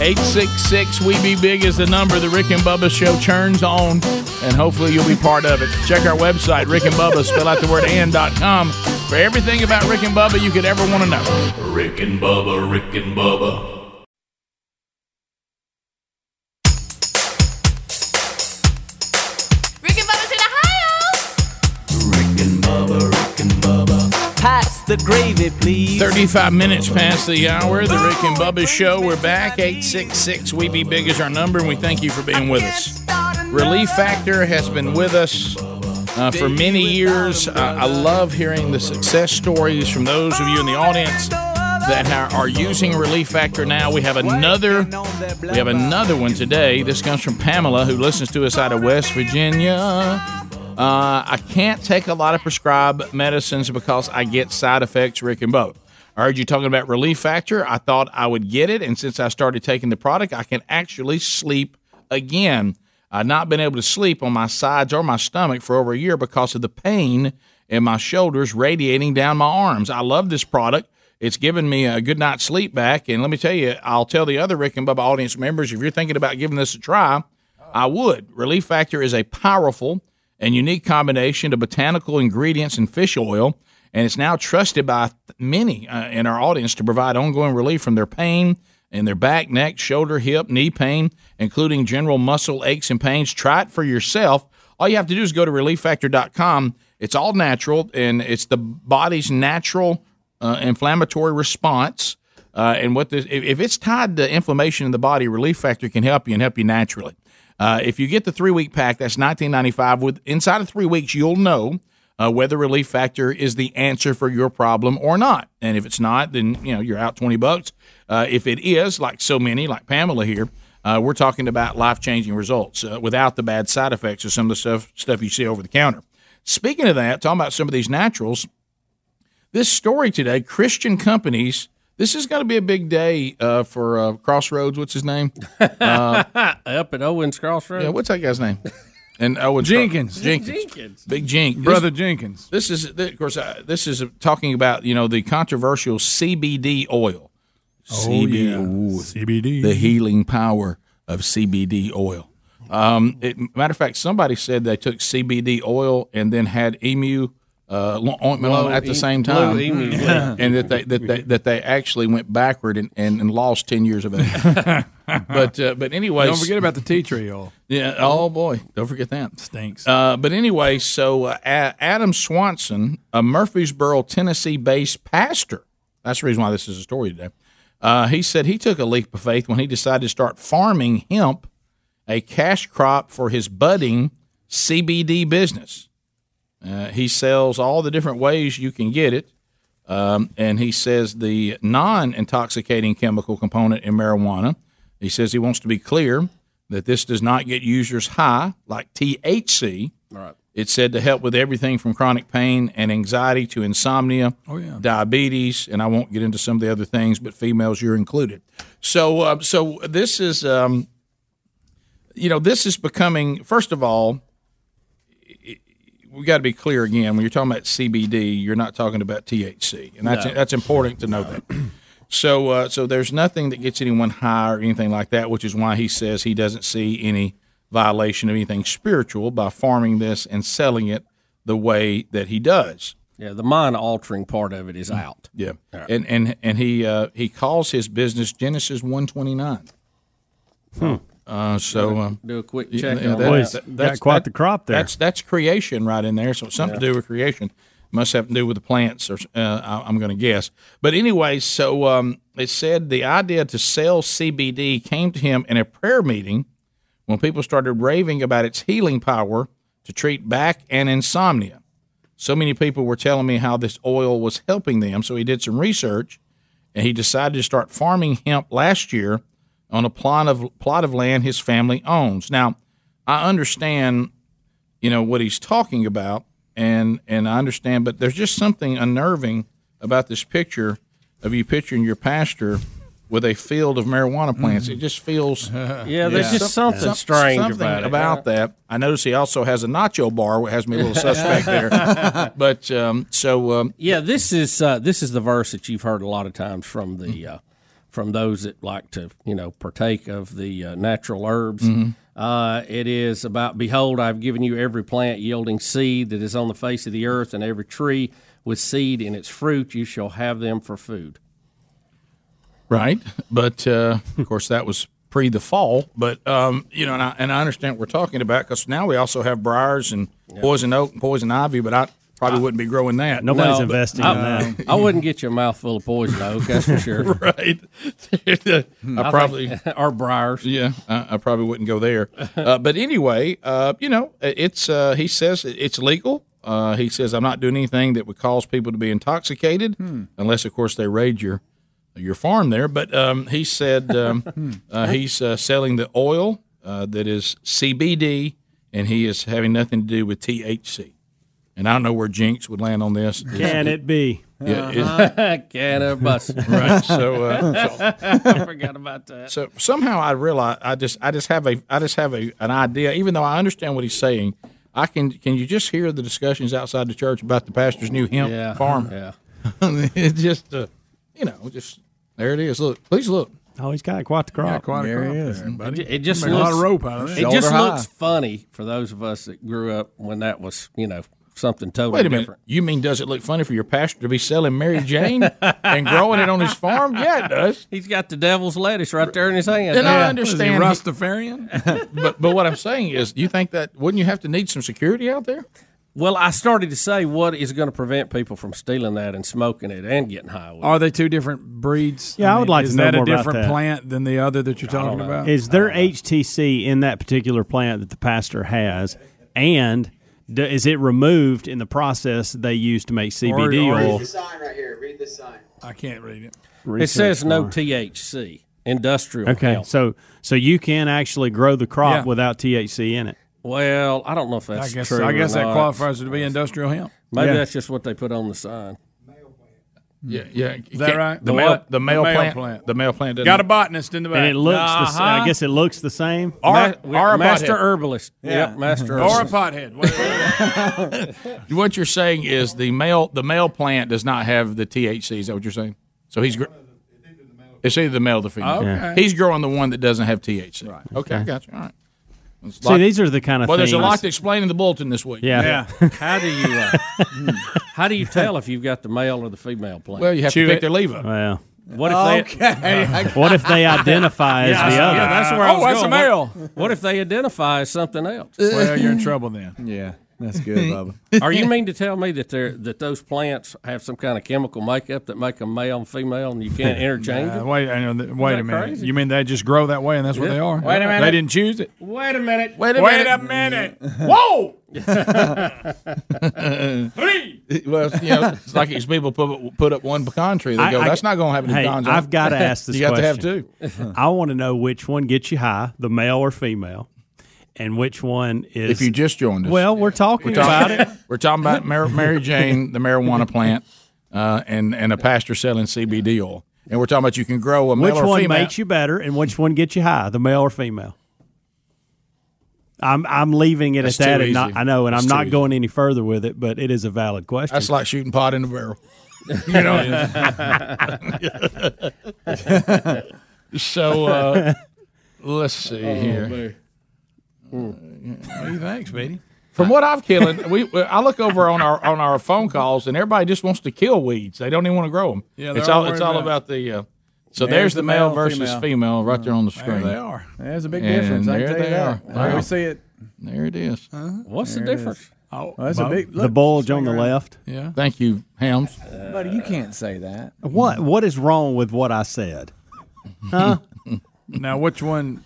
866 We Be Big is the number the Rick and Bubba show churns on, and hopefully you'll be part of it. Check our website, Rick and Bubba, spell out the word and dot com for everything about Rick and Bubba you could ever want to know. Rick and Bubba, Rick and Bubba. Rick and Bubba's in Ohio. Pass the gravy, please. 35 minutes past the hour, the Rick and Bubba show. We're back. 866 We Be Big is our number, and we thank you for being with us. Relief Factor has been with us uh, for many years. Uh, I love hearing the success stories from those of you in the audience that ha- are using Relief Factor now. We have another we have another one today. This comes from Pamela, who listens to us out of West Virginia. Uh, I can't take a lot of prescribed medicines because I get side effects, Rick and Bo. I heard you talking about Relief Factor. I thought I would get it. And since I started taking the product, I can actually sleep again. I've not been able to sleep on my sides or my stomach for over a year because of the pain in my shoulders radiating down my arms. I love this product. It's given me a good night's sleep back. And let me tell you, I'll tell the other Rick and Bubba audience members if you're thinking about giving this a try, I would. Relief Factor is a powerful and unique combination of botanical ingredients and fish oil, and it's now trusted by many uh, in our audience to provide ongoing relief from their pain in their back, neck, shoulder, hip, knee pain, including general muscle aches and pains. Try it for yourself. All you have to do is go to relieffactor.com. It's all natural, and it's the body's natural uh, inflammatory response. Uh, and what this, if, if it's tied to inflammation in the body, Relief Factor can help you and help you naturally. Uh, if you get the three week pack, that's nineteen ninety five. With inside of three weeks, you'll know uh, whether Relief Factor is the answer for your problem or not. And if it's not, then you know you're out twenty bucks. Uh, if it is, like so many, like Pamela here, uh, we're talking about life changing results uh, without the bad side effects of some of the stuff stuff you see over the counter. Speaking of that, talking about some of these naturals this story today, Christian companies. This is going to be a big day uh, for uh, Crossroads. What's his name? Uh, Up at Owens Crossroads. yeah, what's that guy's name? And Owen Jenkins. Jenkins, Jenkins. Big Jink, Brother This, Jenkins. this is, th- of course, uh, this is talking about you know the controversial CBD oil. Oh, CBD, CBD, the healing power of CBD oil. Um, it, matter of fact, somebody said they took CBD oil and then had emu uh, lo- ointment on Blow at the em- same blow time, emu. and that they that they, that they actually went backward and, and, and lost ten years of age. but uh, but anyway, Don't forget about the tea tree oil. yeah. Oh boy, don't forget that stinks. Uh, but anyway, so uh, A- Adam Swanson, a Murfreesboro, Tennessee-based pastor. That's the reason why this is a story today. Uh, he said he took a leap of faith when he decided to start farming hemp, a cash crop for his budding CBD business. Uh, he sells all the different ways you can get it. Um, and he says the non intoxicating chemical component in marijuana, he says he wants to be clear that this does not get users high like THC. Right. It's said to help with everything from chronic pain and anxiety to insomnia, Oh, yeah. diabetes, and I won't get into some of the other things, but females, you're included. So, uh, so this is um, you know, this is becoming, first of all, we got to be clear again. When you're talking about CBD, you're not talking about THC, and that's No. that's important to know that. So, uh, so there's nothing that gets anyone high or anything like that, which is why he says he doesn't see any violation of anything spiritual by farming this and selling it the way that he does. Mm-hmm. Yeah, the mind altering part of it is out. Yeah, and and and he uh, he calls his business Genesis one twenty nine. Hmm. Uh, so um, Do a quick yeah, check yeah, on that- Boy, he's that- got that's- quite that- the crop there. That's that's creation right in there. So it's something Yeah. to do with creation must have to do with the plants, or uh, I- I'm going to guess. But anyway, so um, it said the idea to sell CBD came to him in a prayer meeting when people started raving about its healing power to treat back and insomnia. So many people were telling me how this oil was helping them. So he did some research and he decided to start farming hemp last year on a plot of plot of land his family owns. Now, I understand, you know, what he's talking about, and and I understand, but there's just something unnerving about this picture of you picturing your pastor with a field of marijuana plants. It just feels Yeah, Mm-hmm. there's just something strange about it. that. I notice he also has a nacho bar, which has me a little suspect there. But um, so um, yeah, this is uh, this is the verse that you've heard a lot of times from the Mm-hmm. uh, from those that like to you know partake of the uh, natural herbs. Mhm. Uh, it is about behold, I've given you every plant yielding seed that is on the face of the earth, and every tree with seed in its fruit. You shall have them for food. Right, but uh, of course that was pre the fall. But um, you know, and I, and I understand what we're talking about because now we also have briars and poison oak and poison ivy. But I probably wouldn't be growing that. No, I, I wouldn't get you a mouthful of poison oak, that's for sure. right. I Hmm. think- probably or briars. Yeah, I, I probably wouldn't go there. Uh, but anyway, uh, you know, it's uh, he says it- it's legal. Uh, he says I'm not doing anything that would cause people to be intoxicated, Hmm. unless of course they raid your your farm there. But um, he said um, uh, he's uh, selling the oil uh, that is CBD, and he is having nothing to do with THC. And I don't know where Jinx would land on this. Can it be? Yeah, it- Uh-huh. Can a bus. right. So, uh, so I forgot about that. So somehow I realize I just I just have a I just have a an idea. Even though I understand what he's saying, I can can you just hear the discussions outside the church about the pastor's new hemp Yeah, farm? yeah. it just uh, you know just there it is. Look, please look. Oh, he's got quite the crop. Yeah, quite a There crop he is. there, buddy. It, ju- it just Make a looks, lot of rope out of that. It just Shoulder high. looks funny for those of us that grew up when that was, you know, something totally Wait a minute. different. You mean does it look funny for your pastor to be selling Mary Jane and growing it on his farm? Yeah, it does. He's got the devil's lettuce right there in his hand. And I Yeah. understand but but what I'm saying is, you think that wouldn't you have to need some security out there? Well, I started to say what is going to prevent people from stealing that and smoking it and getting high with it. Are they two different breeds? Yeah, I would like is to know that more a about different that. plant than the other that you're talking about? Is there HTC in that particular plant that the pastor has, and d- is it removed in the process they use to make CBD or is oil? it- sign right here. Read this sign. I can't read it. It says no Research THC, industrial. Okay, hemp. so so you can actually grow the crop Yeah. without THC in it. Well, I don't know if that's I guess true. I guess or that not. qualifies it to be industrial hemp. Maybe Yeah. that's just what they put on the sign. Yeah, yeah. Is that right? The, The male, what? the male, The male plant, plant. The male plant. doesn't- Got a botanist in the back. And it looks. The, s- I Uh-huh. guess it looks the same. Or- Ma- or a master pothead. herbalist. Yep, master herbalist. pothead. what you're saying is the male the male plant does not have the THC. Is that what you're saying? So he's. Gr- it's either the male or the female. Okay. Yeah. He's growing the one that doesn't have THC. Right. Okay, I got you. All right. There's a See, these are the kind of Well, there's a things- lot to explain in the bulletin this week. Yeah. How do you uh, how do you tell if you've got the male or the female plant? Well, you have to Chew pick it. their leave up. Well, what if they Okay. What if they identify as Yeah, the yeah, other? that's where I Oh, was that's a going. male. What, what if they identify as something else? Well, you're in trouble then. Yeah, that's good, Bubba. Are you mean to tell me that they that those plants have some kind of chemical makeup that make them male and female, and you can't interchange Nah, them? wait, I know, that- wait that a minute. crazy? You mean they just grow that way and that's what Yeah. they are? Wait a minute. They didn't choose it. Wait a minute. Wait a Wait a minute. minute. Whoa! Three. Well, you know, it's like these people put, put up one pecan tree. They I- go, I- "That's not going to happen." in Hey, Don's I've own." got to ask this you got question. to have two. I want to know which one gets you high, the male or female, and which one is. If you just joined us. Well, we're talking We're talking about it. We're talking about Mar- Mary Jane, the marijuana plant, uh, and and a pastor selling CBD oil. And we're talking about you can grow a male Which or one female. makes you better, and which one gets you high, the male or female? I'm I'm leaving it That's at that, too and not, easy. I know, and That's I'm too not easy. going any further with it. But it is a valid question. That's like shooting pot in the barrel. You know. so uh, let's see Oh, here. man. Oh, What do you think, Speedy? From what I've killed, we we- I look over on our on our phone calls, and everybody just wants to kill weeds. They don't even want to grow them. Yeah, they're it's all all it's worried all about- about the. Uh, so There's there's, the the male, male, versus female. female. right there on the screen. they are. There's a big difference, I can tell you that. Wow. We see it. There it is. What's the the There it difference? is. Oh, Well, that's a Bob. big- the look, bulge on the finger out. left. Yeah. Thank you, Helms. Buddy, you can't say that. What what is wrong with what I said? Huh? now, which one?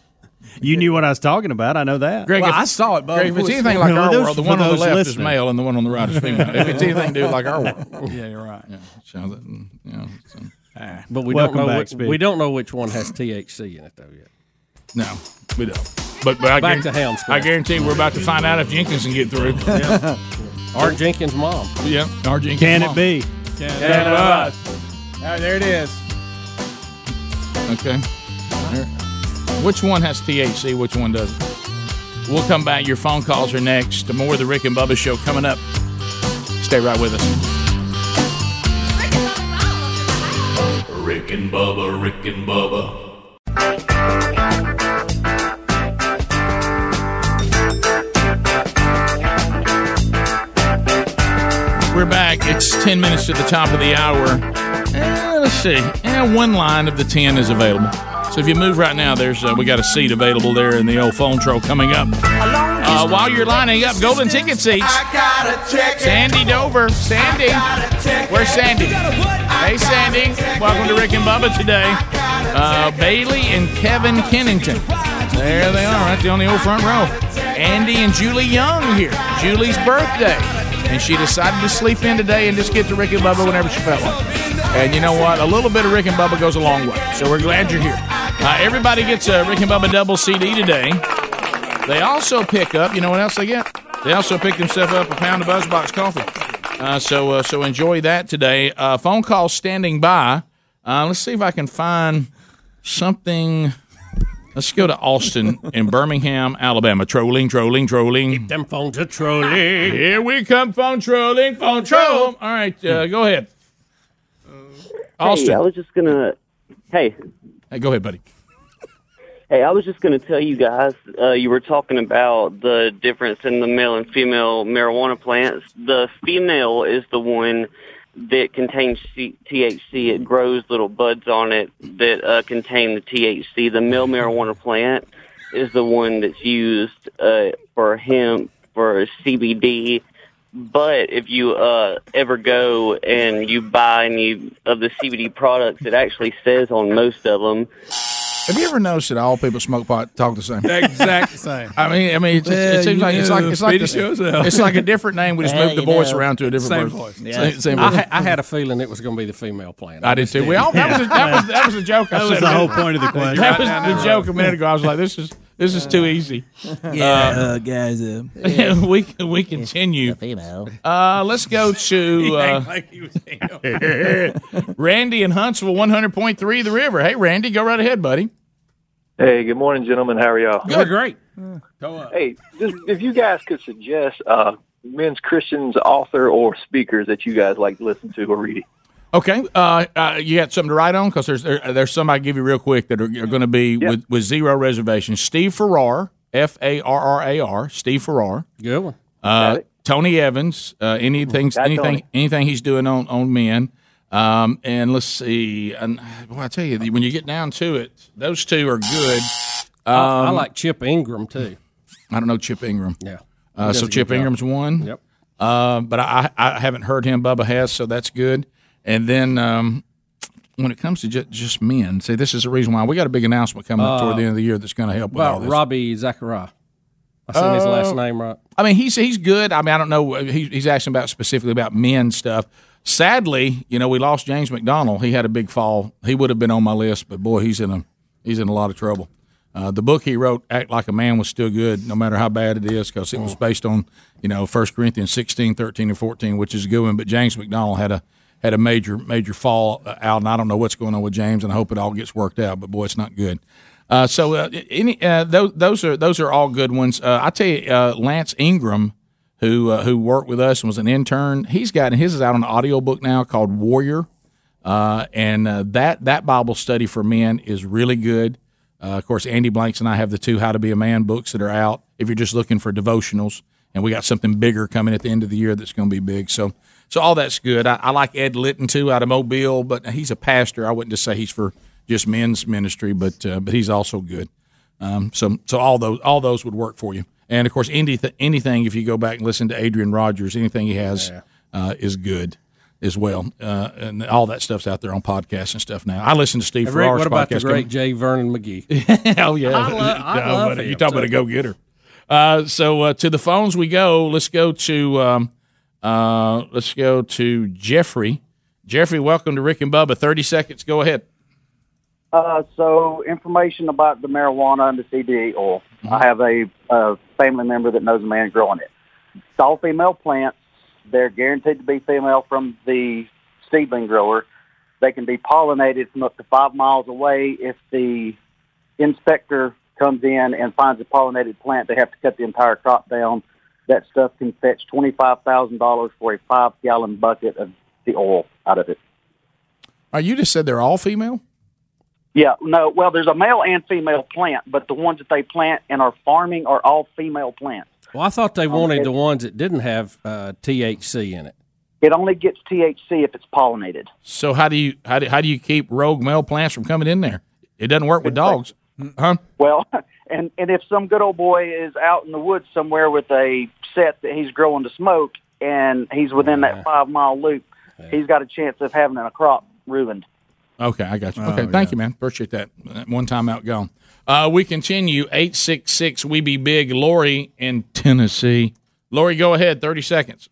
You knew what I was talking about. I know that. Greg, if- Greg, if it's anything like our world, the one on the left is male and the one on the right is female. if it's anything to do like our world, Yeah, you're right. Yeah, so that- mm, yeah, so. But we Welcome don't know back, which, Speedy. we don't know which one has THC in it though yet. No, we don't. But, but I Back guaran- to Helms. I guarantee we're about to find out if Jenkins can get through. Yeah. Art Jenkins' mom. Yeah, our Jenkins. Can mom. it be? Can it Can it be? All right, there it is. Okay. Which one has THC? Which one doesn't? We'll come back. Your phone calls are next. The more of the Rick and Bubba show coming up. Stay right with us. Rick and Bubba, Rick and Bubba, We're back. It's 10 minutes to the top of the hour. Eh, let's see. Eh, one line of the 10 is available. So if you move right now, there's uh, we got a seat available there in the old phone troll coming up. Uh, while you're lining up, golden ticket seats. gotta check Sandy Dover. Sandy. Where's Sandy? Hey, Sandy. Welcome to Rick and Bubba today. Uh, Bailey and Kevin Kennington. There they are, right there on the old front row. Andy and Julie Young here. Julie's birthday. And she decided to sleep in today and just get to Rick and Bubba whenever she felt like it. And you know what? A little bit of Rick and Bubba goes a long way. So we're glad you're here. Uh, everybody gets a Rick and Bubba double CD today. They also pick up. You know what else they get? They also pick themselves up a pound of BuzzBox coffee. Uh, so uh, so enjoy that today. Uh, phone call standing by. Uh, let's see if I can find something. Let's go to Austin in Birmingham, Alabama. Trolling, trolling, trolling. Get them phones a trolling. Here we come, phone trolling, phone troll. All right, uh, go ahead. Austin. Hey, I was just gonna. Hey. Hey, go ahead, buddy. Hey, I was just gonna tell you guys. Uh, you were talking about the difference in the male and female marijuana plants. The female is the one that contains C- THC. It grows little buds on it that uh, contain the THC. The male marijuana plant is the one that's used uh, for hemp for CBD. But if you uh, ever go and you buy any of the CBD products, it actually says on most of them Have you ever noticed that all people smoke pot talk the same? Exact same. I mean, I mean, it, just, Well, it seems you like it's know, like it's like, Speedy shows the, up. it's like a different name. We just Well, moved the you voice know, around to a different same version. voice. Same- Yeah. Same, I, voice. ha- I had a feeling it was going to be the female plant. I did too. We all that was a, that was that was a joke. I That was said. the whole point of the question. that was Right down the that joke road. a minute ago. I was like, this is this is too easy. Yeah, guys. Uh, we we continue. Uh, let's go to uh, Randy in Huntsville, one hundred point three, the river. Hey, Randy, go right ahead, buddy. Hey, good morning, gentlemen. How are y'all? Good, great. Hey, just, if you guys could suggest uh, men's Christians, author, or speakers that you guys like to listen to or read. Okay, uh, uh, you got something to write on because there's there, there's some I give you real quick that are, are going to be with, with zero reservations. Steve Farrar, F A R R A R, Steve Farrar. Good one. Uh, Tony Evans, uh, any things, Got anything, Tony. anything he's doing on on men. Um, and let's see. And boy, I tell you, when you get down to it, those two are good. Um, I, I like Chip Ingram too. I don't know Chip Ingram. Yeah. Uh, He does so a good Chip job. Ingram's one. Yep. Uh, Um, but I, I haven't heard him. Bubba has, so that's good. And then um, when it comes to just, just men, see, this is the reason why we got a big announcement coming up toward Uh, the end of the year that's going to help with all About this. Robbie Zachariah. I seen his Uh, last name right. I mean, he's he's good. I mean, I don't know. uh, He, he's asking about specifically about men stuff. Sadly, you know, we lost James McDonald. He had a big fall. He would have been on my list, but boy, he's in a he's in a lot of trouble. Uh, the book he wrote, "Act Like a Man," was still good, no matter how bad it is, because it Mm. was based on you know 1 Corinthians 16, 13, and fourteen, which is a good one. But James McDonald had a had a major major fall uh, out, and I don't know what's going on with James, and I hope it all gets worked out. But boy, it's not good. Uh, so uh, any uh, those those are those are all good ones. Uh, I tell you, uh, Lance Ingram, who uh, who worked with us and was an intern, he's got his is out on audiobook now called Warrior, uh, and uh, that that Bible study for men is really good. Uh, of course, Andy Blanks and I have the two How to Be a Man books that are out. If you're just looking for devotionals, and we got something bigger coming at the end of the year that's going to be big. So so all that's good. I, I like Ed Litton too out of Mobile, but he's a pastor. I wouldn't just say he's for just men's ministry, but uh, but he's also good. Um, so so all those all those would work for you. And of course, anything anything if you go back and listen to Adrian Rogers, anything he has uh, is good as well. Uh, and all that stuff's out there on podcasts and stuff now. I listen to Steve Hey, Rick, Farrar's what about podcast. the great Jay Vernon McGee? oh yeah, I, lo- I No, love but him, You talking about a too. go getter? Uh, so uh, to the phones we go. Let's go to um, uh, let's go to Jeffrey. Jeffrey, welcome to Rick and Bubba. Thirty seconds. Go ahead. Uh, so information about the marijuana and the CBD oil. I have a, a family member that knows a man growing it. It's all female plants. They're guaranteed to be female from the seedling grower. They can be pollinated from up to five miles away. If the inspector comes in and finds a pollinated plant, they have to cut the entire crop down. That stuff can fetch twenty-five thousand dollars for a five-gallon bucket of the oil out of it. Uh, you just said they're all female. Yeah, no. Well, there's a male and female plant, but the ones that they plant and are farming are all female plants. Well, I thought they it- wanted the ones that didn't have uh, THC in it. It only gets THC if it's pollinated. So how do you how do, how do you keep rogue male plants from coming in there? It doesn't work with dogs, huh? Well, and and if some good old boy is out in the woods somewhere with a set that he's growing to smoke, and he's within that five mile loop, he's got a chance of having a crop ruined. Okay, I got you. Okay, thank you, man. Appreciate that. That One time out gone. Uh, we continue eight six six. We be big. Lori in Tennessee. Lori, go ahead. Thirty seconds.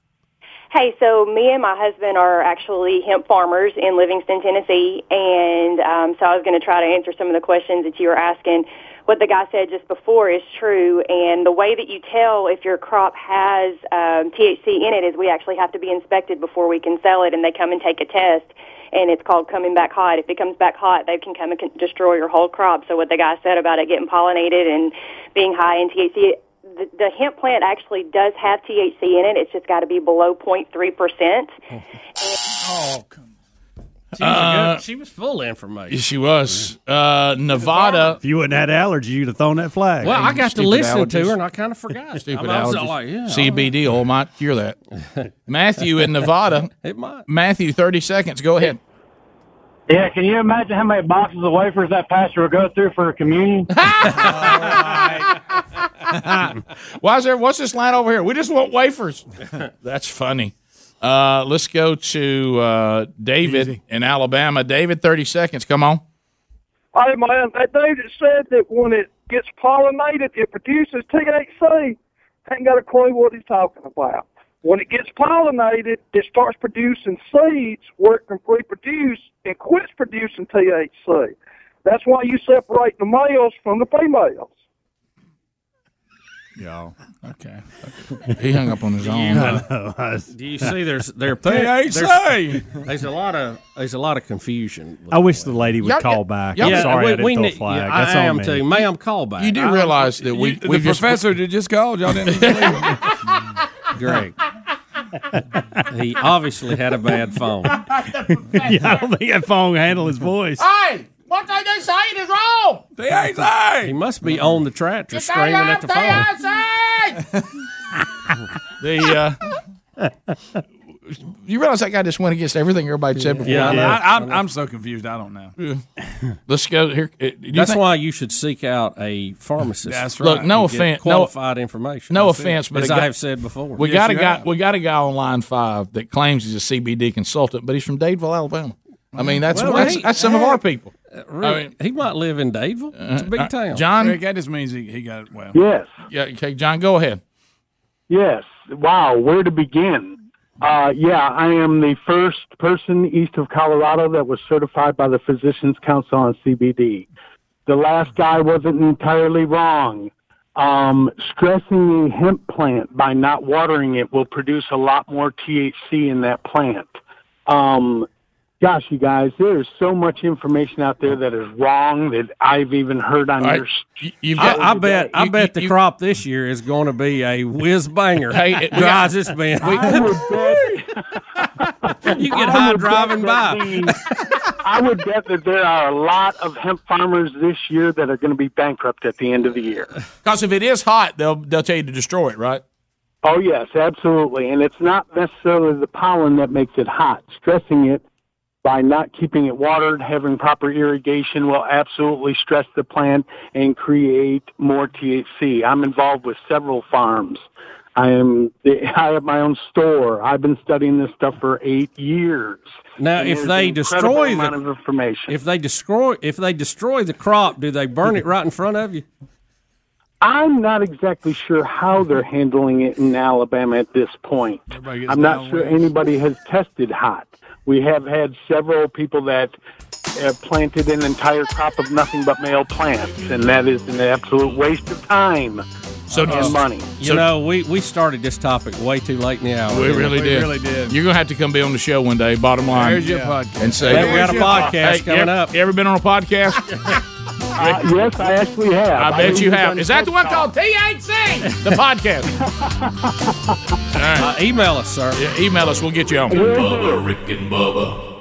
Hey, so me and my husband are actually hemp farmers in Livingston, Tennessee, and um, so I was going to try to answer some of the questions that you were asking. What the guy said just before is true, and the way that you tell if your crop has um, THC in it is we actually have to be inspected before we can sell it, and they come and take a test, and it's called coming back hot. If it comes back hot, they can come and con- destroy your whole crop. So what the guy said about it getting pollinated and being high in THC, the, the hemp plant actually does have THC in it. It's just got to be below 0.3 percent. She was, a Uh, good, she was full of information. Yes, she was. Uh, Nevada. If you wouldn't have had allergy, you'd have thrown that flag. Well, I got to listen to her, and I kind of forgot. Stupid I was allergies. like, yeah, CBD oil might cure oh, that. Matthew in Nevada. it might. Matthew, thirty seconds. Go ahead. Yeah, can you imagine how many boxes of wafers that pastor will go through for a communion? Why is there? What's this line over here? We just want wafers. That's funny. Uh, let's go to uh, David in Alabama. David, thirty seconds. Come on. Hey man, Oh, that dude that said that when it gets pollinated, it produces THC. Ain't got a clue what he's talking about. When it gets pollinated, it starts producing seeds where it can reproduce and quits producing THC. That's why you separate the males from the females. Yeah. Okay. He hung up on his own. Do you see? There's there. THC. There's, there's a lot of there's a lot of confusion. I wish the lady would Y'all- call y'all- back. y'all- I'm sorry we- I didn't we throw a need- flag. yeah, I That's on am me. too. Ma'am, call back. You do realize that we- the we just- professor that just called y'all didn't even believe him. Greg. he obviously had a bad phone. yeah, I don't think that phone handle his voice. Hey, what they just saying is wrong. He must be on the tractor screaming at the phone. The uh, you realize that guy just went against everything everybody said before. Yeah. Yeah. I, I'm, I'm so confused. I don't know. Let's go here. uh, do you That's think- why you should seek out a pharmacist. That's Look, right. no to get offense- no- Qualified information. No That's it. offense, but as a guy- I have said before, we got a guy. We got a guy on line five that claims he's a CBD consultant, but he's from Dadeville, Alabama. I mean, that's Well, that's, he- that's some of our people. Uh, really, he might live in Dadeville. It's a big uh, town. John- Rick, that just means he, he got it well. Yes. Yeah. Okay, John, go ahead. Yes. Wow. Where to begin? Uh, yeah, I am the first person east of Colorado that was certified by the Physicians Council on CBD. The last guy wasn't entirely wrong. Um, stressing the hemp plant by not watering it will produce a lot more THC in that plant. Um, Gosh, you guys, there is so much information out there that is wrong that I've even heard on your. I, I, bet. I bet the crop this year is going to be a whiz banger. hey, drives this man. I would bet. you get I high would driving bet by. that the- I would bet that there are a lot of hemp farmers this year that are going to be bankrupt at the end of the year. Because if it is hot, they'll they'll tell you to destroy it, right? Oh yes, absolutely. And it's not necessarily the pollen that makes it hot. Stressing it by not keeping it watered, having proper irrigation will absolutely stress the plant and create more THC. I'm involved with several farms. I am I have my own store. I've been studying this stuff for 8 years. Now, And if there's they an incredible destroy amount the of information, if they destroy if they destroy the crop, do they burn it right in front of you? I'm not exactly sure how they're handling it in Alabama at this point. gets I'm not down sure anybody has tested hot. We have had several people that have planted an entire crop of nothing but male plants, and that is an absolute waste of time and money. You know, we, we started this topic way too late in the hour. We didn't really did. You're gonna have to come be on the show one day. Bottom line, There's your Yeah. podcast. And say Hey, we got a podcast Hey, you coming ever- up. You ever been on a podcast? Uh, yes, I actually have. I bet you was have. on Is that the one called TikTok. THC? The podcast. All right. Uh, email us, sir. Yeah, email us. We'll get you on. Bubba, Rick and Bubba.